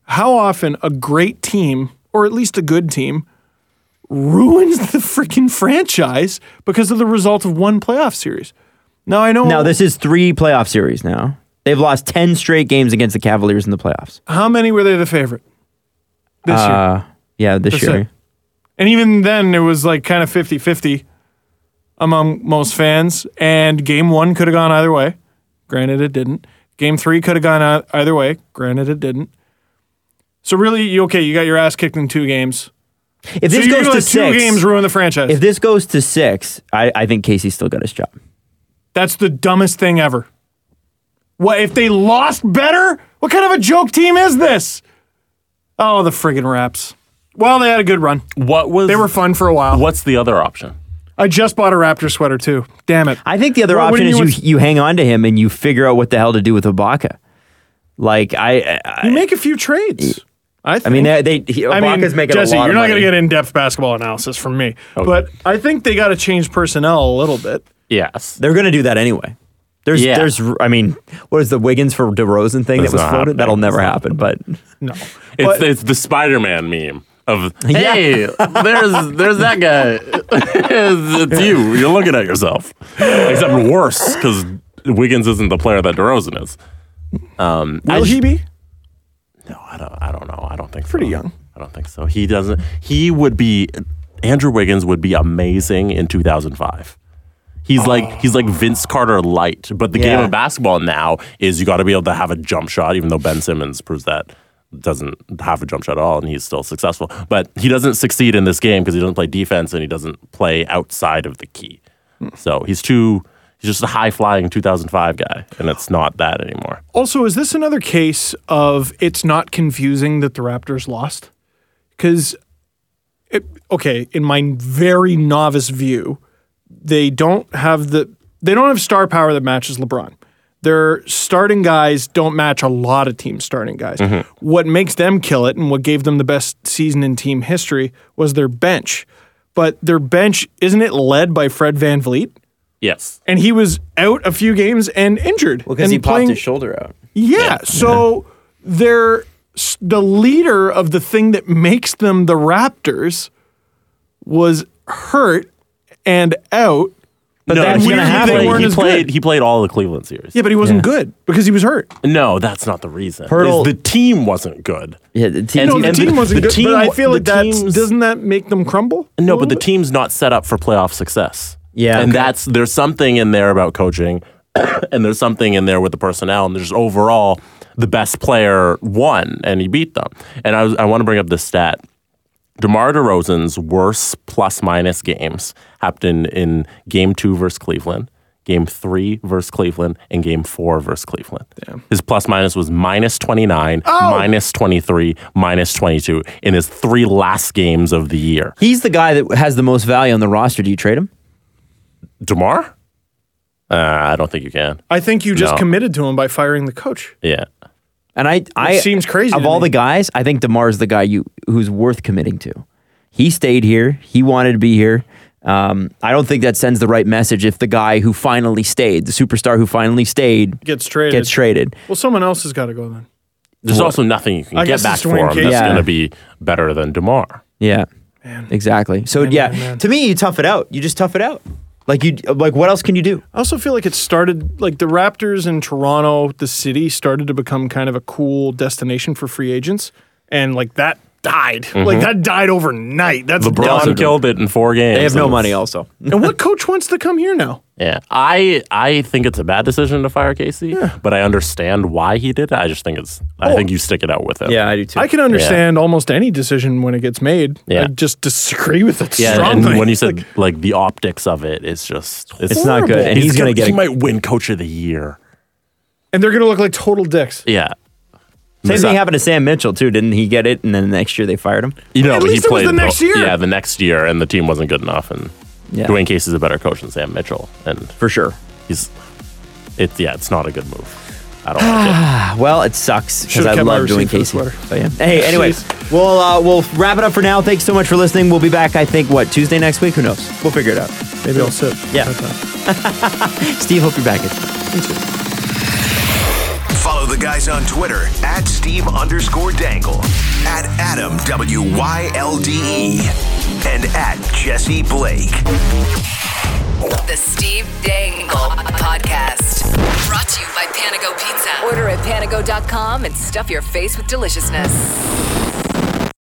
D: How often a great team, or at least a good team, ruins the freaking franchise because of the result of one playoff series. Now I know
C: now this is three playoff series. Now they've lost ten straight games against the Cavaliers in the playoffs.
D: how many were they the favorite this year?
C: Uh, yeah, this
D: That's
C: year.
D: it. And even then it was like kind of 50-50 among most fans and game 1 could have gone either way. Granted it didn't. Game 3 could have gone ei- either way. Granted it didn't. So really you okay, you got your ass kicked in two games.
C: If
D: So
C: this
D: you're
C: goes
D: gonna
C: to
D: let two
C: six,
D: games ruin the franchise.
C: if this goes to six, I, I think Casey's still got his job.
D: That's the dumbest thing ever. What if they lost better? What kind of a joke team is this? Oh, the friggin' Raps. Well, they had a good run.
E: What was?
D: They were fun for a while.
E: What's the other option?
D: I just bought a Raptor sweater too. Damn it.
C: I think the other
D: What- what do
C: option
D: you
C: is
D: mean
C: you
D: what's-
C: you hang on to him and you figure out what the hell to do with Ibaka. Like I, I,
D: You make a few trades. I, think.
C: I mean they, they he, Ibaka's making
D: Jesse,
C: a lot
D: you're
C: of
D: not
C: money.
D: going to get in-depth basketball analysis from me, but I think they got to change personnel a little bit.
E: Yes.
C: They're going to do that anyway. There's
E: Yeah.
C: there's I mean what is the Wiggins for DeRozan thing that was
E: That's not
C: floated?
E: happening.
C: That'll never
E: That's not
C: happen. But
D: No,
E: It's,
D: But-
E: it's the Spider-Man meme of hey, there's there's that guy. it's, it's you. You're looking at yourself. Except worse because Wiggins isn't the player that DeRozan is. Um, I
D: will
E: sh-
D: he be?
E: No, I don't. I don't know. I don't think
D: Pretty
E: so.
D: young.
E: I don't think so. He doesn't. He would be. Andrew Wiggins would be amazing in 2005. He's
D: Oh.
E: like he's like Vince Carter light, but the game
C: Yeah.
E: of basketball now is you got to be able to have a jump shot. Even though Ben Simmons proves that doesn't have a jump shot at all, and he's still successful. But he doesn't succeed in this game because he doesn't play defense and he doesn't play outside of the key.
D: Hmm.
E: So he's too he's just a high flying 2005 guy, and it's not that anymore.
D: Also, is this another case of it's not confusing that the Raptors lost? Because, okay, in my very novice view, they don't have the they don't have star power that matches LeBron. Their starting guys don't match a lot of team starting guys. What makes them kill it and what gave them the best season in team history was their bench. But their bench isn't it led by Fred Van Vliet?
E: Yes,
D: And he was out a few games and injured. and playing-
C: shoulder out.
D: yeah. So they're s- the leader of the thing that makes them the Raptors was hurt and out.
C: But
E: no,
C: that's
E: he,
C: gonna
E: he
C: happen.
E: played-
D: weren't
E: He
D: as
E: played.
D: good.
E: He played all the Cleveland series.
D: Yeah, but he wasn't good because he was hurt.
E: No, that's not the reason.
C: Hurdle-
E: It's The team wasn't good.
C: Yeah, the team-
D: No, the
C: And
D: team
E: the-
D: wasn't
E: the
D: good.
E: team-
D: but I feel
E: the
D: like that
E: team's-
D: doesn't that make them crumble? a
E: No,
D: little
E: but the
D: bit?
E: team's not set up for playoff success.
C: Yeah,
E: and
C: okay.
E: that's there's something in there about coaching, and there's something in there with the personnel, and there's overall the best player won and he beat them. And I was, I want to bring up this stat. DeMar DeRozan's worst plus minus games happened in, in game two versus Cleveland, game three versus Cleveland, and game four versus Cleveland. His plus minus was minus 29, minus 23, minus 22 in his three last games of the year.
C: He's the guy that has the most value on the roster. Do you trade him?
E: DeMar? Uh, I don't think you can.
D: I think you just
E: No.
D: committed to him by firing the coach.
E: Yeah.
C: And I, I
D: seems crazy
C: Of
D: to
C: all
D: me.
C: the guys, I think Demar's the guy you who's worth committing to. He stayed here. He wanted to be here. Um, I don't think that sends the right message if the guy who finally stayed, the superstar who finally stayed,
D: Gets traded.
C: gets traded.
D: Well, someone else has got to go then.
E: There's also nothing you can
D: I
E: get
D: guess
E: back
D: it's
E: for
D: Dwayne
E: him that's
D: Casey.
C: Yeah.
E: going to be better than Demar.
C: Yeah, exactly. So yeah,
D: man, man.
C: to me, you tough it out. You just tough it out. Like you, like what else can you do?
D: I also feel like it started like the Raptors in Toronto, the city started to become kind of a cool destination for free agents, and like that died. Like that died overnight. That's
E: Mm-hmm. LeBron
D: done.
E: killed it in four games.
C: They have no
E: and
C: money.
E: it's-
C: Also,
D: And what coach wants to come here now?
E: Yeah, I I think it's a bad decision to fire Casey, but I understand why he did it. I just think it's I think you stick it out with him.
C: I do too.
D: I can understand almost any decision when it gets made. I
E: Yeah.
D: just disagree with it
E: Yeah,
D: strongly.
E: and when you said like, the optics of it, it's just it's,
C: It's not good, and he's gonna get
E: he
C: a-
E: might win Coach of the Year.
D: and they're gonna look like total dicks.
E: Yeah,
C: Same
E: Misa-
C: thing happened to Sam Mitchell too. Didn't he get it? And then the next year they fired him.
E: You know,
D: At
E: but
D: least
E: he
D: it was
E: played
D: the next year.
E: Yeah, the next year, and the team wasn't good enough. And
C: Yeah.
E: Dwayne Casey's a better coach than Sam Mitchell, and
C: For sure.
E: he's it's yeah, it's not a good move. I don't like it.
C: Ah, Well, it sucks because
D: Should've
C: I
D: kept my
C: love doing
D: receipt for the
C: Casey.
D: sweater.
C: But yeah. Hey, anyways, we'll uh, we'll wrap it up for now. Thanks so much for listening. We'll be back. I think what Tuesday next week. Who knows? We'll figure it out.
D: Maybe I'll sit.
C: Yeah.
D: Okay.
C: Steve, hope you're back.
F: Follow the guys on Twitter at Steve underscore Dangle, at Adam W Y L D E, and at Jesse Blake.
A: The Steve Dangle Podcast. Brought to you by Panago Pizza. Order at panago.com and stuff your face with deliciousness.